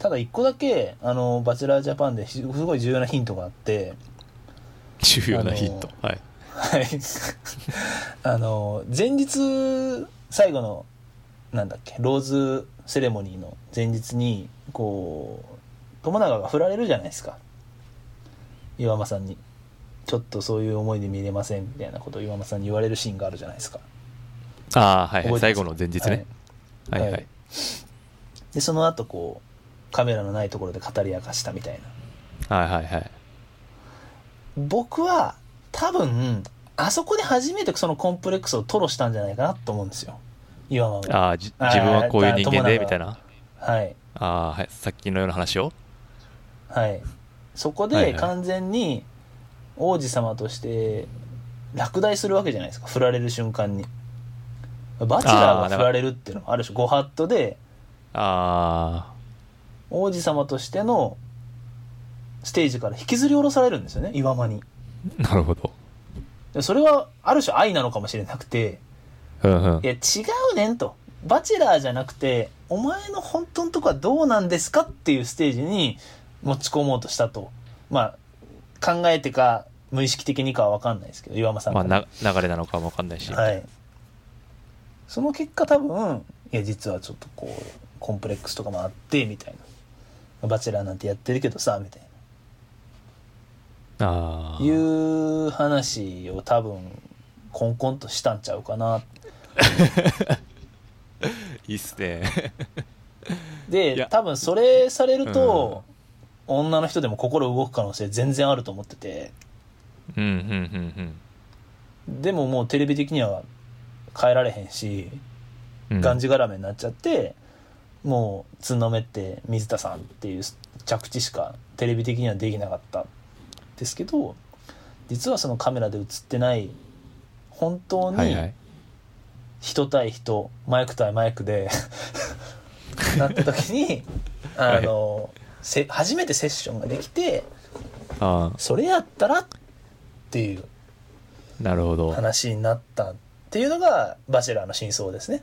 Speaker 3: ただ一個だけあの「バチェラー・ジャパン」ですごい重要なヒントがあって
Speaker 2: 重要なヒント、はい
Speaker 3: はいあの前日最後のなんだっけローズセレモニーの前日にこう友永が振られるじゃないですか岩間さんにちょっとそういう思いで見れませんみたいなことを岩間さんに言われるシーンがあるじゃないですか
Speaker 2: ああはいはい、
Speaker 3: 覚えてます
Speaker 2: 最後の前日ね、
Speaker 3: は
Speaker 2: はいい、はい
Speaker 3: はいでその後こうカメラのないところで語り明かしたみたいな
Speaker 2: はいはいはい
Speaker 3: 僕は多分あそこで初めてそのコンプレックスを吐露したんじゃないかなと思うんですよ岩間が
Speaker 2: ああじ
Speaker 3: あー
Speaker 2: 自分はこういう人間
Speaker 3: 友
Speaker 2: で
Speaker 3: 永
Speaker 2: みたいな
Speaker 3: はい
Speaker 2: ああはいさっきのような話を
Speaker 3: はいそこ
Speaker 2: はい
Speaker 3: で
Speaker 2: はい
Speaker 3: 完全に王子様として落第するわけじゃないですか振られる瞬間にバチェラーが振られるっていうのもある種ご法度で
Speaker 2: あ
Speaker 3: 王子様としてのステージから引きずり下ろされるんですよね岩間に
Speaker 2: あなるほど
Speaker 3: でそれはある種愛なのかもしれなくて
Speaker 2: うんうん
Speaker 3: いや違うねんとバチェラーじゃなくてお前の本当のとこはどうなんですかっていうステージに持ち込もうとしたとまあ考えてか無意識的にかは分かんないですけど岩間さん
Speaker 2: まあ
Speaker 3: がね、
Speaker 2: な流れなのかもわかんないし、
Speaker 3: はいその結果多分いや実はちょっとこうコンプレックスとかもあってみたいなバチェラーなんてやってるけどさみたいな
Speaker 2: ああ
Speaker 3: いう話を多分コンコンとしたんちゃうかない
Speaker 2: いっす ねい
Speaker 3: で
Speaker 2: や
Speaker 3: 多分それされると、女の人でも心動く可能性全然あると思ってて
Speaker 2: うんうんうん
Speaker 3: でももうテレビ的には変えられへんし
Speaker 2: うんうん
Speaker 3: がんじがらめになっちゃって、もうつんのめって水田さんっていう着地しかテレビ的にはできなかったですけど実はそのカメラで映ってない本当
Speaker 2: はい
Speaker 3: に
Speaker 2: はい
Speaker 3: 人対人、マイク対マイク でなった時にあの、せ初めてセッションができて
Speaker 2: あ
Speaker 3: それやったらっていう
Speaker 2: あなるほど
Speaker 3: 話になったっていうのが「バチェラー」の真相ですね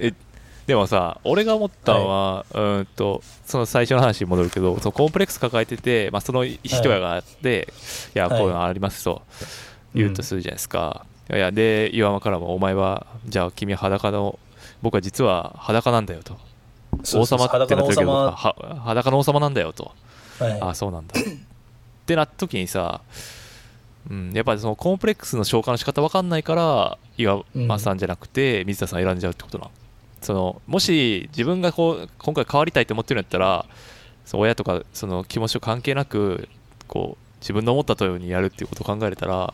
Speaker 2: えでもさ俺が思ったのは、うーんとその最初の話に戻るけどそのコンプレックス抱えてて、まあ、その一親があって、い、やこ
Speaker 3: はいう
Speaker 2: いうのありますと言うとするじゃないですか、いやで岩間からも「お前はじゃあ君は裸の僕は実は裸なんだよ」と「王様」って
Speaker 3: 裸
Speaker 2: なっ
Speaker 3: の
Speaker 2: て
Speaker 3: 王
Speaker 2: るけど
Speaker 3: 様、
Speaker 2: は
Speaker 3: は
Speaker 2: 裸の王様なんだよと。
Speaker 3: い、
Speaker 2: あそうなんだってなった時にさ、うん、やっぱりそのコンプレックスの消化の仕方わかんないから岩間さんじゃなくて水田さん選んじゃうってことな、そのもし自分がこう今回変わりたいと思ってるんやったらその親とかその気持ちと関係なくこう自分の思った通りにやるっていうことを考えれたら、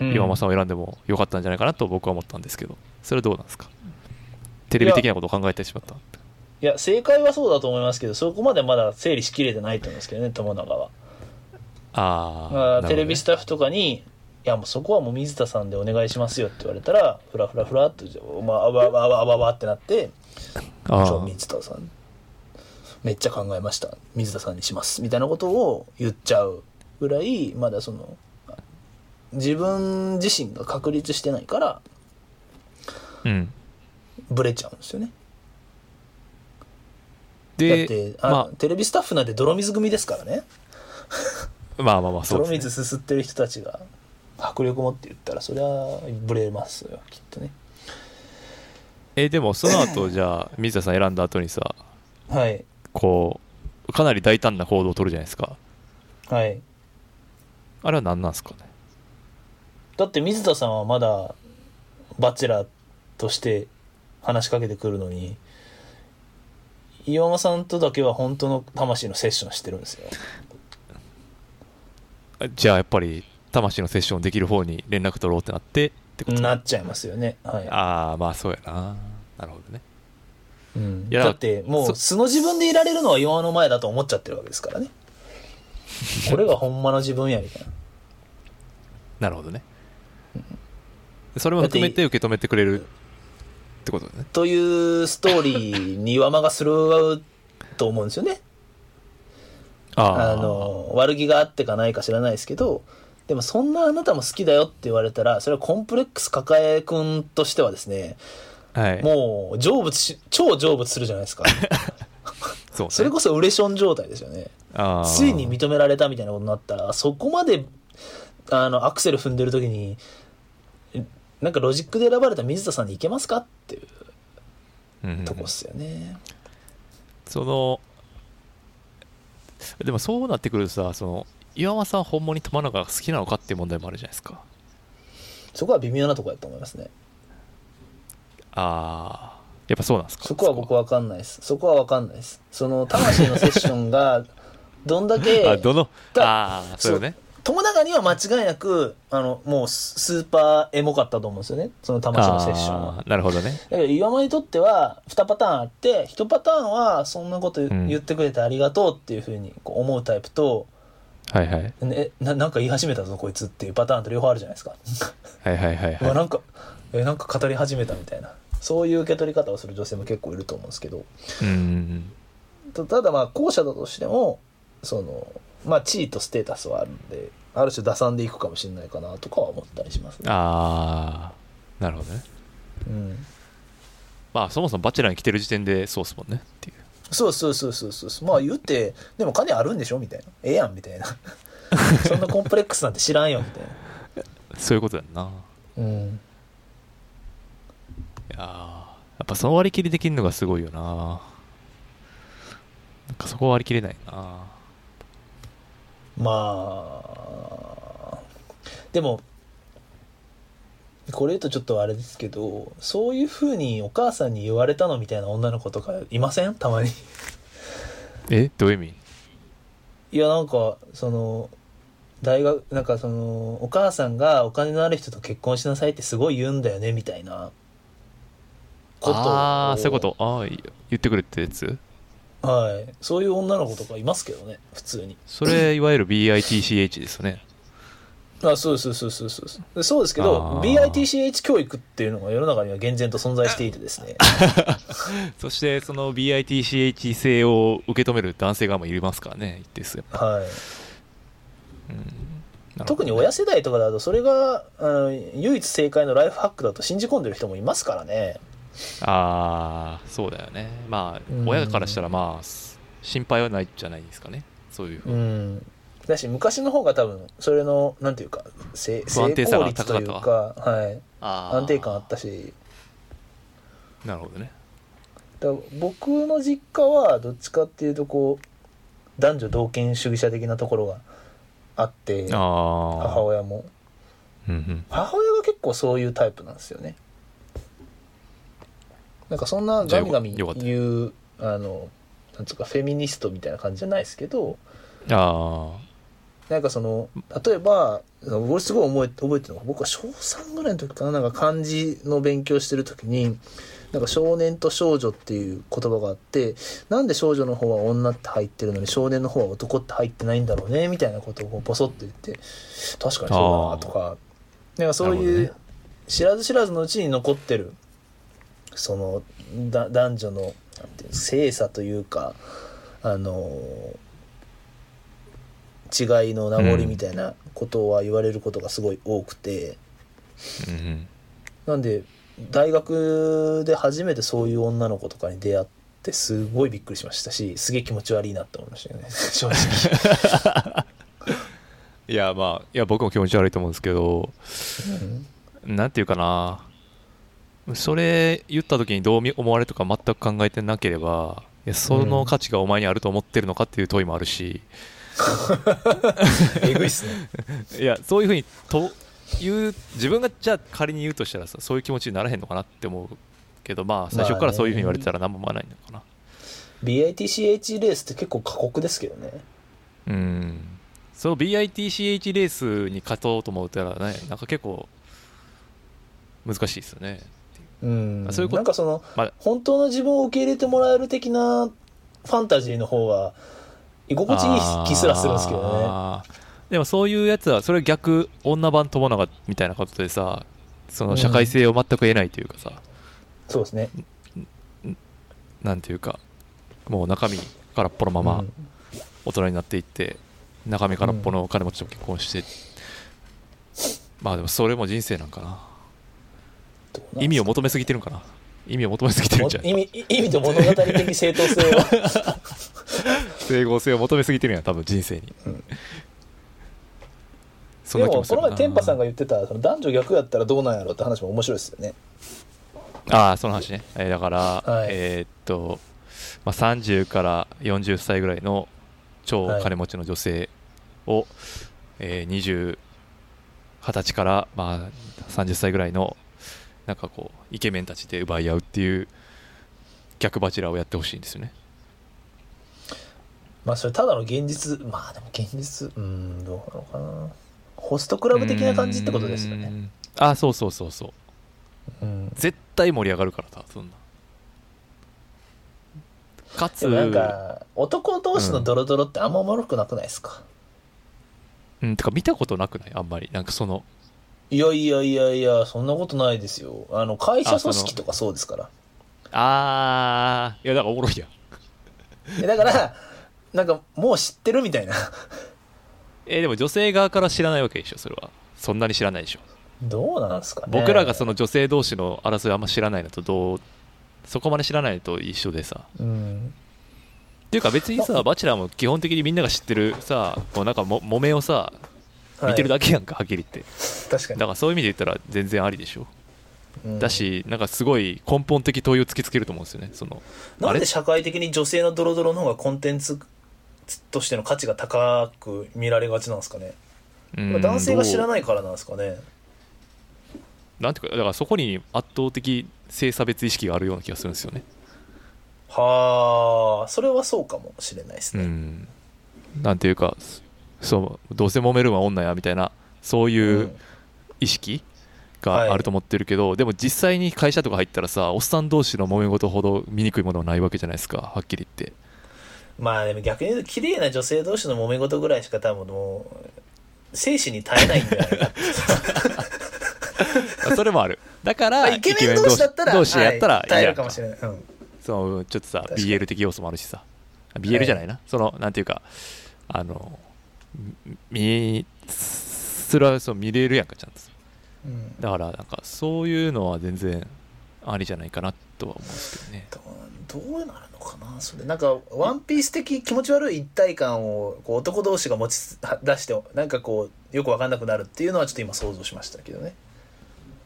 Speaker 3: うん
Speaker 2: 岩間さんを選んでもよかったんじゃないかなと僕は思ったんですけどそれはどうなんですかテレビ的なことを考えてしまった
Speaker 3: いや正解はそうだと思いますけどそこまでまだ整理しきれてないと思うんですけどね友永は、
Speaker 2: あー
Speaker 3: ま
Speaker 2: な
Speaker 3: あ
Speaker 2: るほどね
Speaker 3: テレビスタッフとかに「いやもうそこはもう水田さんでお願いしますよ」って言われたらフラフラフラっとまああわあわあわあわあわってなって
Speaker 2: あ
Speaker 3: そう
Speaker 2: ー
Speaker 3: 水田さんめっちゃ考えました水田さんにしますみたいなことを言っちゃうぐらいまだその自分自身が確立してないから
Speaker 2: うん
Speaker 3: ブレちゃうんですよねだっ
Speaker 2: で
Speaker 3: てあ、
Speaker 2: ま
Speaker 3: テレビスタッフなんて泥水組ですからね
Speaker 2: あ、まあまあまあそうで
Speaker 3: 泥
Speaker 2: すね
Speaker 3: 水すすってる人たちが迫力持って言ったらそりゃブレますよきっとね
Speaker 2: えでもその後じゃあ 水田さん選んだ後にさ
Speaker 3: はい
Speaker 2: こうかなり大胆な行動を取るじゃないですか
Speaker 3: はい
Speaker 2: あれは何なんですかね
Speaker 3: だって水田さんはまだバチェラーとして話しかけてくるのに岩間さんとだけは本当の魂のセッションしてるんですよ
Speaker 2: あじゃあやっぱり魂のセッションできる方に連絡取ろうってなってってこと
Speaker 3: なっちゃいますよねは
Speaker 2: ああまあそうやななるほどね
Speaker 3: い、うん、
Speaker 2: いや
Speaker 3: だっても
Speaker 2: そう
Speaker 3: 素の自分でいられるのは岩間の前だと思っちゃってるわけですからねこれがほんまの自分やみたいな
Speaker 2: なるほどねそれも含めて受け止めてくれるってことだね
Speaker 3: というストーリーに岩間がすると思うんですよね
Speaker 2: あ
Speaker 3: あの悪気があってかないか知らないですけどでもそんなあなたも好きだよって言われたらそれはコンプレックス抱え君としてはですね
Speaker 2: あはい
Speaker 3: もう成仏し超成仏するじゃないですか
Speaker 2: そうね
Speaker 3: それこそウレション状態ですよね
Speaker 2: あー
Speaker 3: ついに認められたみたいなことになったらそこまであのアクセル踏んでる時にえなんかロジックで選ばれた水田さんに行けますかっていう
Speaker 2: うんうんうん
Speaker 3: とこっすよね、
Speaker 2: そのでもそうなってくるとさその岩間さんほんまに玉永が好きなのかっていう問題もあるじゃないですか
Speaker 3: そこは微妙なとこやと思いますね
Speaker 2: ああやっぱそうなんですか
Speaker 3: そこは僕わかんないです。そこはわかんないです。その、魂のセッションが、どんだけ、
Speaker 2: あどの
Speaker 3: だ
Speaker 2: ああそうよね
Speaker 3: 友永には間違いなく、あの、もうススーパーエモかったと思うんですよね。その魂のセッションは。
Speaker 2: あーなるほどね
Speaker 3: だけど、岩間にとっては、2パターンあって、1パターンは、そんなこと言,、
Speaker 2: うん
Speaker 3: ってくれてありがとうっていうふうにこう思うタイプと、
Speaker 2: はいはい
Speaker 3: ね、ななんか言い始めたぞ、こいつっていうパターンと両方あるじゃないですか。
Speaker 2: はいはいはいう
Speaker 3: わ
Speaker 2: は
Speaker 3: なんか、え、なんか語り始めたみたいな。そういう受け取り方をする女性も結構いると思うんですけど。
Speaker 2: いうんうんうん
Speaker 3: たただまあ後者だとしてもそのまあ地位とステータスはあるんである種打算でいくかもしれないかなとかは思ったりしますね、
Speaker 2: ああなるほどね
Speaker 3: うん、
Speaker 2: まあそもそもバチェラーに来てる時点でそうっすもんねっていう
Speaker 3: そうそうそうそうそうそうまあ言ってでも金あるんでしょみたいなええやんみたいな そんなコンプレックスなんて知らんよみたい
Speaker 2: そういうことやんな
Speaker 3: なうん
Speaker 2: いやーやっぱその割り切りできるのがすごいよななんかそこは割り切れないな
Speaker 3: まあでもこれ言うとちょっとあれですけどそういうふうにお母さんに言われたのみたいな女の子とかいませんたまに
Speaker 2: えどういう意味
Speaker 3: いやなんかその大学なんかそのお母さんがお金のある人と結婚しなさいってすごい言うんだよねみたいなことを
Speaker 2: ああそういうことああ言ってくるってやつ
Speaker 3: はいそういう女の子とかいますけどね普通に
Speaker 2: それいわゆる BITCH ですよね
Speaker 3: あそうそうそうそうそうそうそうですけど
Speaker 2: あー
Speaker 3: BITCH 教育っていうのが世の中には厳然と存在していてです ね
Speaker 2: そしてその BITCH 性を受け止める男性側もいますからね一定数やっぱ
Speaker 3: はい
Speaker 2: なるほどね
Speaker 3: 特に親世代とかだとそれがあの唯一正解のライフハックだと信じ込んでる人もいますからね
Speaker 2: ああそうだよねまあ
Speaker 3: うん
Speaker 2: 親からしたらまあす心配はないじゃないですかねそういうふう
Speaker 3: うん、だし昔の方が多分それのなんていうかせ
Speaker 2: 不
Speaker 3: 成
Speaker 2: 安定さ
Speaker 3: 功
Speaker 2: が高
Speaker 3: 率と
Speaker 2: かっ
Speaker 3: いう
Speaker 2: た
Speaker 3: か
Speaker 2: わ
Speaker 3: はい、
Speaker 2: あー
Speaker 3: 安定感あったし
Speaker 2: なるほどね
Speaker 3: だから僕の実家はどっちかっていうとこう男女同権主義者的なところがあって
Speaker 2: ああ
Speaker 3: 母親も
Speaker 2: うんうん
Speaker 3: 母親が結構そういうタイプなんですよねなんかそんな
Speaker 2: じゃあ
Speaker 3: ガミガミ
Speaker 2: よかった
Speaker 3: 言うあのなんつうかフェミニストみたいな感じじゃないですけど
Speaker 2: あ
Speaker 3: なんかその例えば俺すごい覚え覚えてるのが僕は小3ぐらいの時かななんか漢字の勉強してる時になんか少年と少女っていう言葉があってなんで少女の方は女って入ってるのに少年の方は男って入ってないんだろうねみたいなことをこうボソッと言って確かにそうだなとかなんかそう
Speaker 2: なるほ
Speaker 3: い
Speaker 2: ど
Speaker 3: う知らず知らずのうちに残ってるそのだ男女のなんていうの性差というかあの違いの名残みたいなことは言われることがすごい多くて、
Speaker 2: あうんうん
Speaker 3: なんで大学で初めてそういう女の子とかに出会ってすごいびっくりしましたしすげえ気持ち悪いなって思いましたよね 正直
Speaker 2: いやまあいや僕も気持ち悪いと思うんですけどなんていうかなそれ言った時にどうみ思われるとか全く考えてなければいやその価値がお前にあると思ってるのかっていう問いもある し、
Speaker 3: えぐいっすね。
Speaker 2: いやそういうふうにと言う自分がじゃあ仮に言うとしたらさそういう気持ちにならへんのかなって思うけどまあ最初からそういうふうに言われてたら何も思わないのかな、
Speaker 3: BITCH レースって結構過酷ですけどね。
Speaker 2: うんその BITCH レースに勝とうと思ったらねなんか結構難しいですよね
Speaker 3: うん。
Speaker 2: あそういうこと
Speaker 3: なんかその、
Speaker 2: まあ
Speaker 3: 本当の自分を受け入れてもらえる的なファンタジーの方が、居心地いい気すらするんですけどね。
Speaker 2: あーでもそういうやつはそれ逆女版友永みたいなことでさその社会性を全く得ないというかさ、
Speaker 3: そうですね。
Speaker 2: なんていうかもう中身空っぽのまま
Speaker 3: うん
Speaker 2: 大人になっていって中身空っぽのお金持ちと結婚して、まあでもそれも人生なんかな
Speaker 3: どうなん
Speaker 2: 意味を求めすぎてるんかな意味を求めすぎてるん
Speaker 3: も
Speaker 2: じゃな
Speaker 3: 意
Speaker 2: い
Speaker 3: 味意味と物語的正当性を
Speaker 2: 整合性を求めすぎてるんや多分人生に、
Speaker 3: うん
Speaker 2: そん
Speaker 3: で
Speaker 2: な気
Speaker 3: も
Speaker 2: もす
Speaker 3: こ
Speaker 2: る
Speaker 3: の前
Speaker 2: な
Speaker 3: テンパさんが言ってたその男女逆やったらどうなんやろって話も面白いですよね
Speaker 2: ああその話ね、えーだから、
Speaker 3: はい
Speaker 2: えーっと、まあ、30から40歳ぐらいの超金持ちの女性を、えー20 20歳から、まあ、30歳ぐらいのなんかこうイケメンたちで奪い合うっていう逆バチェラーをやってほしいんですよね
Speaker 3: まあそれただの現実まあでも現実うんどうなのかなホストクラブ的な感じってことですよ
Speaker 2: う
Speaker 3: ね
Speaker 2: んああそうそうそうそう
Speaker 3: うん
Speaker 2: 絶対盛り上がるからさそんなかつ
Speaker 3: でもなんか男同士のドロドロってあんまおもろくなくないですか、
Speaker 2: うん、てか見たことなくないあんまりなんかその
Speaker 3: いやいやいやいやそんなことないですよあの会社
Speaker 2: あそ
Speaker 3: 組
Speaker 2: の
Speaker 3: 織とかそうですから
Speaker 2: あーいやだからおもろいやん
Speaker 3: えだからなんかもう知ってるみたいな
Speaker 2: えーでも女性側から知らないわけでしょそれはそんなに知らないでしょ
Speaker 3: どうなんですかね
Speaker 2: 僕らがその女性同士の争いあんま知らないのとどうそこまで知らないのと一緒でさ
Speaker 3: うん
Speaker 2: っていうか別に さ「バチェラー」も基本的にみんなが知ってるさこうなんかも揉めをさ見てるだけやんかはっきり言って
Speaker 3: け確かに
Speaker 2: だからそういう意味で言ったら全然ありでしょ
Speaker 3: うん
Speaker 2: だしなんかすごい根本的問いを突きつけると思うんですよねその
Speaker 3: な
Speaker 2: あ
Speaker 3: ん
Speaker 2: れ
Speaker 3: で社会的に女性のドロドロの方がコンテンツとしての価値が高く見られがちなんですかね、
Speaker 2: うん
Speaker 3: 男性が知ら
Speaker 2: ど
Speaker 3: ないからなんですかね
Speaker 2: うなんていうかだからそこに圧倒的性差別意識があるような気がするんですよね
Speaker 3: はあそれはそうかもしれないです
Speaker 2: う
Speaker 3: ね、
Speaker 2: ん、なんていうかそそうどうせ揉めるんは女やみたいなそういううん意識
Speaker 3: はい
Speaker 2: があると思ってるけど、でも実際に会社とか入ったらさおっさん同士の揉め事ほど醜いものはないわけじゃないですかはっきり言って
Speaker 3: まあでも逆に言うと綺麗な女性同士の揉め事ぐらいしか多分もう生死に耐えないんじゃないか
Speaker 2: あそれ もあるだ から
Speaker 3: イケメン同士だったら
Speaker 2: 同士やったら
Speaker 3: はい耐え
Speaker 2: 嫌
Speaker 3: るかもしれない、うん
Speaker 2: そうちょっとさ
Speaker 3: 確かに
Speaker 2: BL 的要素もあるしさ BL じゃないな、そのなんていうかあのみそれはそう見れるやんかちゃんと
Speaker 3: うん
Speaker 2: だからなんかそういうのは全然ありじゃないかなとは思うんですけどね
Speaker 3: どうどうなるのかなそれなんか「ワンピース的気持ち悪い一体感をこう男同士が持ち出してなんかこうよく分かんなくなるっていうのはちょっと今想像しましたけどね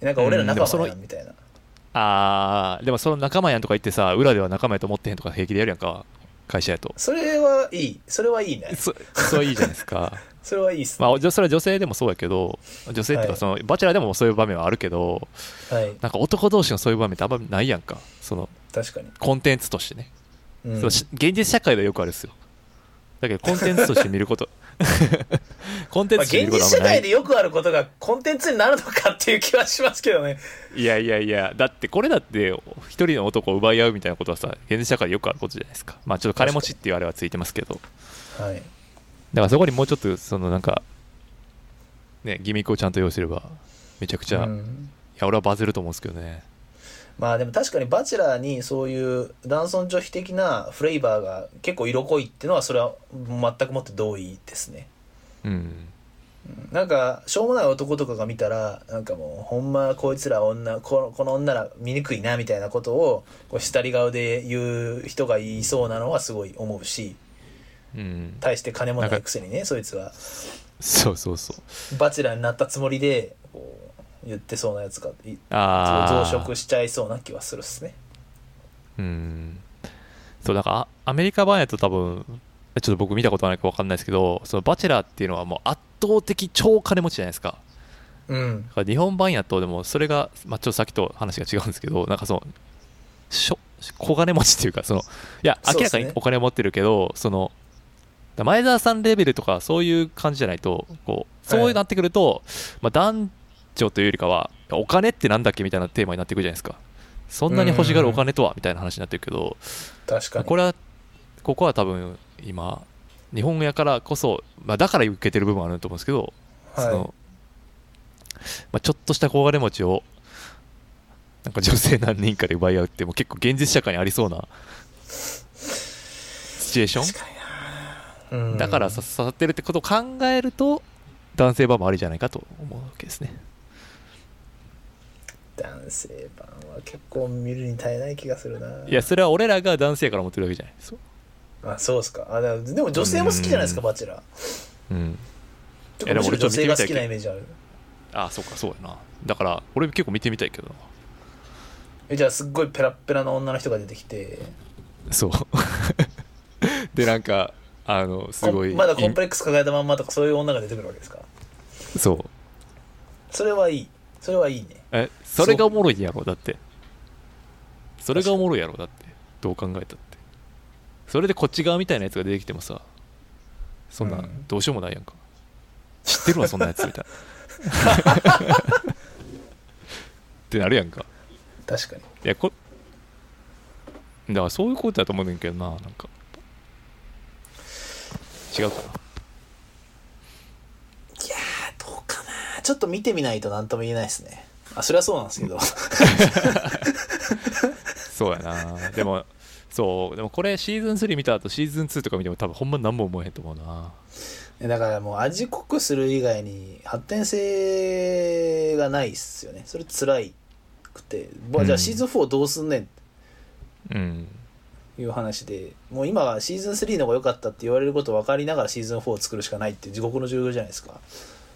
Speaker 3: なんか俺ら仲間やんみたいな、
Speaker 2: あーでもその仲間やんとか言ってさ裏では仲間やと思ってへんとか平気でやるやんか会社やと
Speaker 3: それはいいそれはいいね
Speaker 2: そそういいじゃないですか
Speaker 3: それはいいっす、
Speaker 2: まあじゃそれは女性でもそうやけど女性っていう
Speaker 3: は
Speaker 2: か
Speaker 3: い
Speaker 2: その、バチェラーでもそういう場面はあるけど
Speaker 3: はい
Speaker 2: なんか男同士のそういう場面ってあんまないやんかその
Speaker 3: 確かに、
Speaker 2: コンテンツとしてね、
Speaker 3: うん
Speaker 2: そのし現実社会ではよくあるんですよだけどコンテンツとして見る ことコンテン
Speaker 3: まあ、
Speaker 2: ツとして見ること
Speaker 3: 現実
Speaker 2: はあ
Speaker 3: 社
Speaker 2: んまない
Speaker 3: 会でよくあることがコンテンツになるのかっていう気はしますけどね
Speaker 2: いやいやいや、だってこれだって、一人の男を奪い合うみたいなことはさ、現実社会でよくあることじゃないですか。まあちょっと金持ちっていうあれはついてますけど、だか
Speaker 3: はい
Speaker 2: らそこにもうちょっと、そのなんか、ね、ギミックをちゃんと用意すれば、めちゃくちゃ、いや、俺はバズると思うんですけどね。
Speaker 3: まあでも確かに「バチェラー」にそういう男尊女卑的なフレーバーが結構色濃いっていうのはそれは全くもって同意ですね
Speaker 2: うん。
Speaker 3: なんかしょうもない男とかが見たらなんかもうほんまこいつら女ここの女ら醜いなみたいなことをこう下り顔で言う人がいそうなのはすごい思うし
Speaker 2: うん。
Speaker 3: 対して金もないくせにねそいつは
Speaker 2: そうそうそう。
Speaker 3: バチェラーになったつもりでこう言ってそうなやつがい
Speaker 2: あ
Speaker 3: 増
Speaker 2: あ
Speaker 3: 殖しちゃいそうな気はするっすね
Speaker 2: うんそうなんかあアメリカ版やと多分ちょっと僕見たことないか分かんないですけどそのバチェラーっていうのはもう圧倒的超金持ちじゃないですか
Speaker 3: うん
Speaker 2: だから日本版やとでもそれが、まあ、ちょっとさっきと話が違うんですけどなんかそのしょ小金持ちっていうかそのいや
Speaker 3: そう
Speaker 2: 明
Speaker 3: で
Speaker 2: ら
Speaker 3: す
Speaker 2: か
Speaker 3: ね
Speaker 2: にお金持ってるけどそのだ前澤さんレベルとかそういう感じじゃないとこうそういうなってくると、まあ、男女というよりかはお金ってなんだっけみたいなテーマになってくるじゃないですかそんなに欲しがるお金とはみたいな話になってるけど
Speaker 3: 確かに
Speaker 2: これはここは多分今日本やからこそ、まあ、だから受けてる部分あると思うんですけどそ
Speaker 3: は
Speaker 2: のまあ、ちょっとした小金持ちをなんか女性何人かで奪い合うってもう結構現実社会にありそうなシチュエーショ
Speaker 3: い、う
Speaker 2: ン
Speaker 3: ん
Speaker 2: だから刺さってるってことを考えると男性版もありじゃないかと思うわけですね
Speaker 3: 男性版は結構見るに耐えない気がするない
Speaker 2: やそれは俺らが男性やから持ってるわけじゃないそう、
Speaker 3: あそうですかあでもでも女性も好きじゃないですか
Speaker 2: う
Speaker 3: バチェラー
Speaker 2: うん、
Speaker 3: ちょっ
Speaker 2: いやで
Speaker 3: とむ
Speaker 2: も
Speaker 3: しろ
Speaker 2: 俺ちょ
Speaker 3: 女
Speaker 2: っと見てみたい
Speaker 3: 性が好きなイメージある
Speaker 2: ああそうかそうやなだから俺結構見てみたいけどな
Speaker 3: えじゃあすっごいペラッペラな女の人が出てきて
Speaker 2: そう でなんかあのすごい
Speaker 3: こんまだコンプレックス抱えたまんまとかそういう女が出てくるわけですか
Speaker 2: そう
Speaker 3: それはいいそれはいいね
Speaker 2: えそれがおもろいやろだってそれがおもろいやろだってどう考えたってそれでこっち側みたいなやつが出てきてもさそんな
Speaker 3: うん
Speaker 2: どうしようもないやんか、知ってるわそんなやつみたいな ってなるやんか
Speaker 3: 確かに
Speaker 2: いやこだからそういうことだと思うねんけどななんか違うか
Speaker 3: どうかなちょっと見てみないと何とも言えないですねあそれはそうなんですけ ど
Speaker 2: なそうやなでもそうでもこれシーズン3見た後シーズン2とか見ても多分ほんま何も思えへんと思うな
Speaker 3: だからもう味濃くする以外に発展性がないっすよねそれ辛いくて、まあじゃあシーズン4どうすんねん
Speaker 2: うん
Speaker 3: いう話でもう今はシーズン3の方が良かったって言われること分かりながらシーズン4を作るしかないっていう地獄の重要じゃないですか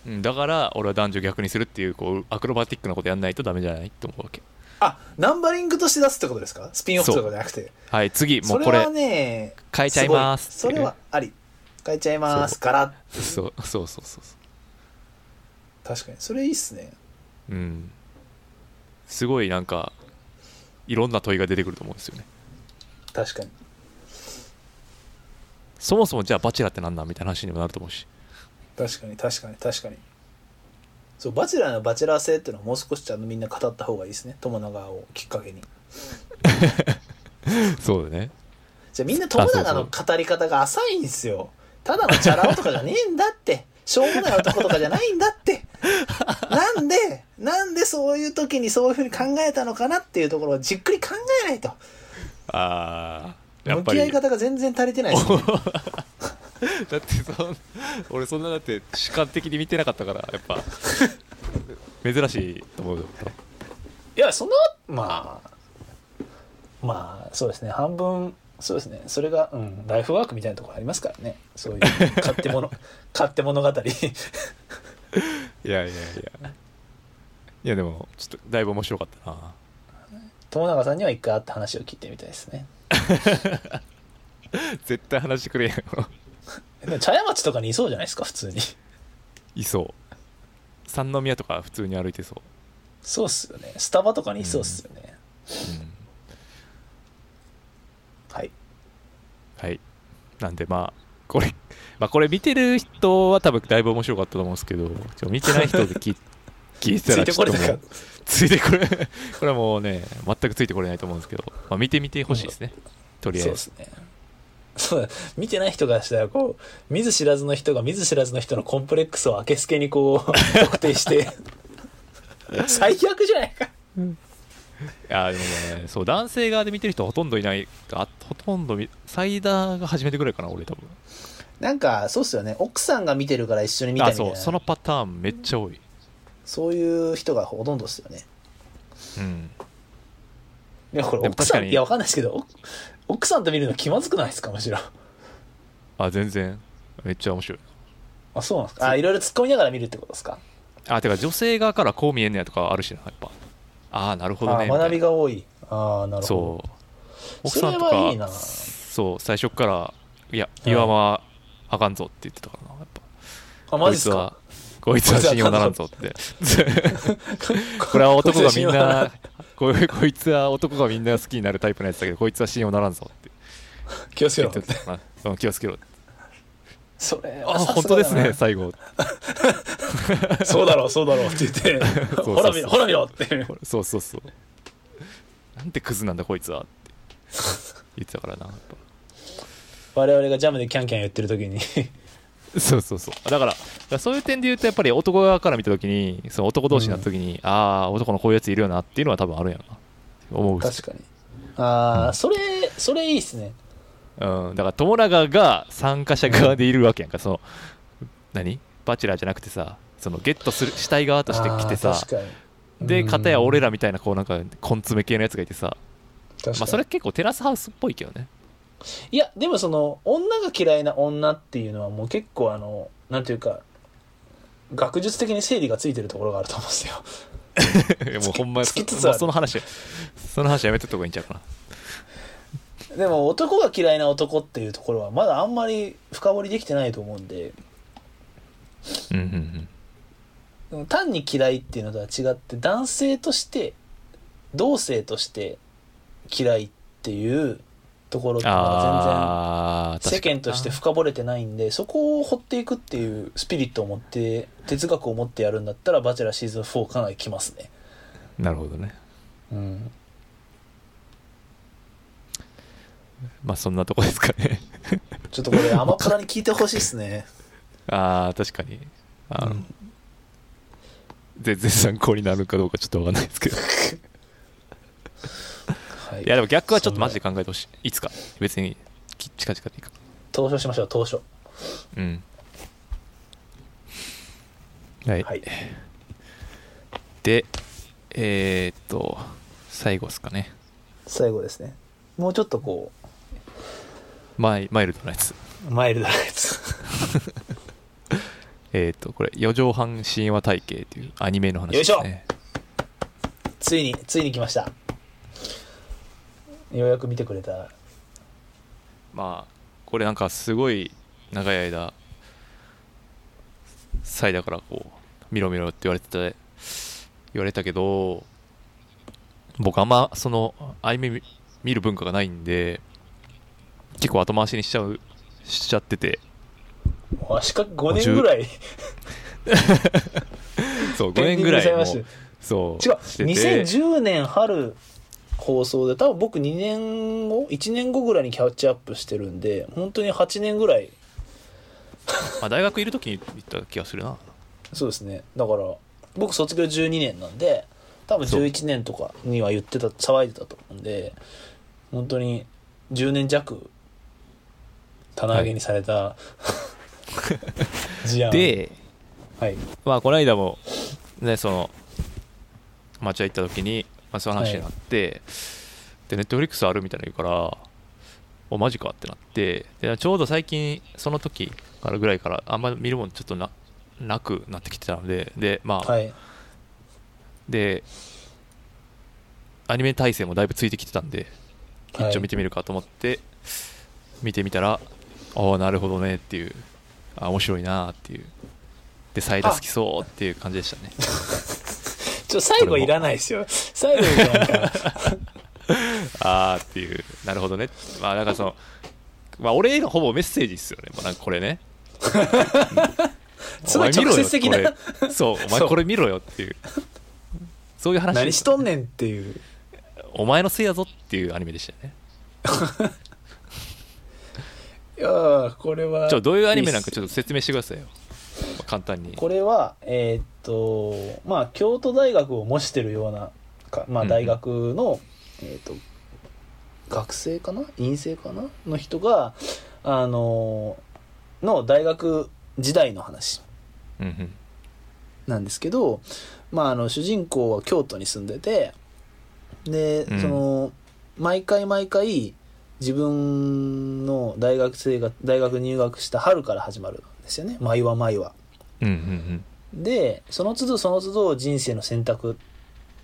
Speaker 2: うんだから俺は男女逆にするっていうこうアクロバティックなことやんないとダメじゃないと思うわけ
Speaker 3: あナンバリングとして出すってことですかスピンオフとかじゃなくて
Speaker 2: はい次も
Speaker 3: そうれ
Speaker 2: これ
Speaker 3: はね
Speaker 2: 変えちゃいます
Speaker 3: ごいそれはあり変えちゃいま
Speaker 2: そ
Speaker 3: すから
Speaker 2: そうそうそうそうそ
Speaker 3: 確かにそれいいっすね
Speaker 2: ううんすごいなんかいろんな問いが出てくると思うんですよね
Speaker 3: 確かに
Speaker 2: そもそもじゃあバチェラーってなんなんみたいな話にもなると思うし
Speaker 3: 確かに確かに確かにそうバチェラーのバチェラー性っていうのはもう少しちゃんとみんな語った方がいいですね友永をきっかけに
Speaker 2: そうだね
Speaker 3: じゃあみんな友永の
Speaker 2: あそう
Speaker 3: 語り方が浅いんですよただのチャラ男とかじゃねえんだってしょうもない男とかじゃないんだってなんでなんでそういう時にそういうふうに考えたのかなっていうところをじっくり考えないと
Speaker 2: ああやっ
Speaker 3: 向
Speaker 2: ぱ
Speaker 3: き合
Speaker 2: り
Speaker 3: い
Speaker 2: だ
Speaker 3: 方が全然足りてな いですね
Speaker 2: ってそん俺そんなだって主観的に見てなかったからやっぱ珍しいと思うよ
Speaker 3: いやそのまあまあそうですね半分そうですねそれが、うん、ライフワークみたいなところありますからねそういう勝 手物勝手物語
Speaker 2: いやいやいやいやでもちょっとだいぶ面白かったな
Speaker 3: 友永さんには一回会った話を聞いてみたいですね
Speaker 2: 絶対話してくれんよ
Speaker 3: でも茶屋町とかにいそうじゃないですか普通に
Speaker 2: いそう三宮とか普通に歩いてそ
Speaker 3: そうっすよねスタバとかにいそうっすよね、
Speaker 2: う、うん
Speaker 3: はい
Speaker 2: はいなんでまあこれまあこれ見てる人は多分だいぶ面白かったと思うんですけどちょ見てない人で聞い 聞いて
Speaker 3: つ
Speaker 2: た
Speaker 3: い
Speaker 2: ら
Speaker 3: て
Speaker 2: ちょ
Speaker 3: こ
Speaker 2: っ
Speaker 3: れ
Speaker 2: と
Speaker 3: た
Speaker 2: も
Speaker 3: か
Speaker 2: うついてこれ これはもうね全くついてこれないと思うんですけど、まあ、見てみてほしいですねとりあ
Speaker 3: そ
Speaker 2: え
Speaker 3: うで
Speaker 2: ず
Speaker 3: すねそうだ見てない人がしたらこう見ず知らずの人が見ず知らずの人のコンプレックスをあけすけにこう特 定して最悪じゃないか
Speaker 2: いやでもねそう男性側で見てる人はほとんどいないあほとんどみサイダーが初めてぐらいかな俺多分
Speaker 3: なんかそうっすよね奥さんが見てるから一緒に見た
Speaker 2: あ
Speaker 3: みたい
Speaker 2: そ
Speaker 3: な
Speaker 2: うそのパターンめっちゃ多い
Speaker 3: そういう人がほとんどっすよね
Speaker 2: うん
Speaker 3: いやこれ
Speaker 2: でも
Speaker 3: 奥
Speaker 2: 確
Speaker 3: さ
Speaker 2: か
Speaker 3: ん
Speaker 2: に
Speaker 3: いやわかんないですけど奥奥さんと見るの気まずくないですかむしろ
Speaker 2: あ全然めっちゃ面白い
Speaker 3: あそうなんですかあいろいろ突っ込みながら見るってことですか
Speaker 2: あてか女性側からこう見えんねやとかあるしなやっぱああなるほど
Speaker 3: あ
Speaker 2: ね
Speaker 3: ー
Speaker 2: みたいな
Speaker 3: 学びが多いああなるほ
Speaker 2: そう
Speaker 3: ど
Speaker 2: 奥
Speaker 3: そ
Speaker 2: さん
Speaker 3: れ
Speaker 2: と
Speaker 3: はいい
Speaker 2: か
Speaker 3: な
Speaker 2: そう最初から「いや
Speaker 3: うん
Speaker 2: 岩間はあかんぞ」って言ってたからなやっぱ
Speaker 3: あマ
Speaker 2: こ
Speaker 3: ジ
Speaker 2: い
Speaker 3: っ
Speaker 2: つ
Speaker 3: すか
Speaker 2: はこいつは信用ならんぞって これは男がみんなこいこいつは男がみんな好きになるタイプのやつだけどこいつは信用ならんぞって
Speaker 3: 気をつけ
Speaker 2: 言
Speaker 3: ろ
Speaker 2: ってたかなうん気をつけろ
Speaker 3: それ
Speaker 2: あ本当ですね最後
Speaker 3: そうだろうそうだろうって言って
Speaker 2: そうそう
Speaker 3: ほら見ろほら見ろって
Speaker 2: これそうそうそうなんてクズなんだこいつはって言ってたからなやっぱ
Speaker 3: 我々がジャムでキャンキャン言ってる時に
Speaker 2: そうそうそうだからだからそういう点で言うとやっぱり男側から見た時にその男同士になった時に、ああ男のこういうやついるよなっていうのは多分あるんやろな思うし
Speaker 3: 確かにああそれそれいいっすね
Speaker 2: うん、だから友永が参加者側でいるわけやんかその何バチェラーじゃなくてさそのゲットするしたい側として来て
Speaker 3: あ
Speaker 2: さ
Speaker 3: ー確かに
Speaker 2: で
Speaker 3: うん
Speaker 2: 片や俺らみたいなこうなんか根詰め系のやつがいてさ、
Speaker 3: 確かに
Speaker 2: まあ、それ結構テラスハウスっぽいけどね
Speaker 3: いやでもその女が嫌いな女っていうのはもう結構あのなんていうか学術的に整理がついてるところがあると思う んですよ
Speaker 2: もうほんま
Speaker 3: 突きつつある
Speaker 2: もうその 話その話やめとった方がいいんちゃうかな
Speaker 3: でも男が嫌いな男っていうところはまだあんまり深掘りできてないと思うんで
Speaker 2: うんうんうん
Speaker 3: 単に嫌いっていうのとは違って男性として同性として嫌いっていうところっていうのは
Speaker 2: ああ
Speaker 3: 全然世間として深掘れてないんでそこを掘っていくっていうスピリットを持って哲学を持ってやるんだったら「バチェラーシーズン4」かなりきますね。
Speaker 2: なるほどね
Speaker 3: うん
Speaker 2: まあそんなとこですかね
Speaker 3: ちょっとこれアマプラに聞いてほしいですね。
Speaker 2: ああ確かにあの、
Speaker 3: うん
Speaker 2: 全然参考になるかどうかちょっとわかんないですけど
Speaker 3: はい
Speaker 2: いやでも逆はちょっとマジで考えてほしい。いつか。別にき近々でいいか。
Speaker 3: 投書しましょう投書。
Speaker 2: うん。はい。
Speaker 3: はい。
Speaker 2: で、えー、っと、最後ですかね。
Speaker 3: 最後ですね。もうちょっとこ
Speaker 2: マイマイルドなやつ。
Speaker 3: うマイルドなやつ。
Speaker 2: えー、っと、これ、四畳半神話体系というアニメの話ですね。
Speaker 3: ついについに来ました。ようやく見てくれた。
Speaker 2: まあ、これなんかすごい長い間、サイだからこう、見ろ見ろって言われてた、言われたけど、僕あんまその、アニメ見見る文化がないんで、結構後回しにしちゃう、しちゃってて、
Speaker 3: もう足か5年ぐらい
Speaker 2: そう、5年ぐらい
Speaker 3: ペン
Speaker 2: も
Speaker 3: ディンググされ
Speaker 2: う
Speaker 3: ま、
Speaker 2: そう、し
Speaker 3: し
Speaker 2: て
Speaker 3: た違う
Speaker 2: て
Speaker 3: 2010年春放送で多分僕2年後1年後ぐらいにキャッチアップしてるんで本当に8年ぐらい
Speaker 2: まあ、大学いる時に行った気がするな。
Speaker 3: そうですねだから僕卒業12年なんで多分11年とかには言ってた騒いでたと思うんで本当に10年弱棚上げにされた、 事案
Speaker 2: で、
Speaker 3: はい
Speaker 2: まあこの間もねその町屋行った時に、まあ、そういう話になって、でネットフリックスあるみたいなの言うからおマジかってなってでちょうど最近その時からぐらいからあんまり見るもんちょっとななくなってきてたのででまあ、
Speaker 3: はい
Speaker 2: でアニメ体制もだいぶついてきてたんで
Speaker 3: はい
Speaker 2: 一応見てみるかと思って、見てみたらああなるほどねっていうあ面白いなーっていうでサイダー好きそうっていう感じでしたね
Speaker 3: ちょ最後いらないですよ最後いらな いから
Speaker 2: あーっていうなるほどねまあなんかそのまあ俺へのほぼメッセージっすよね、まあ、なんかこれ ね
Speaker 3: すごい直接的
Speaker 2: お
Speaker 3: な
Speaker 2: 前見ろよこれそうお前
Speaker 3: そう
Speaker 2: これ見ろよっていうそういう話
Speaker 3: 何しとんねんっていう
Speaker 2: お前のせいやぞっていうアニメでしたよね
Speaker 3: いやーこれは
Speaker 2: ちょどういうアニメなんかち
Speaker 3: ょっ
Speaker 2: ょっと説明してくださいよ、まあ簡単に
Speaker 3: これはえーっとまあ京都大学を模してるようなか、ま
Speaker 2: うん
Speaker 3: あ、
Speaker 2: うん
Speaker 3: 大学の、えーっと学生かな院生かなの人があのーの大学時代の話
Speaker 2: うんうん
Speaker 3: なんですけど、まあ、あの主人公は京都に住んでてで、
Speaker 2: うん
Speaker 3: その毎回毎回自分の大学生が大学入学した春から始まるんですよね毎は毎は。
Speaker 2: うんうん
Speaker 3: でその都度その都度人生の選択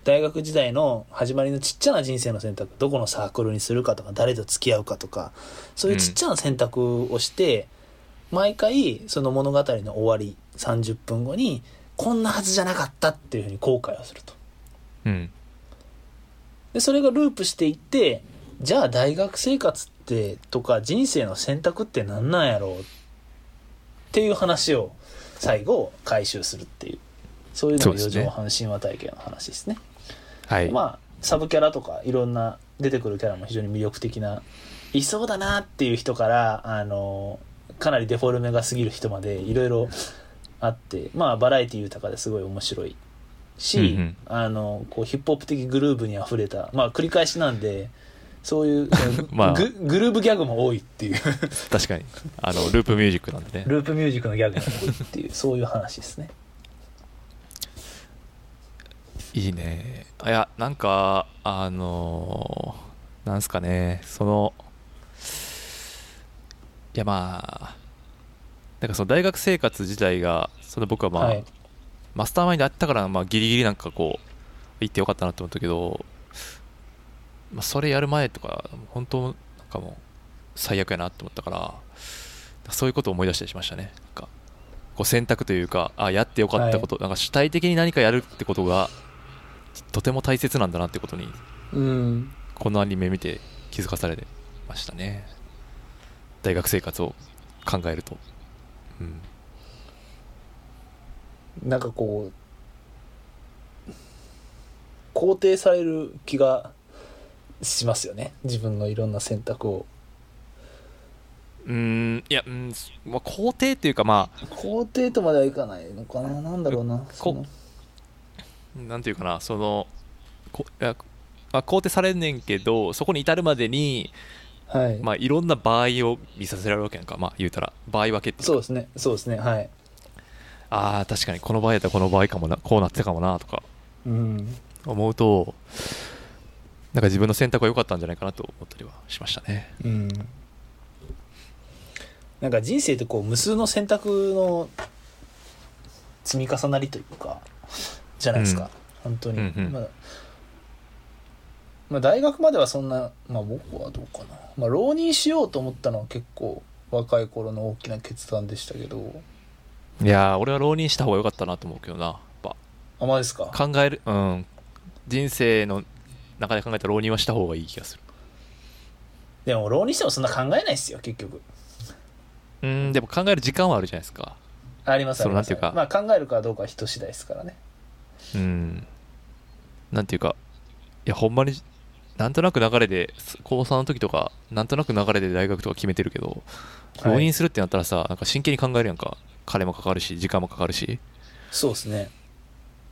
Speaker 3: 大学時代の始まりのちっちゃな人生の選択どこのサークルにするかとか誰と付き合うかとかそういうちっちゃな選択をして、毎回その物語の終わり30分後にこんなはずじゃなかったっていうふうに後悔をすると。
Speaker 2: うん
Speaker 3: でそれがループしていってじゃあ大学生活ってとか人生の選択って何なんやろうっていう話を最後回収するっていうそういうのが
Speaker 2: そうで
Speaker 3: 四
Speaker 2: すね
Speaker 3: 畳半神話体験の話ですね
Speaker 2: はい、
Speaker 3: まあサブキャラとかいろんな出てくるキャラも非常に魅力的ないそうだなっていう人からあのかなりデフォルメが過ぎる人までいろいろあってまあバラエティ豊かですごい面白いし、
Speaker 2: うんうん
Speaker 3: あのこうヒップホップ的グルーブにあふれたまあ繰り返しなんでそういう、
Speaker 2: まあ
Speaker 3: ググルーブギャグも多いっ ていう
Speaker 2: 確かにあのループミュージックなんでね
Speaker 3: ループミュージックのギャグも多いっていうそういう話ですね。
Speaker 2: いいねいやなんかあのーなんすかねそのいやまあなんかその大学生活自体がその僕はまあ、
Speaker 3: はい、
Speaker 2: マスターマインドあったから、まあ、ギリギリなんかこう行ってよかったなと思ったけど、まあ、それやる前とか本当なんかもう最悪やなと思ったからそういうことを思い出したりしましたねなんかこう選択というかあやってよかったこと、なんか主体的に何かやるってことがとても大切なんだなってことに
Speaker 3: うん
Speaker 2: このアニメ見て気づかされましたね大学生活を考えると、うん、
Speaker 3: なんかこう肯定される気がしますよね自分のいろんな選択を
Speaker 2: うーんいや、うんまあ、肯定っていうかまあ
Speaker 3: 肯定とまではいかないのかななんだろうなその
Speaker 2: なんていうかなそのこいやまあ、肯定されんねんけどそこに至るまでに、
Speaker 3: はい、
Speaker 2: まあ、いろんな場合を見させられるわけやんか、まあ、言うたら場合分けって
Speaker 3: そうですねそうですねはい
Speaker 2: ああ確かにこの場合やったらこの場合かもなこうなってたかもなとか
Speaker 3: うん
Speaker 2: 思うとなんか自分の選択は良かったんじゃないかなと思ったりはしましたね
Speaker 3: うんなんか人生ってこう無数の選択の積み重なりというかじゃないですか、本当に、
Speaker 2: うんうん
Speaker 3: まあまあ大学まではそんなまあ僕はどうかな、まあ、浪人しようと思ったのは結構若い頃の大きな決断でしたけど
Speaker 2: いやー俺は浪人した方が良かったなと思うけどなやっぱ
Speaker 3: あまあですか
Speaker 2: 考えるうん人生の中で考えたら浪人はした方がいい気がする
Speaker 3: でも浪人してもそんな考えないですよ結局
Speaker 2: うんでも考える時間はあるじゃないですか
Speaker 3: ありますあ
Speaker 2: そ
Speaker 3: り
Speaker 2: う
Speaker 3: ます
Speaker 2: なんていうか
Speaker 3: まあ、考えるかどうかは人次第ですからね
Speaker 2: うん、なんていうか、いや、ほんまに、なんとなく流れで、す高3の時とか、なんとなく流れで大学とか決めてるけど、
Speaker 3: はい
Speaker 2: 浪人するってなったらさ、なんか真剣に考えるやんか、金もかかるし、時間もかかるし、
Speaker 3: そうですね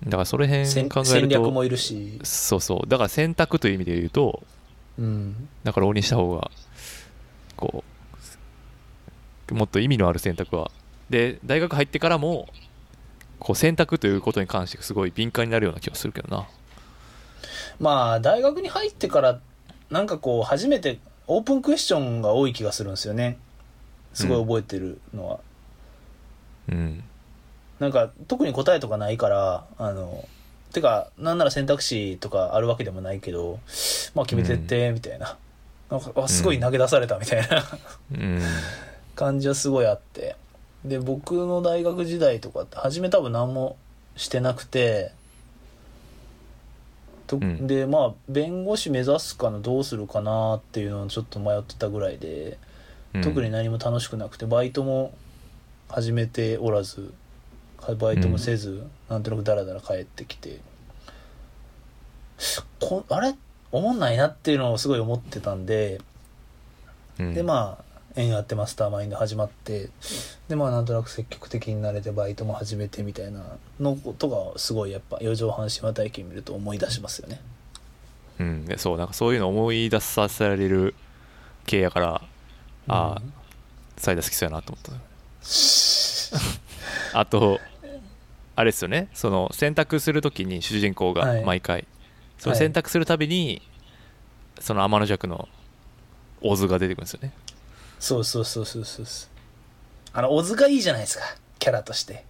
Speaker 2: だからその辺
Speaker 3: 戦
Speaker 2: 考え
Speaker 3: 戦
Speaker 2: る
Speaker 3: 略
Speaker 2: と、
Speaker 3: もいるし
Speaker 2: そうそう、だから選択という意味で言うと、
Speaker 3: うん
Speaker 2: だから浪人した方が、こう、もっと意味のある選択は。で、大学入ってからも、こう選択ということに関してすごい敏感になるような気がするけどな。
Speaker 3: まあ大学に入ってからなんかこう初めてオープンクエスチョンが多い気がするんですよねすごい覚えてるのは、
Speaker 2: うん。
Speaker 3: なんか特に答えとかないからあのてかなんなら選択肢とかあるわけでもないけどまあ決めてってみたいな,、なんかあすごい投げ出されたみたいな
Speaker 2: うん。
Speaker 3: 感じはすごいあってで僕の大学時代とかって初め多分何もしてなくてと
Speaker 2: ん
Speaker 3: でまあ弁護士目指すかなどうするかなっていうのをちょっと迷ってたぐらいで、
Speaker 2: うん
Speaker 3: 特に何も楽しくなくてバイトも始めておらずバイトもせず、なんとなくダラダラ帰ってきてこあれ思んないなっていうのをすごい思ってたんでで
Speaker 2: あ、
Speaker 3: まあ縁あってマスターマインド始まってでまあなんとなく積極的になれてバイトも始めてみたいなのことがすごいやっぱ四畳半島体験見ると思い出しますよね
Speaker 2: うん、でそうなんかそういうの思い出させられる系やから、ああサイダー好きそうやなと思ったあとあれですよねその選択するときに主人公
Speaker 3: は
Speaker 2: が
Speaker 3: い
Speaker 2: 毎回、その
Speaker 3: はい
Speaker 2: 選択するたびに、その天の弱のオズが出てくるんですよね
Speaker 3: そうそうそうそうそうそうあの小津がいいじゃないですかキャラとして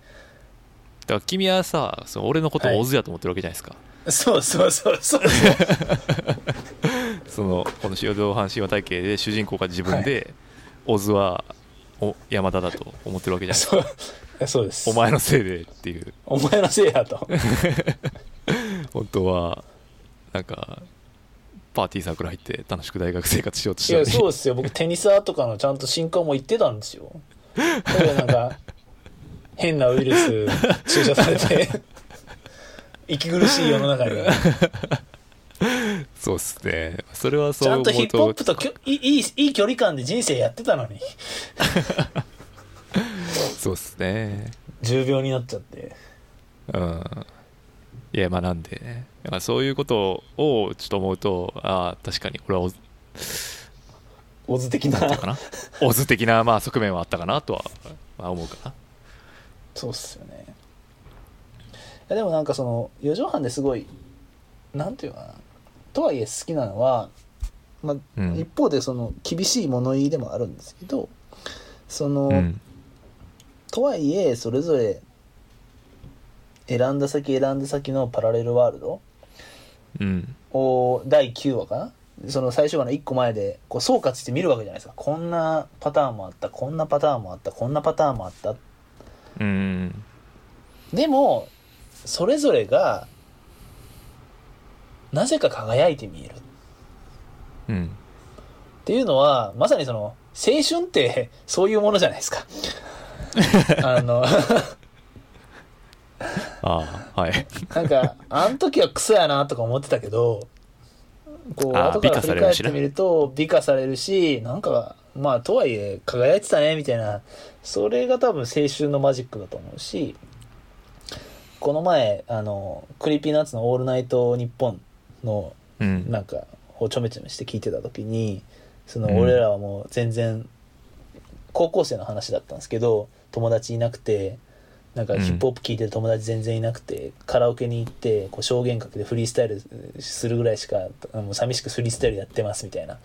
Speaker 2: から君はさその俺のことをオズやと思ってるわけじゃないですか、
Speaker 3: そうそうそう そう。
Speaker 2: そのこの塩上半身は体系で主人公が自分で、オズはお山田だと思ってるわけじゃないですか
Speaker 3: そうそうです。
Speaker 2: お前のせいでっていう
Speaker 3: お前のせいやと。
Speaker 2: 本当はなんかパーティーサークル入って楽しく大学生活しようとし
Speaker 3: い
Speaker 2: たの
Speaker 3: や、
Speaker 2: に
Speaker 3: そうですよ。僕、テニサーとかのちゃんと新刊も行ってたんですよ。だけどなんか、変なウイルス注射されて、息苦しい世の中に。
Speaker 2: そうっすねそれは
Speaker 3: ち
Speaker 2: そう
Speaker 3: ゃ
Speaker 2: 思
Speaker 3: ん
Speaker 2: う
Speaker 3: と
Speaker 2: と
Speaker 3: ヒップホップときょいいいいいい距離感で人生やってたのに。
Speaker 2: そうっすね
Speaker 3: 重病になっちゃって。
Speaker 2: うんいやまあなんでねだからそういうことをちょっと思うとああ確かに俺はオズ
Speaker 3: オズ的
Speaker 2: だった
Speaker 3: な。
Speaker 2: かなオズ的なまあ側面はあったかなとは、まあ、思うかな
Speaker 3: そうっすよね。いやでもなんかその、四畳半ですごい、なんていうかな。とはいえ好きなのは、まあ、
Speaker 2: うん
Speaker 3: 一方でその厳しい物言いでもあるんですけどその、
Speaker 2: うん
Speaker 3: とはいえそれぞれ選んだ先選んだ先のパラレルワールド
Speaker 2: うん
Speaker 3: を第9話かなその最終話の1個前でこう総括して見るわけじゃないですかこんなパターンもあったこんなパターンもあったこんなパターンもあった
Speaker 2: うん
Speaker 3: でもそれぞれがなぜか輝いて見える
Speaker 2: うん
Speaker 3: っていうのは、まさにその、青春ってそういうものじゃないですか。あの、
Speaker 2: ああはい
Speaker 3: なんか、あの時はクソやなとか思ってたけど、こう、
Speaker 2: あー
Speaker 3: 後か
Speaker 2: 美
Speaker 3: ら
Speaker 2: 化
Speaker 3: 振
Speaker 2: され
Speaker 3: り
Speaker 2: る
Speaker 3: 返っ
Speaker 2: してね
Speaker 3: みると、美化されるし、なんか、まあ、とはいえ、輝いてたね、みたいな、それが多分青春のマジックだと思うし、この前、あの、クリーピーナッツのオールナイトニッポンの
Speaker 2: うん
Speaker 3: なんかをちょめちょめして聞いてた時にそ
Speaker 2: うん
Speaker 3: の俺らはもう全然高校生の話だったんですけど友達いなくてなんか
Speaker 2: うん
Speaker 3: ヒップホップ聞いてる友達全然いなくて、カラオケに行ってこう証言かけてフリースタイルするぐらいしかあもう寂しくフリースタイルやってますみたいな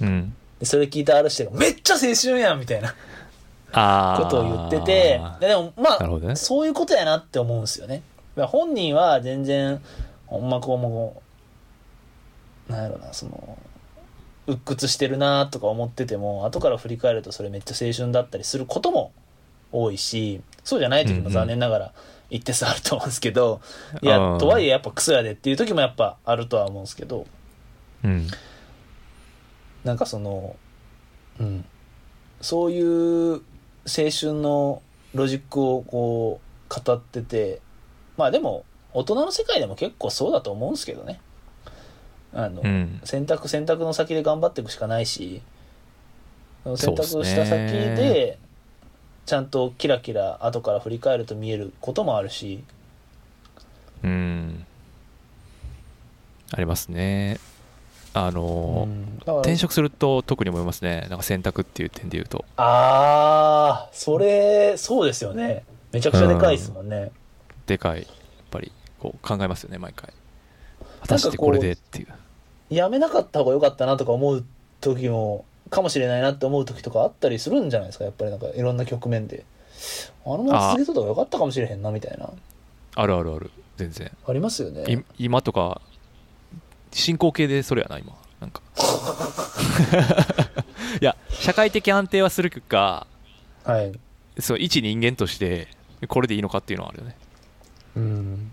Speaker 2: うん
Speaker 3: でそれ聞いたある人が「めっちゃ青春やん!」みたいな
Speaker 2: ああ
Speaker 3: ことを言っててででもま
Speaker 2: なるほどね
Speaker 3: あそういうことやなって思うんですよねだから本人は全然ほんまこうもうなんやろなその鬱屈してるなとか思ってても後から振り返るとそれめっちゃ青春だったりすることも多いしそうじゃない時
Speaker 2: うんう
Speaker 3: も
Speaker 2: ん
Speaker 3: 残念ながら一定数あると思うんですけど、いうや
Speaker 2: ん
Speaker 3: とはいえやっぱクソやでっていう時もやっぱあるとは思うんですけど
Speaker 2: うん
Speaker 3: なんかその、うん、そういう青春のロジックをこう語ってて、まあでも大人の世界でも結構そうだと思うんですけどね。あの、
Speaker 2: うん
Speaker 3: 選択選択の先で頑張っていくしかないし、その
Speaker 2: そう
Speaker 3: 選
Speaker 2: っ
Speaker 3: 択
Speaker 2: すね
Speaker 3: した先で、ちゃんとキラキラ後から振り返ると見えることもあるし、
Speaker 2: うんありますねあのー
Speaker 3: うんだから
Speaker 2: 転職すると特に思いますねなんか選択っていう点で言うと
Speaker 3: ああ、それ、そうですよね。めちゃくちゃでかいですもんね。
Speaker 2: でかいやっぱりこう考えますよね毎回果たしてこれでっていう
Speaker 3: やめなかった方が良かったなとか思う時もかもしれないなって思う時とかあったりするんじゃないですかやっぱりなんかいろんな局面であのまま続けとった方が良かったかもしれへんなみたいな
Speaker 2: あるあるある全然
Speaker 3: ありますよね
Speaker 2: い今とか進行形でそれやな今なん かいや社会的安定はするか
Speaker 3: はい
Speaker 2: そう一人間としてこれでいいのかっていうのはあるよね
Speaker 3: うん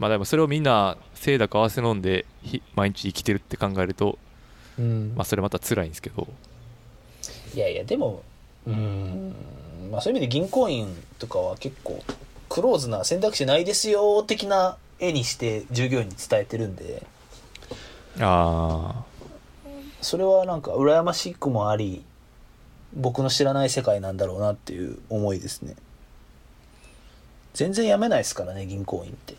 Speaker 2: まあでもそれをみんなせいだか合わせ飲んでひ毎日生きてるって考えると
Speaker 3: うん
Speaker 2: まあそれまた辛いんですけど
Speaker 3: いやいやでもうんまあそういう意味で銀行員とかは結構クローズな選択肢ないですよ的な絵にして従業員に伝えてるんで
Speaker 2: あ
Speaker 3: それはなんか羨ましくもあり僕の知らない世界なんだろうなっていう思いですね全然やめないですからね銀行員って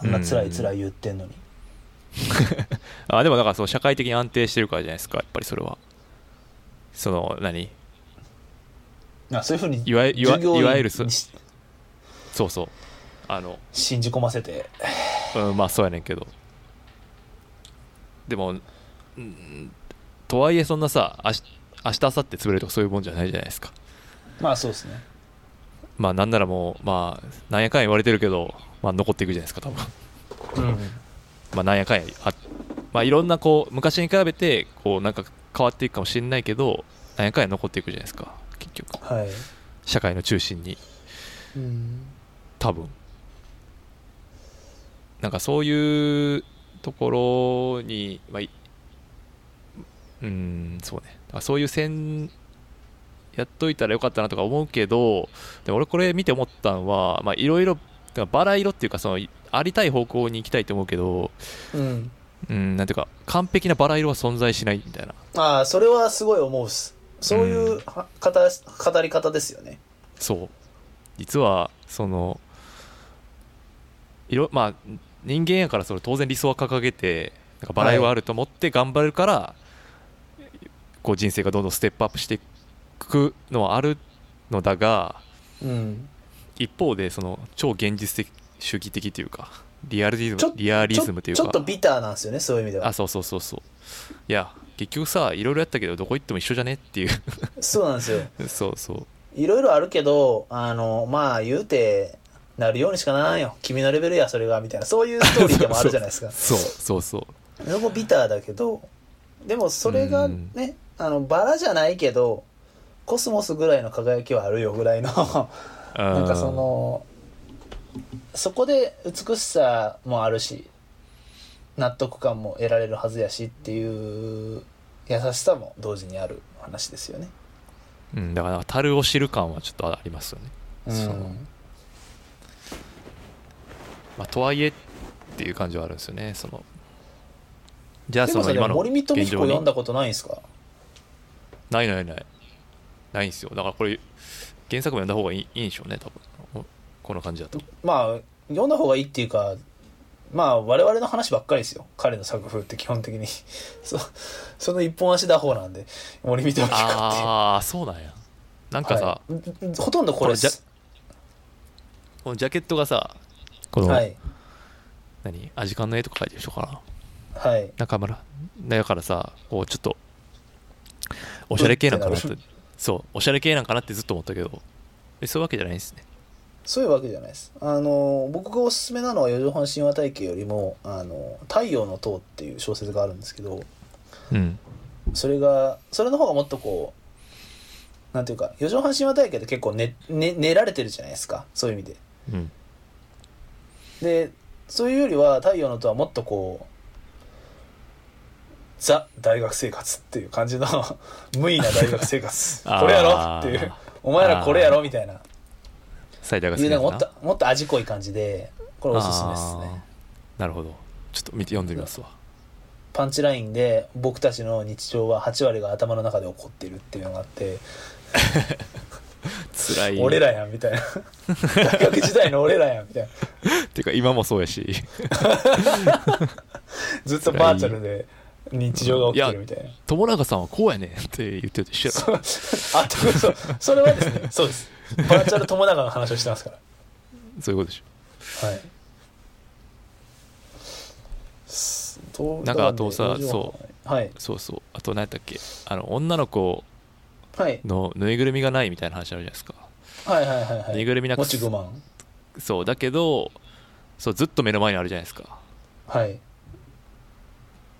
Speaker 3: あんな辛い辛い言ってんのに
Speaker 2: ああでもだからそう社会的に安定してるからじゃないですかやっぱりそれはその何
Speaker 3: あそういうふうに
Speaker 2: いわゆいわ
Speaker 3: 従業員
Speaker 2: いわゆるそ
Speaker 3: にし
Speaker 2: そうそうあの
Speaker 3: 信じ込ませて
Speaker 2: うん、まあそうやねんけどでも、うん、とはいえそんなさ明日明日明後日潰れるとかそういうもんじゃないじゃないですか
Speaker 3: まあそうですね
Speaker 2: まあなんならもう、まあ、なんやかんや言われてるけど、まあ残っていくじゃないですか、多分。
Speaker 4: うん
Speaker 2: まあなんやかんやあ、まあいろんなこう、昔に比べて、こうなんか変わっていくかもしれないけど、なんやかんや残っていくじゃないですか、結局。
Speaker 4: はい
Speaker 2: 社会の中心に、
Speaker 3: うん
Speaker 2: 多分。なんかそういうところに、まあ、いうーん、そうね。だからそういう線、やっといたらよかったなとか思うけど、でも俺これ見て思ったのは、まあいろいろ、だからバラ色っていうか、その、いありたい方向に行きたいと思うけど、
Speaker 3: うん
Speaker 2: うん、なんていうか、完璧なバラ色は存在しないみたいな。
Speaker 3: ああそれはすごい思うっすそういううは方語り方ですよね
Speaker 2: そう。実は、その、いろ、まあ、人間やからそれ当然理想は掲げて、なんかバラ色はあると思って頑張るから、こう人生がどんどんステップアップしていくのはあるのだが、
Speaker 3: うん
Speaker 2: 一方で、その、超現実的、主義的というか、リアリズ
Speaker 3: ちょ
Speaker 2: ム、リアリズムというか。
Speaker 3: ちょちょっとビターなんですよねそういう意味で
Speaker 2: あ、
Speaker 3: は
Speaker 2: そうそうそうそう。いや、結局さ、いろいろやったけど、どこ行っても一緒じゃねっていう。
Speaker 3: そうなんですよ
Speaker 2: そうそう。
Speaker 3: いろいろあるけどあのまあ言うてなるようにしかならんよ君のレベルやそれがみたいなそういうストーリーでもあるじゃないです か
Speaker 2: そうそうそう。
Speaker 3: そこビターだけどでもそれが
Speaker 2: うん
Speaker 3: ねあのバラじゃないけどコスモスぐらいの輝きはあるよ ぐらいの
Speaker 2: な
Speaker 3: なんかそのそこで美しさもあるし納得感も得られるはずやしっていう優しさも同時にある話ですよね。
Speaker 2: うん、だから、樽を知る感はちょっとありますよね。
Speaker 3: うん
Speaker 2: そうまあ、とはいえっていう感じはあるんですよね。そのじゃあ、
Speaker 3: で
Speaker 2: そ
Speaker 3: も
Speaker 2: の
Speaker 3: さ、で
Speaker 2: 今
Speaker 3: も
Speaker 2: の
Speaker 3: 森見智
Speaker 2: 現
Speaker 3: 彦
Speaker 2: 状
Speaker 3: 読ん
Speaker 2: に。
Speaker 3: だことないんすか
Speaker 2: ないないない。ないんですよ。だからこれ、原作も読んだ方がいいいいんでしょうね、多分。この感じだと。
Speaker 3: まあ読んだ方がいいっていうかまあ我々の話ばっかりですよ彼の作風って基本的に そその一本足打法なんで森見智彦って
Speaker 2: ああ、そうなんや。なんかさ、
Speaker 3: はい、ほとんどこれです
Speaker 2: このジャケットがさ、この、
Speaker 3: はい
Speaker 2: 何アジカンの絵とか描いてる人かな。
Speaker 3: はい
Speaker 2: 中村だからさこうちょっとおしゃれ系なんかなって
Speaker 3: うんっ
Speaker 2: そうおしゃれ系なんかなってずっと思ったけどえそういうわけじゃないんですね
Speaker 3: そういうわけじゃないですあの僕がおすすめなのは四畳半神話体系よりも「あの太陽の塔」っていう小説があるんですけど
Speaker 2: うん
Speaker 3: それがそれの方がもっとこうなんていうか四畳半神話体系って結構練、ね練られてるじゃないですかそういう意味で
Speaker 2: うん
Speaker 3: でそういうよりは太陽の塔はもっとこうザ大学生活っていう感じの 無意な大学生活
Speaker 2: あー
Speaker 3: これやろっていうお前らこれやろみたいな
Speaker 2: 最大が
Speaker 3: いう
Speaker 2: な
Speaker 3: なん
Speaker 2: ん
Speaker 3: か
Speaker 2: だ
Speaker 3: もっ
Speaker 2: な
Speaker 3: ともっと味濃い感じでこれおすすめですね
Speaker 2: あーなるほどちょっと見て読んでみますわ
Speaker 3: パンチラインで僕たちの日常は8割が頭の中で起こってるっていうのがあって
Speaker 2: 辛い
Speaker 3: 俺らやんみた いな大学時代の俺らやんみたいな
Speaker 2: っていうか今もそうやし
Speaker 3: ずっとバーチャルで日常が起きてるみたいな
Speaker 2: 友永さんはこうやねんって言ってると一緒やろ
Speaker 3: あとそうそれはですねそうですバーチャル友永の話をしてますから
Speaker 2: そういうことでしょ
Speaker 3: はい。どう。
Speaker 2: なんかあとさそう
Speaker 3: はい。
Speaker 2: そうそうあと何やったっけあの女の子
Speaker 3: はい。
Speaker 2: のぬいぐるみがないみたいな話あるじゃないですか、
Speaker 3: はいはいはいはい。
Speaker 2: ぬいぐるみなく
Speaker 3: もちぐまん。
Speaker 2: そうだけどそうずっと目の前にあるじゃないですか
Speaker 3: はい。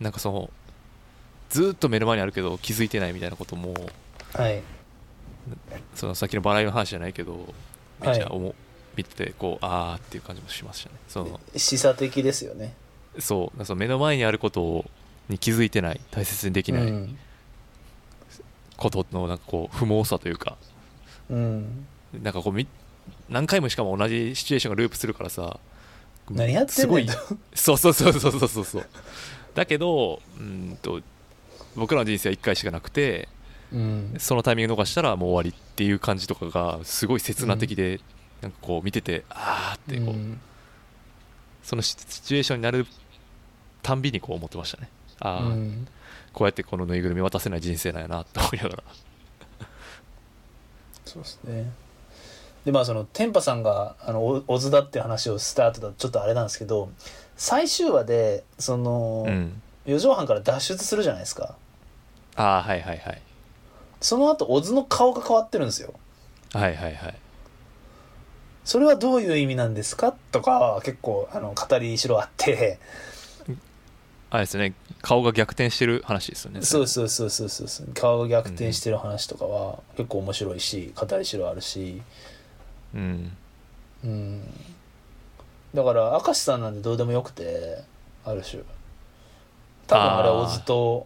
Speaker 2: なんかそのずーっと目の前にあるけど気づいてないみたいなことも
Speaker 3: はい。
Speaker 2: その先のバラエの話じゃないけどめっちゃ
Speaker 3: は
Speaker 2: 思、見ててこうあーっていう感じもしましたねその
Speaker 3: 示唆的ですよね。
Speaker 2: そうその目の前にあることをに気づいてない大切にできな
Speaker 3: う
Speaker 2: い
Speaker 3: ん。
Speaker 2: ことのなんかこう不毛さというか
Speaker 3: うん
Speaker 2: なんかこうみ何回もしかも同じシチュエーションがループするからさ
Speaker 3: 何やってんねんと
Speaker 2: すそうそうそうそうそうそうそうだけどうーんと僕らの人生は1回しかなくて
Speaker 3: うん。
Speaker 2: そのタイミング逃したらもう終わりっていう感じとかがすごい切な的で、なんかこう見ててあーってこう、
Speaker 3: うん
Speaker 2: そのシシチュエーションになるたんびにこう思ってましたねあー、
Speaker 3: うん
Speaker 2: こうやってこのぬいぐるみ渡せない人生なんやなと思いながら
Speaker 3: そうですね。でまあその天パさんがあのおオズだっていう話をスタートだとちょっとあれなんですけど最終話でその、
Speaker 2: うん
Speaker 3: 四畳半から脱出するじゃないですか
Speaker 2: ああはいはいはい
Speaker 3: その後オズの顔が変わってるんですよ
Speaker 2: はいはいはい
Speaker 3: それはどういう意味なんですかとかは結構あの語りしろあって
Speaker 2: あれですね顔が逆転してる話ですよね
Speaker 3: そう
Speaker 2: す
Speaker 3: そうそうそうそうそう顔が逆転してる話とかは結構面白いし語りしろあるし
Speaker 2: うん
Speaker 3: うんだから明石さんなんてどうでもよくてある種多分あれ
Speaker 2: あ
Speaker 3: は
Speaker 2: ー
Speaker 3: おずと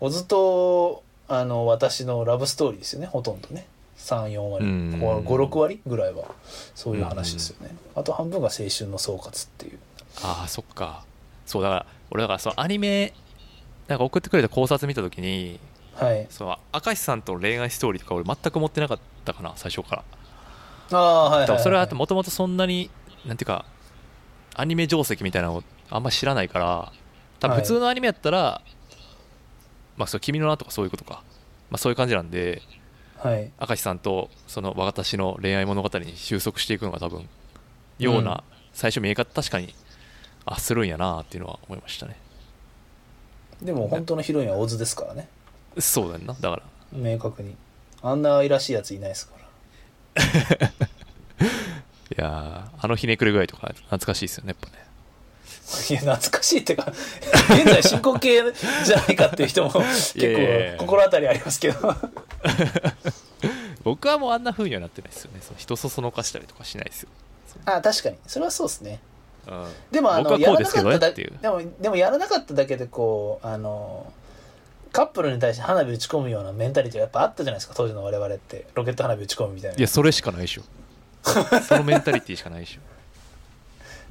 Speaker 3: おずとあの私のラブストーリーですよねほとんどね34割
Speaker 2: うん
Speaker 3: 56割ぐらいはそういう話ですよねあと半分が青春の総括っていう
Speaker 2: ああそっかそうだから俺だからそのアニメなんか送ってくれた考察見た時に
Speaker 3: はい
Speaker 2: その明石さんとの恋愛ストーリーとか俺全く持ってなかったかな最初から
Speaker 3: ああはいはい
Speaker 2: だか
Speaker 3: は
Speaker 2: ら
Speaker 3: い
Speaker 2: それはあともともとそんなになんていうかアニメ定石みたいなのをあんま知らないから多分
Speaker 3: はい
Speaker 2: 普通のアニメやったら、まあそう君の名とかそういうことか、まあ、そういう感じなんで
Speaker 3: はい
Speaker 2: 明石さんとその私の恋愛物語に収束していくのが多分ような、
Speaker 3: うん
Speaker 2: 最初見え方確かにあするんやなっていうのは思いましたね
Speaker 3: でも本当のヒロインはオズですからね
Speaker 2: そうだよなだから
Speaker 3: 明確にあんな愛らしいやついないですから
Speaker 2: いやーあのひねくれ具合とか懐かしいですよねやっぱね
Speaker 3: いや、懐かしいっていうか、現在進行形じゃないかっていう人も結
Speaker 2: いやいやい
Speaker 3: 構
Speaker 2: や
Speaker 3: 心当たりありますけど。
Speaker 2: 僕はもうあんな風にはなってないですよねその人そそのかしたりとかしないですよ、
Speaker 3: あ、確かに。それはそうですね。
Speaker 2: うん
Speaker 3: でも、あ
Speaker 2: 僕
Speaker 3: の、
Speaker 2: は
Speaker 3: や
Speaker 2: こう
Speaker 3: ら
Speaker 2: で
Speaker 3: な
Speaker 2: すけ
Speaker 3: か
Speaker 2: ど
Speaker 3: っ
Speaker 2: ね
Speaker 3: ただ
Speaker 2: っていう
Speaker 3: でも、でもやらなかっただけで、こう、あの、カップルに対して花火打ち込むようなメンタリティがやっぱあったじゃないですか、当時の我々って。ロケット花火打ち込むみたい
Speaker 2: いや
Speaker 3: な。
Speaker 2: それしかないで しょそのメンタリティしかないでしょ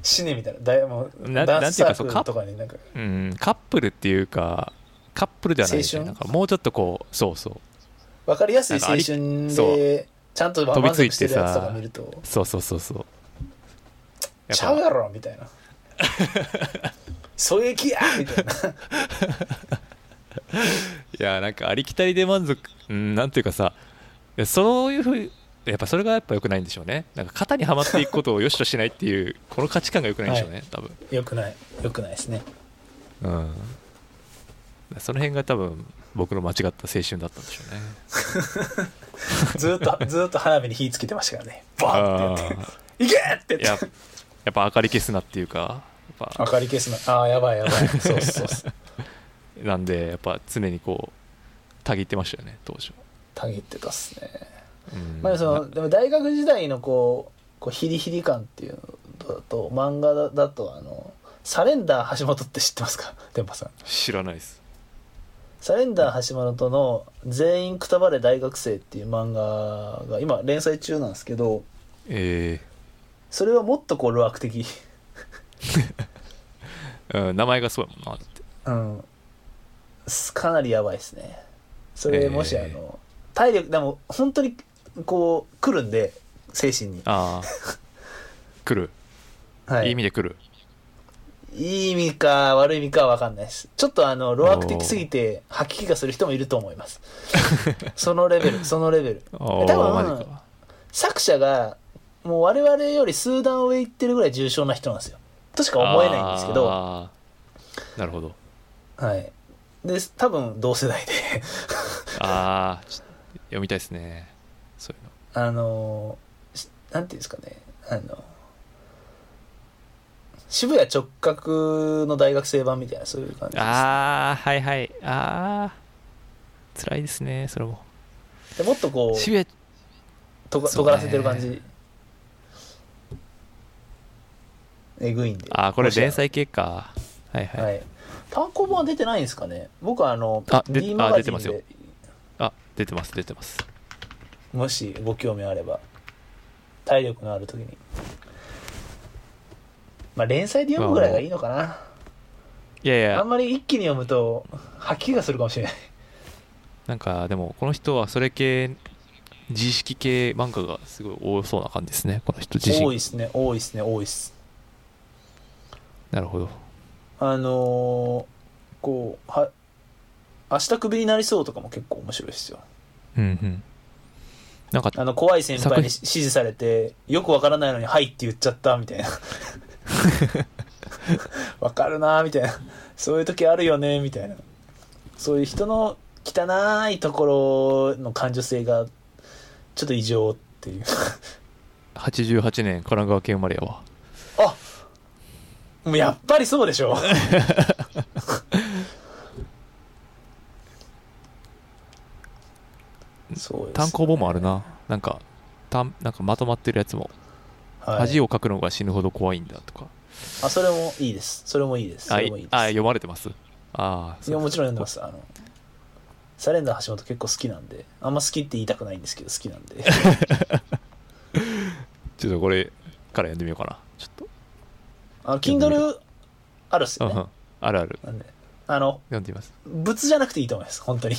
Speaker 3: 死ねみたいな。だいもう
Speaker 2: な
Speaker 3: ダンスサ
Speaker 2: なんていうかそうカッ
Speaker 3: ークルとかになんか。
Speaker 2: うんカップルっていうかカップルではないですね
Speaker 3: 青
Speaker 2: なん
Speaker 3: 春
Speaker 2: かもうちょっとこうそうそう
Speaker 3: わかりやすい
Speaker 2: なんか
Speaker 3: 青
Speaker 2: あり
Speaker 3: 春
Speaker 2: そ
Speaker 3: で、ちゃんと
Speaker 2: 飛び
Speaker 3: 満
Speaker 2: つい
Speaker 3: 足しててるや
Speaker 2: さ
Speaker 3: つとか見ると、
Speaker 2: そうそうそうそうやっ
Speaker 3: ち
Speaker 2: ぱ
Speaker 3: ゃうやろみた いな。そういう気やみたいな。
Speaker 2: いやなんかありきたりで満足うんなんていうかさいやそういうふうやっぱそれがやっぱ良くないんでしょうねなんか型にはまっていくことを良しとしないっていうこの価値観が良くないんでしょうね、多分
Speaker 3: よくないよくないですね
Speaker 2: うんその辺が多分僕の間違った青春だったんでしょうね
Speaker 3: ずーっとずーっと花火に火つけてましたからねバンってやっ
Speaker 2: あ
Speaker 3: て「いけ!」って
Speaker 2: ーいや
Speaker 3: 言
Speaker 2: や
Speaker 3: っ
Speaker 2: っぱ明かり消すなっていうかやっぱ
Speaker 3: て明かり消すなああーやばいやばいそうっすそうっす
Speaker 2: なんでやっぱ常にこうたぎってましたよね当時は、
Speaker 3: たぎってたっすね、
Speaker 2: うん
Speaker 3: まあ、そのでも大学時代のこうこうヒリヒリ感っていうのだと漫画だだとあのサレンダー橋本って知ってますか 電波さん
Speaker 2: 知らないです
Speaker 3: サレンダー橋本の「全員くたばれ大学生」っていう漫画が今連載中なんですけど
Speaker 2: え
Speaker 3: それはもっとこう路悪的
Speaker 2: ーうん、名前がそうやもんなだって
Speaker 3: うんすかなりやばいですねそれもし
Speaker 2: え
Speaker 3: あ
Speaker 2: ー
Speaker 3: の、体力でも本当にこう来るんで精神に、
Speaker 2: ああ 来る、
Speaker 3: はい
Speaker 2: い、い意味で来る
Speaker 3: いい意味か悪い意味かは分かんないですちょっとあの路悪的すぎて吐き気がする人もいると思います そのレベルそのレベル
Speaker 2: お
Speaker 3: 多分
Speaker 2: ーマジか
Speaker 3: 作者がもう我々より数段上行ってるぐらい重症な人なんですよとしか思えないんですけど
Speaker 2: あーなるほど
Speaker 3: はいで多分同世代で
Speaker 2: ああ読みたいですねそういうの
Speaker 3: あのしなんていうんですかねあの渋谷直角の大学生版みたいなそういう感じで
Speaker 2: ああはいはいああ辛いですねそれも
Speaker 3: すでもっとこう
Speaker 2: 渋谷
Speaker 3: とが
Speaker 2: そう
Speaker 3: 尖
Speaker 2: ね
Speaker 3: らせてる感じえぐいんで
Speaker 2: ああこれ
Speaker 3: もし
Speaker 2: 連載系かはいはい、
Speaker 3: はい単行本は出てないんですかね僕はあの
Speaker 2: あで
Speaker 3: D
Speaker 2: あ
Speaker 3: マガ
Speaker 2: 出
Speaker 3: ジ
Speaker 2: て
Speaker 3: ン
Speaker 2: ますよ
Speaker 3: で
Speaker 2: あ出てます出てます
Speaker 3: もしご興味あれば体力のある時にまあ連載で読むぐらいがいいのかない
Speaker 2: やい
Speaker 3: あ
Speaker 2: や
Speaker 3: んまり一気に読むと吐き気がするかもしれない
Speaker 2: なんかでもこの人はそれ系自意識系漫画がすごい多そうな感じですねこの人自
Speaker 3: 多い
Speaker 2: 身
Speaker 3: ですね多いですね多いです
Speaker 2: なるほど
Speaker 3: あのーこうは明日クビになりそうとかも結構面白いですよ
Speaker 2: うんうんなんか
Speaker 3: あの怖い先輩
Speaker 2: 作
Speaker 3: に
Speaker 2: 品
Speaker 3: 指示されてよくわからないのに「はい」って言っちゃったみたい なわかるなーみたいなそういう時あるよねみたいなそういう人の汚いところの感受性がちょっと異常っていう
Speaker 2: 88年神奈川県生まれやわ
Speaker 3: あもうやっぱりそうでしょそうです
Speaker 2: 単行本もあるななんか単なんかまとまってるやつも、
Speaker 3: はい
Speaker 2: 恥をかくのが死ぬほど怖いんだとか
Speaker 3: あそれもいいですそれもいいですそ
Speaker 2: あ
Speaker 3: れ
Speaker 2: い
Speaker 3: もいいです
Speaker 2: あ読まれてますああ
Speaker 3: いやもちろん読んでますあのサレンダー橋本結構好きなんであんま好きって言いたくないんですけど好きなん で
Speaker 2: ちょっとこれから読んでみようかなちょっ
Speaker 3: あの Kindle あるっす
Speaker 2: と、
Speaker 3: よ
Speaker 2: うんう
Speaker 3: ね
Speaker 2: ん、あるある
Speaker 3: なんであの
Speaker 2: 読んでみます
Speaker 3: 物じゃなくていいと思います本当に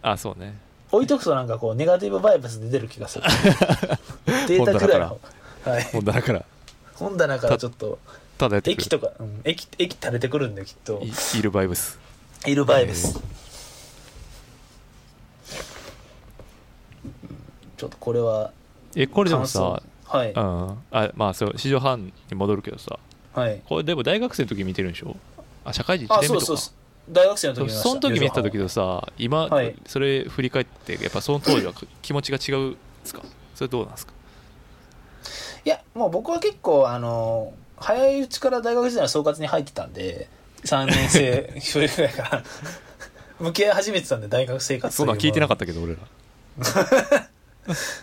Speaker 2: あそうね
Speaker 3: 置いとくとなんかこうネガティブバイブスで出る気が するデータくらいの
Speaker 2: 本
Speaker 3: はい、
Speaker 2: 本棚から
Speaker 3: 本棚からちょっと
Speaker 2: ただやってく
Speaker 3: 駅
Speaker 2: る
Speaker 3: とか、うん、駅駅垂れてくるんできっと
Speaker 2: いいるバイブス
Speaker 3: いるバイブス、ちょっとこれは
Speaker 2: えこれでも
Speaker 3: 感
Speaker 2: さ
Speaker 3: 想はい、
Speaker 2: うんあまあそう四畳半に戻るけどさ
Speaker 3: はい
Speaker 2: これでも大学生の時見てるんでしょあ社会人1
Speaker 3: あ
Speaker 2: 年
Speaker 3: そ
Speaker 2: 目
Speaker 3: う
Speaker 2: と
Speaker 3: そう
Speaker 2: か
Speaker 3: そう大学生の時
Speaker 2: で
Speaker 3: に
Speaker 2: も
Speaker 3: 見ました
Speaker 2: その時見た時とさ今、
Speaker 3: はい
Speaker 2: それ振り返ってやっぱその当時は 気持ちが違うんですかそれどうなんですか
Speaker 3: いやもう僕は結構あの早いうちから大学時代の総括に入ってたんで3年生一人ぐらいから向き合い始めてたんで大学生活
Speaker 2: そんなん聞いてなか
Speaker 3: っ
Speaker 2: ったけど俺ら
Speaker 3: た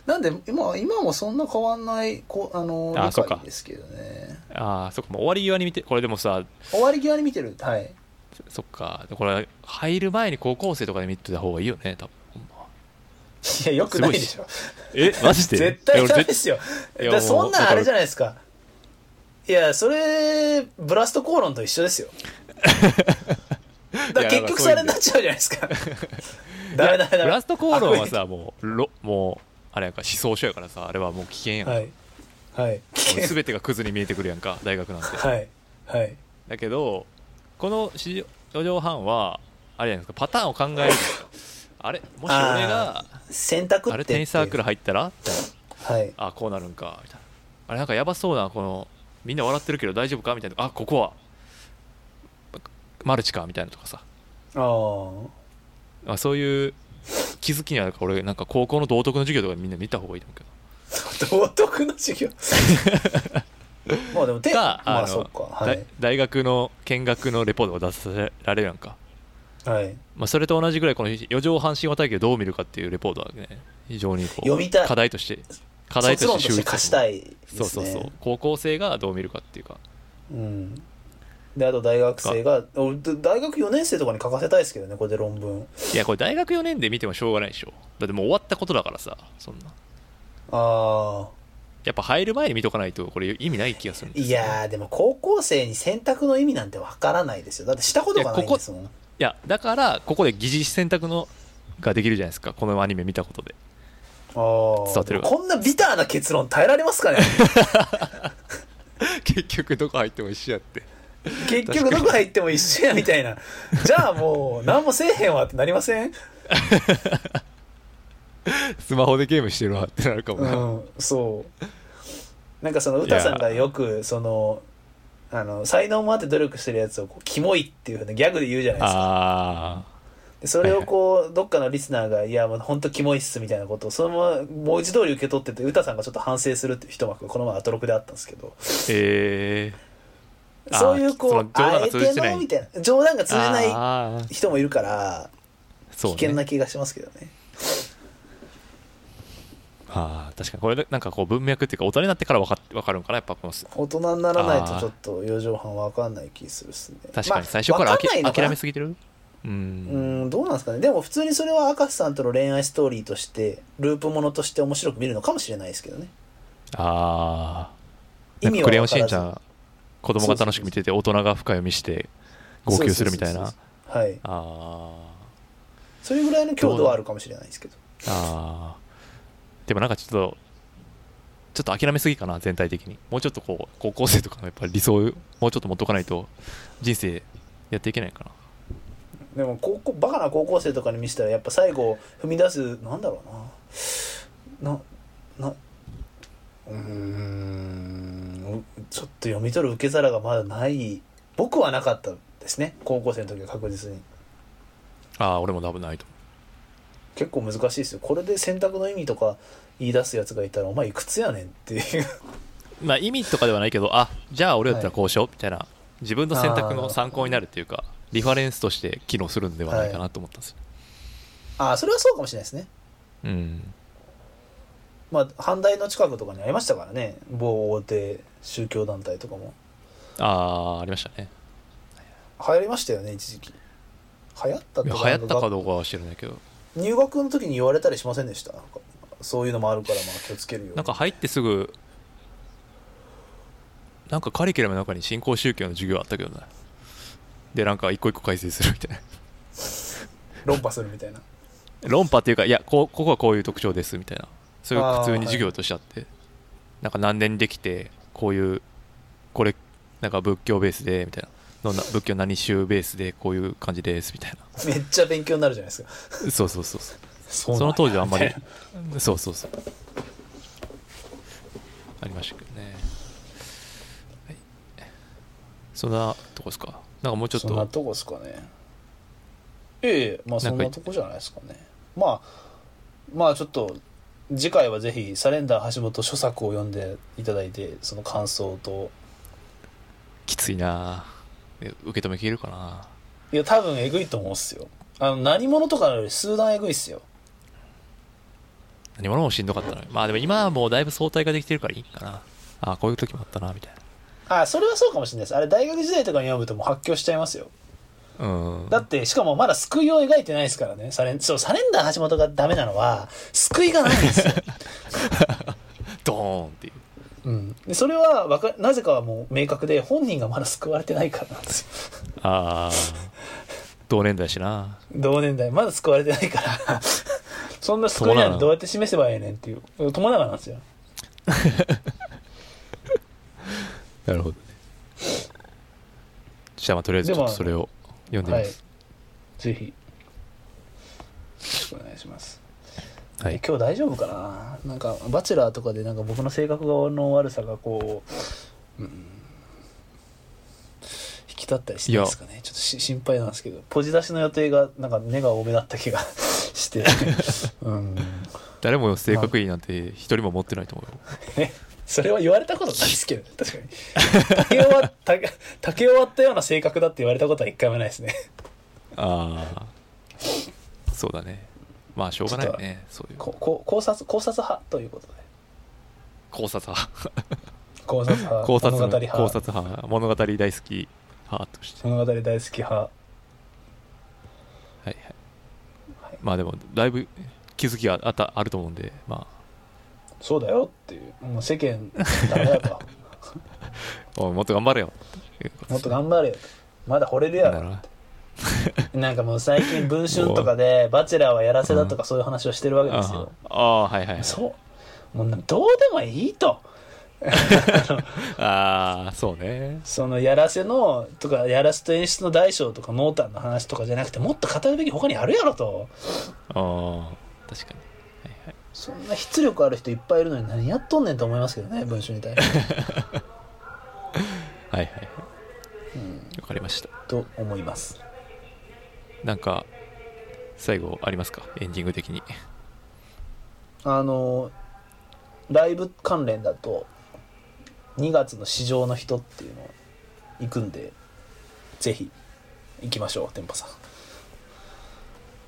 Speaker 3: なんで今今もそんな変わんないこうあの
Speaker 2: あそ
Speaker 3: 理
Speaker 2: うか
Speaker 3: 解ですけどね
Speaker 2: ああそっかもう終わり際に見てこれでもさ
Speaker 3: 終わり際に見てるはい
Speaker 2: そっかこれ入る前に高校生とかで見てた方がいいよね多分ほんま
Speaker 3: いやよくないでしょ
Speaker 2: え マジで
Speaker 3: 絶対ダメで
Speaker 2: い
Speaker 3: すよ
Speaker 2: いや
Speaker 3: だから
Speaker 2: もう
Speaker 3: そんなんあれじゃ
Speaker 2: わ
Speaker 3: ないですかいやそれブラスト口論と一緒ですよだから結局
Speaker 2: いや
Speaker 3: そ
Speaker 2: なんかそうい
Speaker 3: れ
Speaker 2: うんで
Speaker 3: になっちゃうじゃないですか
Speaker 2: や
Speaker 3: ダメダメダメ
Speaker 2: ブラストコーロンはさもうろもうあれやんか思想書やからさあれはもう危険やん、
Speaker 3: はいはい
Speaker 2: もう全てがクズに見えてくるやんか 大学なんて
Speaker 3: はいはい
Speaker 2: だけどこの四畳半はあれじゃないですかパターンを考えるあれもし俺が
Speaker 3: 選択って
Speaker 2: あれテニスサークル入ったらみたい
Speaker 3: はい
Speaker 2: なあこうなるんかみたいなあれなんかやばそうなこのみんな笑ってるけど大丈夫かみたいなあここはマルチかみたいなとかさ
Speaker 3: ああ
Speaker 2: あそういう気づきにはなんか俺なんか高校の道徳の授業とかみんな見た方がいいと思うけど
Speaker 3: 道徳の 授業まあでもテ
Speaker 2: か
Speaker 3: ま
Speaker 2: あ
Speaker 3: あそ
Speaker 2: の
Speaker 3: っかはい
Speaker 2: だ大学の見学のレポートを出させられるやんか
Speaker 3: はい
Speaker 2: まあ、それと同じぐらいこの余剰半神話体系をどう見るかっていうレポートはね非常にこう
Speaker 3: 読みたい
Speaker 2: 課題として課題と
Speaker 3: 卒論
Speaker 2: し
Speaker 3: と
Speaker 2: て
Speaker 3: して貸したいですね
Speaker 2: そうそうそう高校生がどう見るかっていうか
Speaker 3: うんであと大学生が俺大学4年生とかに書かせたいですけどねこれで論文
Speaker 2: いやこれ大学4年で見てもしょうがないでしょだってもう終わったことだからさそんな
Speaker 3: ああ
Speaker 2: やっぱ入る前に見とかないとこれ意味ない気がするんです
Speaker 3: いやーでも高校生に選択の意味なんてわからないですよだってしたことがないんですもん
Speaker 2: いやだからここで疑似選択のができるじゃないですかこのアニメ見たことで
Speaker 3: あ
Speaker 2: 伝わ
Speaker 3: あ
Speaker 2: ってるわ
Speaker 3: こんなビターな結論耐えら れますかね
Speaker 2: 結局どこ入っても一緒やって
Speaker 3: 結局どこ入っても一緒やみたいなじゃあもう何もせえへんわってなりません
Speaker 2: スマホでゲームしてるわってなるかも
Speaker 3: う
Speaker 2: な、
Speaker 3: んそうなんかその歌さんがよくそのあの才能もあって努力してるやつをこうキモいっていうふうなギャグで言うじゃないですか
Speaker 2: あ
Speaker 3: でそれをこうどっかのリスナーが「いやもう本当キモいっす」みたいなことをそのまま文字通り受け取ってて歌さんがちょっと反省するっていう一幕がこの前アトロクであったんですけど
Speaker 2: ーえー、あー
Speaker 3: そういうこう
Speaker 2: その
Speaker 3: 「
Speaker 2: 冗談
Speaker 3: あ
Speaker 2: が
Speaker 3: え
Speaker 2: 通じ
Speaker 3: て
Speaker 2: てない
Speaker 3: の」みたいな冗談が通じない
Speaker 2: あー
Speaker 3: 人もいるから
Speaker 2: そう
Speaker 3: 危
Speaker 2: ね
Speaker 3: 険な気がしますけどね
Speaker 2: ああ確かにこれでなんかこう文脈っていうか大人になってから分か分かるんかなやっぱこのす
Speaker 3: 大人にならないとちょっと4畳半分かんない気するっすね
Speaker 2: 確
Speaker 3: ま
Speaker 2: か
Speaker 3: あ
Speaker 2: に最初からあ
Speaker 3: わ
Speaker 2: き、
Speaker 3: んないのか
Speaker 2: 諦
Speaker 3: な
Speaker 2: めすぎてるうん
Speaker 3: うんどうなんですかねでも普通にそれは明石さんとの恋愛ストーリーとしてループものとして面白く見るのかもしれないですけどね
Speaker 2: ああ
Speaker 3: 意
Speaker 2: なんか
Speaker 3: 味は
Speaker 2: クレヨ
Speaker 3: 分
Speaker 2: ンし
Speaker 3: か
Speaker 2: ん
Speaker 3: ら
Speaker 2: ち
Speaker 3: ず
Speaker 2: ゃん子供が楽しく見てて大人が深読みして号泣するみたい
Speaker 3: そう
Speaker 2: な
Speaker 3: そうそうそうはい
Speaker 2: あー
Speaker 3: それぐらいの強度はあるかもしれないですけど
Speaker 2: あーでもなんかちょっとちょっと諦めすぎかな全体的にもうちょっとこう高校生とかのやっぱ理想をもうちょっと持っとかないと人生やっていけないかな
Speaker 3: でも高校バカな高校生とかに見せたらやっぱ最後踏み出すなんだろうなななうーんちょっと読み取る受け皿がまだない僕はなかったですね高校生の時は確実に
Speaker 2: ああ俺も多分ないと思
Speaker 3: 結構難しいですよこれで選択の意味とか言い出すやつがいたらお前いくつやねんっていう
Speaker 2: まあ意味とかではないけどあじゃあ俺だったらこうしようみたいな自分の選択の参考になるっていうかリファレンスとして機能するんではないかなと思ったんですよ、
Speaker 3: ああそれはそうかもしれないですね
Speaker 2: うん
Speaker 3: まあ反対の近くとかにありましたからね某大手宗教団体とかも
Speaker 2: ああありましたね
Speaker 3: 流行りましたよね一時期流行った
Speaker 2: いや流
Speaker 3: とか
Speaker 2: 行ったかどうかは知らないけど
Speaker 3: 入学の時に言われたりしませんでしたなんかそういうのもあるからまあ気をつけるよ
Speaker 2: なんか入ってすぐなんかカリキュラムの中に新興宗教の授業あったけどねでなんか一個一個解説するみたい
Speaker 3: 論破するみたいな
Speaker 2: な論破っていうかいやこうここはこういう特徴ですみたいなそれが普通に授業としてあってなんか何年にできてこういうこれなんか仏教ベースでみたいなのな仏教何宗ベースでこういう感じですみたいな
Speaker 3: めっちゃ勉強になるじゃないですか
Speaker 2: そうそうそうそう
Speaker 3: そ
Speaker 2: その当時はあんまりそうそうそうありましたけどね、はいそんなとこですかなんかもうちょっ
Speaker 3: そんな
Speaker 2: と
Speaker 3: とこですかねええまあそんなとこじゃないですかねまあまあちょっと次回はぜひサレンダー橋本書作を読んでいただいてその感想と
Speaker 2: きついなえ受け止めきれるかない
Speaker 3: や多分えぐいと思うっすよあの何者とかより数段えぐいっすよ
Speaker 2: 何者もしんどかったなまあでも今はもうだいぶ相対ができてるからいいかなあこういう時もあったなみたい
Speaker 3: あそれはそうかもしれないですあれ大学時代とかに読むともう発狂しちゃいますよ
Speaker 2: なうん
Speaker 3: だってしかもまだ救いを描いてないですからねサレンそうサレンダー橋本がダメなのは救いがないんですよ、
Speaker 2: ドーンっていう
Speaker 3: うん、でそれはわかなぜかはもう明確で本人がまだ救われてないからなんですよ
Speaker 2: ああ同年代やしな
Speaker 3: 同年代まだ救われてないから そんな救いなんてどうやって示せばええねんっていう友永なんですよ
Speaker 2: なるほどねじゃあまあとりあえずちょっとそれを読んでみ
Speaker 3: は
Speaker 2: ま
Speaker 3: い
Speaker 2: す、
Speaker 3: ぜひよろしくお願いします、
Speaker 2: はい
Speaker 3: 今日大丈夫かななんか「バチェラー」とかでなんか僕の性格の悪さがこう、うん引き立ったりしてないですかねちょっとし心配なんですけどポジ出しの予定がなんか根が多めだった気が してうん
Speaker 2: 誰も性格いいなんて一人も持ってないと思うよ
Speaker 3: それは言われたことないですけど、ね、確かに。竹終わ 竹竹終わったような性格だって言われたことは一回もないですね。
Speaker 2: ああそうだねまあしょうがないよねそういう
Speaker 3: ここ考察、考察派ということで。
Speaker 2: 考察派
Speaker 3: 考察派、
Speaker 2: 考察
Speaker 3: 物語
Speaker 2: の
Speaker 3: 派
Speaker 2: 考察派物語大好き派としてはい
Speaker 3: 物語大好き派。
Speaker 2: はい、
Speaker 3: はい
Speaker 2: まあでもだいぶ気づきがあったあると思うんでま
Speaker 3: そうだよっていう。もう世間、ダメだ と。
Speaker 2: あおいもっと頑張れよっていうこと
Speaker 3: も
Speaker 2: で
Speaker 3: っ
Speaker 2: す
Speaker 3: と頑張れよと。まだ惚れるや
Speaker 2: な
Speaker 3: ろ。
Speaker 2: るほ
Speaker 3: なんかもう最近、文春とかで、バチェラーはやらせだとかそういう話をしてるわけ
Speaker 2: ど
Speaker 3: ですよ。
Speaker 2: ああはいはいはい
Speaker 3: そう。もうなどうでもいいと。
Speaker 2: ああそうね
Speaker 3: そのやらせのとかやらせと演出の大小とか濃淡の話とかじゃなくてもっと語るべき他にあるやろと
Speaker 2: ああ確かにはいはい
Speaker 3: そんな出力ある人いっぱいいるのに何やっとんねんと思いますけどね文春に対 して
Speaker 2: はいはいはいわかりました
Speaker 3: と思います
Speaker 2: なんか最後ありますかエンディング的に
Speaker 3: あのライブ関連だと2月の市場の人っていうの行くんでぜひ行きましょう店舗さん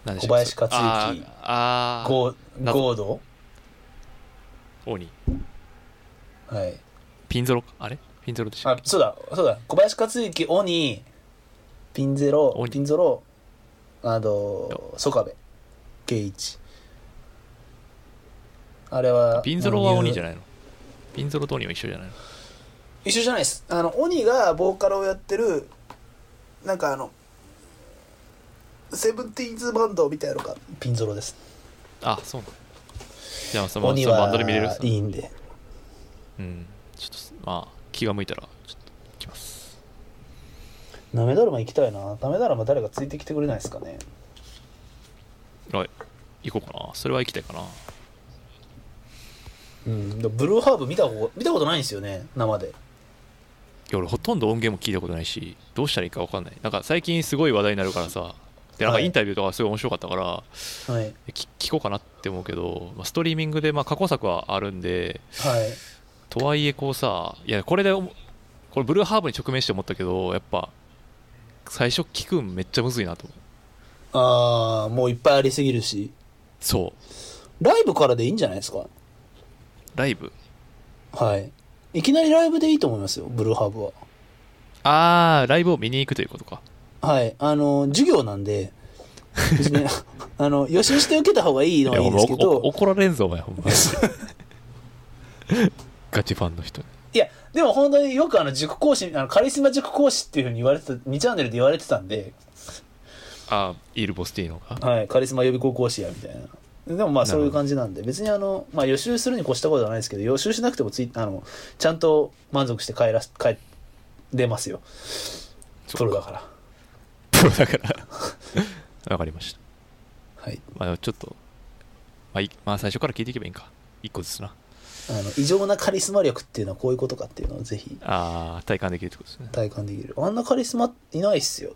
Speaker 2: 何で
Speaker 3: 小林克
Speaker 2: あ
Speaker 3: 行
Speaker 2: ーあー
Speaker 3: ゴー
Speaker 2: なぞ
Speaker 3: ゴード
Speaker 2: 王に
Speaker 3: はい
Speaker 2: ピンゾロかあれピンゾロでしたっ
Speaker 3: あ
Speaker 2: け
Speaker 3: そうだそうだ小林克行鬼ピンゼロ
Speaker 2: 鬼
Speaker 3: ピンゾロあの曽我部圭一あれは
Speaker 2: ピンゾロは鬼じゃ
Speaker 3: ない
Speaker 2: ないのピンゾロと鬼は一緒じゃないの
Speaker 3: 一緒じゃないですあの鬼がボーカルをやってるなんかあのセブンティーンズバンドみたいなのがピンゾロです
Speaker 2: あそうなのじゃあその
Speaker 3: 鬼
Speaker 2: そのバンドで見れる
Speaker 3: は
Speaker 2: さ
Speaker 3: いいんで
Speaker 2: うんちょっとまあ気が向いたらちょっと行きます
Speaker 3: なめだるま行きたいななめだるま誰かついてきてくれないですかね
Speaker 2: はい行こうかなそれは行きたいかな
Speaker 3: うんでもブルーハーブ見たこと見たことないんですよね生で
Speaker 2: いや俺ほとんど音源も聞いたことないしどうしたらいいか分かんないなんか最近すごい話題になるからさでなんか
Speaker 3: はい
Speaker 2: インタビューとかすごい面白かったから
Speaker 3: はい
Speaker 2: えき聞こうかなって思うけど、まあ、ストリーミングでまあ過去作はあるんで
Speaker 3: はい
Speaker 2: とはいえこうさいやこれで思これブルーハーブに直面して思ったけどやっぱ最初聞くんめっちゃむずいなと思う
Speaker 3: ああもういっぱいありすぎるし
Speaker 2: そう
Speaker 3: ライブからでいいんじゃないですか
Speaker 2: ライブ
Speaker 3: はいいきなりライブでいいと思いますよブルーハーブは
Speaker 2: ああライブを見に行くということか
Speaker 3: はいあの授業なんで別 にあの予習して受けた方がいいのはいい
Speaker 2: ほ
Speaker 3: ん
Speaker 2: んま
Speaker 3: で
Speaker 2: す
Speaker 3: けど
Speaker 2: おお怒られんぞお前ほ んまガチファンの人に
Speaker 3: いや、でも本当によくあの塾講師、あのカリスマ塾講師っていうふうに言われてた、2チャンネルで言われてたんで、
Speaker 2: ああイール・ボスティーノが
Speaker 3: はい、カリスマ予備校講師や、みたいな。でもま
Speaker 2: な
Speaker 3: あ
Speaker 2: る
Speaker 3: そ
Speaker 2: ほど
Speaker 3: ういう感じなんで、別にあの、まあ予習するに越したことはないですけど、予習しなくてもつい、あの、ちゃんと満足して帰らす、帰、出ますよ。プロだから。
Speaker 2: プロだから わかりました
Speaker 3: はい。
Speaker 2: まあちょっと、まあいまあ、最初から聞いていけばいいんか一個ずつな
Speaker 3: あの、異常なカリスマ力っていうのはこういうことかっていうのをぜひ
Speaker 2: ああ体感できるってことですね
Speaker 3: 体感できる。あんなカリスマいないっすよ。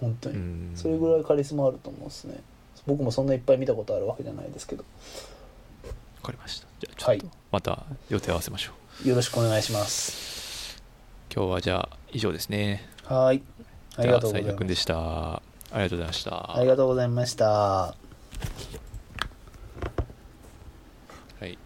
Speaker 3: 本当
Speaker 2: う
Speaker 3: に。
Speaker 2: ん
Speaker 3: それぐらいカリスマあると思うんですね。僕もそんないっぱい見たことあるわけじゃないですけど、
Speaker 2: わかりましたじゃあち
Speaker 3: は
Speaker 2: ょっ
Speaker 3: い
Speaker 2: とまた予定合わせましょう
Speaker 3: よろしくお願いします。
Speaker 2: 今日はじゃあ以上ですね
Speaker 3: はい。ありがとうござい
Speaker 2: じゃあ斉田君
Speaker 3: ま。
Speaker 2: ですしたありがとうございました
Speaker 3: ありがとうございました。
Speaker 2: はい